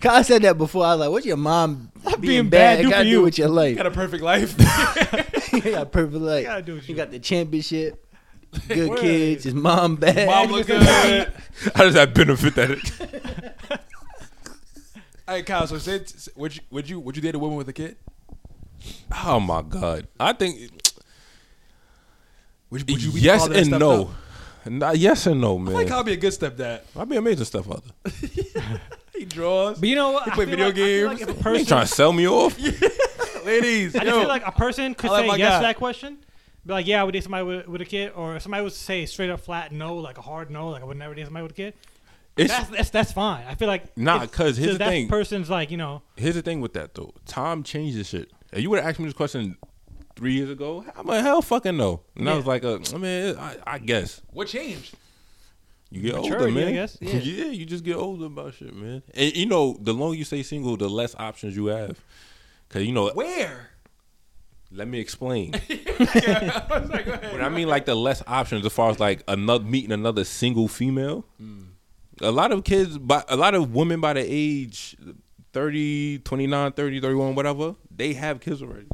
S4: Kyle said that before. I was like, "What's your mom being,
S3: being bad
S4: bad,
S3: do
S4: got
S3: for
S4: to do
S3: you?"
S4: with your life?
S1: Got a perfect life.
S4: you got perfect life.
S3: Gotta do what
S4: you
S3: you-
S4: got the championship. Good
S3: Word.
S4: kids. His mom bad.
S1: Mom look good.
S2: How does that benefit that?
S1: Hey, Kyle. So, since would you would you would you date a woman with a kid?
S2: oh my god, I think
S1: Would, the
S2: yes
S1: father that
S2: and
S1: stepped
S2: no.
S1: up?
S2: Nah, yes and no,
S1: I
S2: man.
S1: feel like I'll be a good stepdad.
S2: I'd be an amazing stepfather.
S1: He draws.
S3: But you know what?
S1: He
S3: I
S1: play
S3: feel
S1: video
S3: like- I feel like
S1: games.
S3: if a
S2: You
S3: person,
S2: trying to sell me off?
S1: Ladies,
S3: I just
S1: yo,
S3: feel like a person could
S1: I like
S3: say
S1: my
S3: yes
S1: guy.
S3: to that question. Be like, yeah, I would date somebody with, with a kid, or if somebody would say straight up flat no, like a hard no, like I would never date somebody with a kid.
S2: It's
S3: That's that's, that's fine. I feel like
S2: Nah,
S3: it's-
S2: 'cause here's the
S3: so that
S2: thing.
S3: person's like, you know,
S2: here's the thing with that though. Time changes shit. If you would have asked me this question three years ago, I'm a hell fucking no. And I was
S3: Yeah.
S2: like, uh, I mean, I, I guess
S1: what changed?
S2: you get older,
S3: Maturity, I
S2: man.
S3: guess.
S2: Yeah. you just get older about shit, man. And you know, the longer you stay single, the less options you have. Cause you know,
S1: Where?
S2: let me explain.
S1: I was like, go ahead.
S2: But I mean, like the less options as far as like another meeting another single female. A lot of kids, by a lot of women by the age 30, 29, 30, 31, whatever, they have kids already.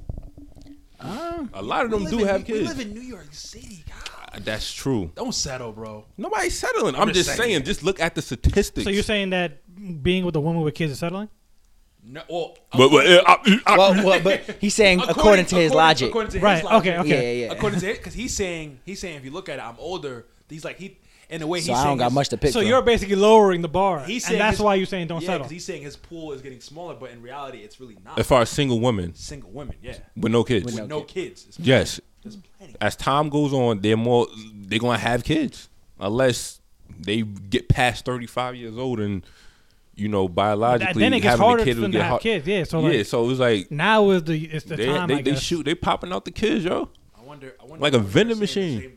S2: a lot of them
S1: We
S2: do
S1: live in-
S2: have
S1: We
S2: kids. Uh,
S1: live in New York City. God.
S2: That's true.
S1: Don't settle, bro.
S2: Nobody's settling. I'm, just
S1: just
S2: saying,
S1: saying.
S2: just look at the statistics.
S3: so you're saying that being with a woman with kids is settling?
S1: No, well,
S2: but, but, uh, I- I-
S4: well, well, but he's saying according, to his logic.
S1: according to his
S3: Right,
S1: logic.
S3: okay, okay.
S4: Yeah, yeah.
S1: According to it, because he's saying he's saying if you look at it, I'm older. He's like he in the way he's
S4: so I
S1: saying
S4: don't got
S1: his-
S4: much to pick.
S3: so
S4: from.
S3: you're basically lowering the bar,
S1: He's
S3: and
S1: saying
S3: that's
S1: his-
S3: why you're saying don't
S1: yeah,
S3: settle.
S1: 'cause he's saying his pool is getting smaller, but in reality, it's really not.
S2: as far as single women
S1: Single women, yeah,
S2: with no kids,
S4: With
S1: with
S4: No
S1: no, kids. It's-
S2: yes,
S1: there's plenty.
S2: as time goes on, they're more they're gonna have kids unless they get past thirty five years old and you know, biologically
S3: then it gets
S2: having
S3: harder
S2: a kid
S3: for
S2: would
S3: them
S2: get
S3: to have
S2: hard.
S3: kids. Yeah, so
S2: yeah,
S3: like
S2: so it was like
S3: now is the it's the
S2: they,
S3: time.
S2: they,
S3: I
S2: they
S3: guess.
S2: shoot, they popping out the kids, yo.
S1: I wonder, I wonder
S2: Like a
S1: if women
S2: vending
S1: are saying the Same
S2: machine.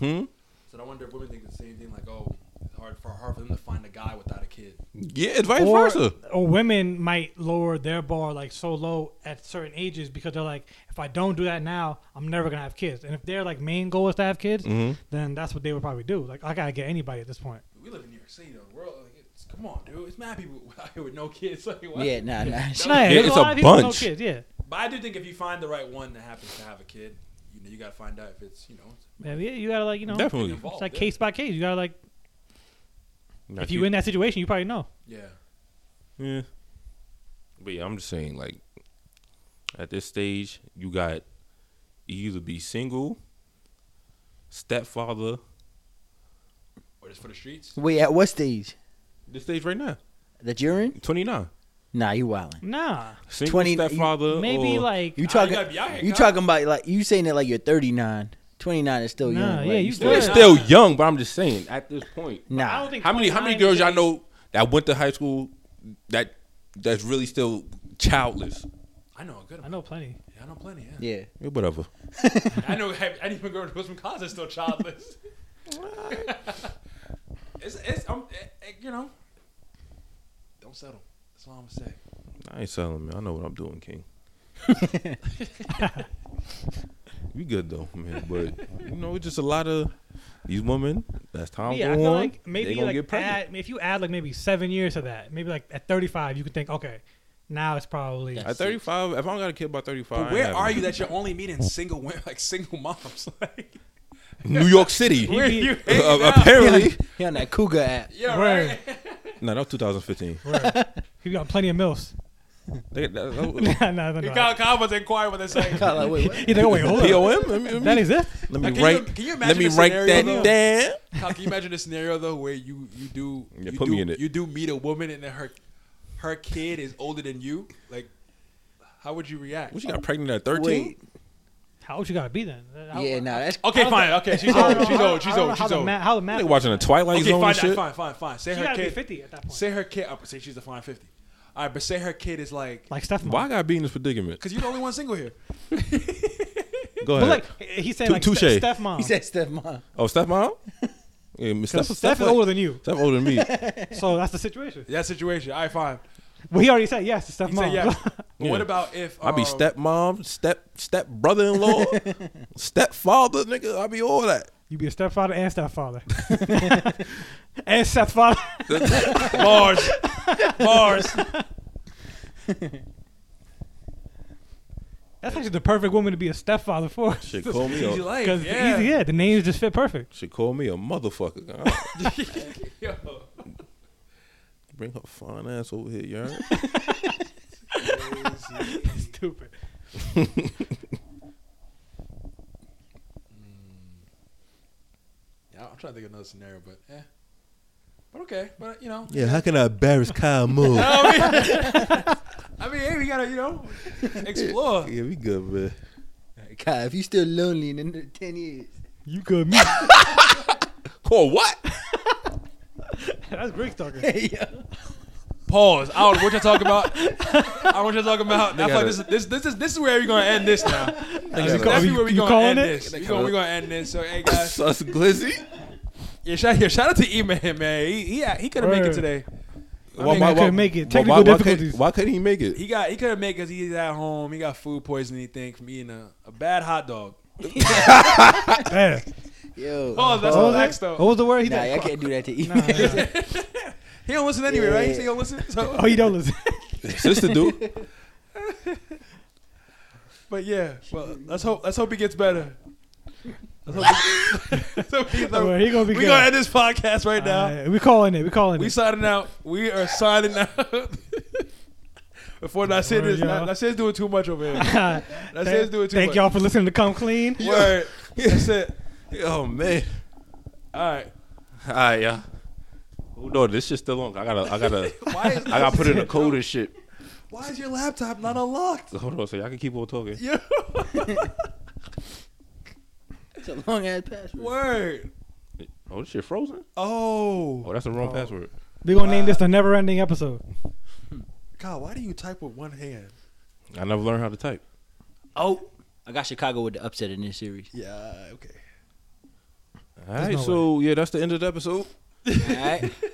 S1: thing.
S2: Hmm.
S1: So I wonder if women think the same thing. Like, oh, it's hard for hard for them to find a guy without a kid.
S2: Yeah, it's vice
S3: or,
S2: versa.
S3: or women might lower their bar like so low at certain ages because they're like, if I don't do that now, I'm never gonna have kids. And if their like main goal is to have kids,
S2: Mhm.
S3: then that's what they would probably do. Like I gotta get anybody at this point.
S1: We live in New York City, though. We're all, like, it's, come on, dude. It's mad people out here with no kids. Like, what?
S4: Yeah, nah, nah.
S3: Nah, yeah,
S2: Yeah,
S3: there's
S2: it's
S3: a lot
S2: a
S3: of people with
S2: bunch.
S3: No kids, yeah.
S1: But I do think if you find the right one that happens to have a kid, you know, you gotta find out if it's you know.
S3: yeah. yeah, You gotta like you know,
S2: Definitely.
S1: it's
S3: it's
S1: involved,
S3: like
S1: yeah.
S3: case by case. You gotta like
S2: Now,
S3: if you in that situation, you probably know.
S1: Yeah.
S2: Yeah. But yeah, I'm just saying, like, at this stage, you got you either be single, stepfather.
S1: Or just for the streets.
S4: Wait, at what stage?
S2: This stage right now,
S4: That you're in?
S2: 29.
S4: Nah, you wildin'.
S3: Nah,
S2: Single
S4: 20
S2: stepfather.
S3: maybe
S2: or-
S3: like
S4: You
S1: Nah, you
S4: talking?
S1: gotta be out here,
S4: you
S1: cuz.
S4: talking about like you saying it like you're 39. 29 is still
S3: Nah,
S4: young.
S3: yeah,
S4: like,
S3: you
S2: Well, they're
S3: good.
S2: still young, but I'm just saying at this point.
S3: I
S4: Nah,
S3: don't think
S2: How many how many
S3: 29
S2: girls y'all
S3: is-
S2: know that went to high school that that's really still childless?
S1: I know a good.
S3: I
S1: amount.
S3: know plenty.
S1: Yeah, I know plenty. Yeah.
S4: yeah.
S2: Yeah, whatever.
S1: I know I, I didn't even go to Wisconsin College is still childless. it's it's um, eh, eh, you know. Don't settle. That's all I'm gonna say.
S2: I ain't selling, man. I know what I'm doing, King. we good though, man. But you know, it's just a lot of these women. That's time
S3: Yeah, I
S2: go
S3: feel
S2: on.
S3: like
S2: they
S3: maybe
S2: gonna
S3: like
S2: get pregnant.
S3: add, if you add like maybe seven years to that, maybe like at 35, you could think, okay, now it's probably
S4: That's-
S2: At 35, if I don't got a kid by 35, I
S1: But
S2: ain't
S1: where
S2: having
S1: are
S2: it.
S1: you that you're only meeting single women, like single moms? Like,
S2: New York City.
S1: where are
S3: be-
S1: you? hanging
S2: Uh,
S1: out?
S2: apparently,
S4: He on that cougar app.
S1: yeah,
S3: Word.
S1: right.
S2: no, that was 2015.
S3: Word. you got plenty of mills.
S2: They- that- that
S3: nah,
S2: was-
S3: nah, nah, nah.
S1: You got comments inquire what they say.
S4: God, like, wait, what?
S3: Either way, hold on.
S2: POM. Let me,
S3: That
S2: let me,
S3: exists.
S1: Now,
S2: let me
S1: can you-
S2: rank.
S1: can you
S2: let me
S1: imagine a
S2: rank that
S1: scenario,
S2: down.
S1: Kyle, can you imagine a scenario though where you you do
S2: Yeah,
S1: you
S2: put
S1: do,
S2: me in it.
S1: you do meet a woman and then her her kid is older than you? Like, how would you react?
S2: What you got pregnant at 13?
S4: Wait.
S3: How old you gotta be then? How-
S4: Yeah, nah, that's
S1: Okay, fine. Okay, she's
S3: I don't know-
S1: old. She's old. She's
S3: I don't- I don't know
S1: old.
S3: How
S1: She's
S3: the
S1: old.
S3: ma- how the math?
S2: They watching a Twilight
S1: Okay,
S2: Zone
S1: fine,
S2: and shit.
S1: fine, fine, fine. Say
S3: She
S1: her
S3: gotta be
S1: kid.
S3: 50 at that point.
S1: Say her kid. Oh, say she's a fine fifty. All right, but say her kid is like,
S3: like Stefan.
S2: Why I gotta be in this predicament?
S1: because you're the only one single here.
S2: Go
S3: But
S2: ahead.
S3: like he said,
S2: Tou-
S3: like
S2: touche.
S3: Ste- Steph mom.
S4: He said step mom.
S2: oh, Steph Mom? Yeah, Miss Steph,
S3: Steph,
S2: Steph,
S3: is
S2: like-
S3: older than you,
S2: Steph older than me.
S3: so that's the situation.
S1: that situation. All right, fine.
S3: Well, he already said yes to Steph
S1: He said
S3: mom.
S1: yeah. But
S2: Yeah.
S1: what about if
S2: I be
S1: um,
S2: stepmom, step step brother in law, stepfather, nigga. I be all that.
S3: you be a stepfather and stepfather, and stepfather.
S1: Bars, bars.
S3: That's actually the perfect woman to be a stepfather for.
S2: Should call me
S1: Easy
S2: a
S1: life.
S3: Because
S1: Yeah.
S3: easy, yeah, the names just fit perfect.
S2: should call me a motherfucker. God,
S1: Yo.
S2: bring her fine ass over here, you heard?
S3: Stupid.
S1: Yeah, I'm trying to think of another scenario, but eh. But okay, but you know.
S2: Yeah, how can I embarrass Kyle Moore?
S1: I mean, I mean, hey, we gotta, you know, explore.
S2: yeah, we good, man.
S4: God, if you still lonely in another 10 years.
S3: You could me.
S2: Call what?
S3: That's Greek talking.
S1: Pause. I don't know what y'all talking about. I don't know what y'all talking about. I
S2: They
S1: feel like
S2: gotta-
S1: this is this this is this is where we're gonna end this now. This is
S2: gotta-
S1: definitely
S3: You-
S1: where we're
S3: you
S1: gonna
S3: calling
S1: end
S3: it?
S1: this. We're gonna, we gonna end this. So hey guys.
S2: Sus glizzy.
S1: Yeah, shout, yeah, shout out to E-Man, man. He he, he couldn't make it
S3: Word.
S1: today. I
S2: Why-
S1: mean,
S2: why-
S1: I
S2: why-
S3: couldn't make it.
S2: why-
S3: Technical
S2: why- why couldn't-
S3: difficulties.
S2: Why couldn't he make it?
S1: He got he couldn't make it because he's at home. He got food poisoning. He think from eating a, a bad hot dog.
S3: Damn.
S4: Yo.
S1: Oh, that's
S3: What
S1: all
S3: was
S1: facts
S3: that?
S1: though.
S3: What was the word he
S4: nah, I
S3: said?
S4: can't do that to you.
S1: He don't listen anyway, right? He
S4: Yeah.
S1: say he don't listen.
S3: Oh,
S1: So,
S3: you don't listen.
S2: Sister dude.
S1: but yeah, well, let's hope let's hope he gets better. Let's hope he, let's hope he gets better.
S3: Well, he gonna be
S1: we
S3: good.
S1: gonna end this podcast right now.
S3: Alright, we calling it. We calling
S1: We
S3: it.
S1: signing out. We are signing out. Before I say this,
S3: Word, y'all.
S1: I say it's doing too much over here.
S3: Thank,
S1: That's it, do it too
S3: thank
S1: much.
S3: y'all for listening to Come Clean.
S1: Word. That's it.
S2: Oh man.
S1: All right.
S2: All right, yeah. Oh no, this shit's still on. I gotta, I gotta,
S1: Why is
S2: I gotta put in a code and shit.
S1: Why is your laptop not unlocked?
S2: Hold on, so y'all can keep on talking.
S1: Yo,
S4: It's a long ass password.
S1: word.
S2: Oh, this shit frozen.
S1: Oh.
S2: Oh, that's the wrong password.
S3: We're gonna name this the never ending episode.
S1: God, why do you type with one hand?
S2: I never learned how to type.
S4: Oh, I got Chicago with the upset in this series.
S1: Yeah, okay.
S2: All right,
S3: no
S2: so yeah, that's the end of the episode.
S4: All right.